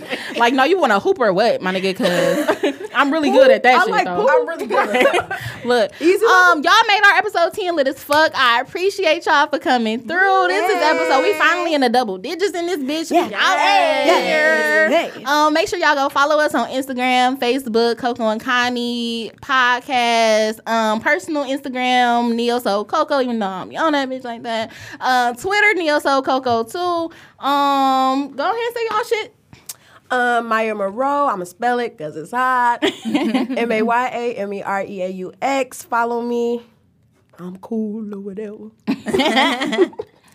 Speaker 3: (laughs)
Speaker 2: cup on
Speaker 3: like, no, you wanna hoop or what, my nigga?
Speaker 4: (laughs)
Speaker 3: Cause I'm really good at that
Speaker 4: I
Speaker 3: shit
Speaker 4: like
Speaker 3: though.
Speaker 4: poop. I'm really good at that.
Speaker 3: Look,
Speaker 4: Easy
Speaker 3: um, y'all made our episode ten lit as fuck. I appreciate y'all for coming through. This is episode we finally in the double digits in this bitch. Y'all out here. Um, make sure y'all go follow us on Instagram, Facebook, Coco and Connie podcast, um, personal Instagram, Neo Soul Coco. Even though I'm on that bitch like that. Uh, Twitter, Neo Soul Coco too. Um, go ahead and say y'all shit.
Speaker 4: Um, Maya Moreau. I'ma spell it because it's hot. M A Y A M E R E A U X. Follow me. I'm cool or whatever.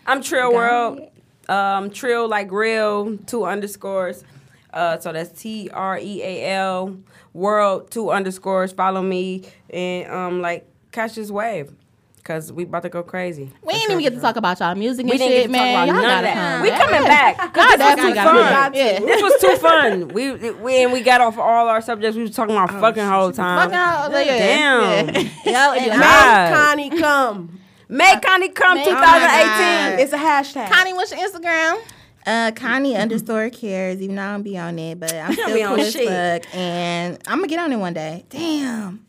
Speaker 2: I'm Trill World. Um, Trill like real, two underscores. Uh, so that's T R E A L World, two underscores. Follow me and um, like catch this wave, cause we about to go crazy.
Speaker 3: We ain't even get to talk about y'all music and
Speaker 2: We didn't
Speaker 3: shit,
Speaker 2: get to
Speaker 3: man.
Speaker 2: talk about
Speaker 3: y'all
Speaker 2: none of
Speaker 3: gotta
Speaker 2: that.
Speaker 3: come.
Speaker 2: We coming (laughs) back. 'cause
Speaker 3: God,
Speaker 2: this
Speaker 3: that's
Speaker 2: was
Speaker 3: we
Speaker 2: too
Speaker 3: gotta be. Yeah.
Speaker 2: fun. This was too fun. We, we and we got off all our subjects. We Oh, was talking about fucking whole time.
Speaker 3: Fuck out. Like, yeah,
Speaker 2: Damn. (laughs)
Speaker 3: yeah.
Speaker 4: Yo, and
Speaker 2: God.
Speaker 4: make Connie come.
Speaker 2: Make Connie come
Speaker 3: Make-
Speaker 2: 2018.
Speaker 4: It's a hashtag.
Speaker 3: Connie, what's your Instagram?
Speaker 7: Uh, Connie underscore cares, even though I don't be on it, but I'm
Speaker 2: be
Speaker 7: still
Speaker 2: on
Speaker 7: cool as
Speaker 2: shit.
Speaker 7: fuck, and I'm gonna get on it one day. Damn.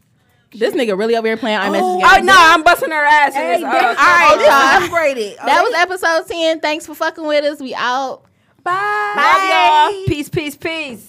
Speaker 3: This nigga really over here playing iMessage. Oh,
Speaker 2: Oh no, I'm busting her ass. in this, uh,
Speaker 4: all right, this is upgraded.
Speaker 3: that was episode 10. Thanks for fucking with us. We out.
Speaker 4: Bye.
Speaker 2: Love y'all. Peace, peace, peace.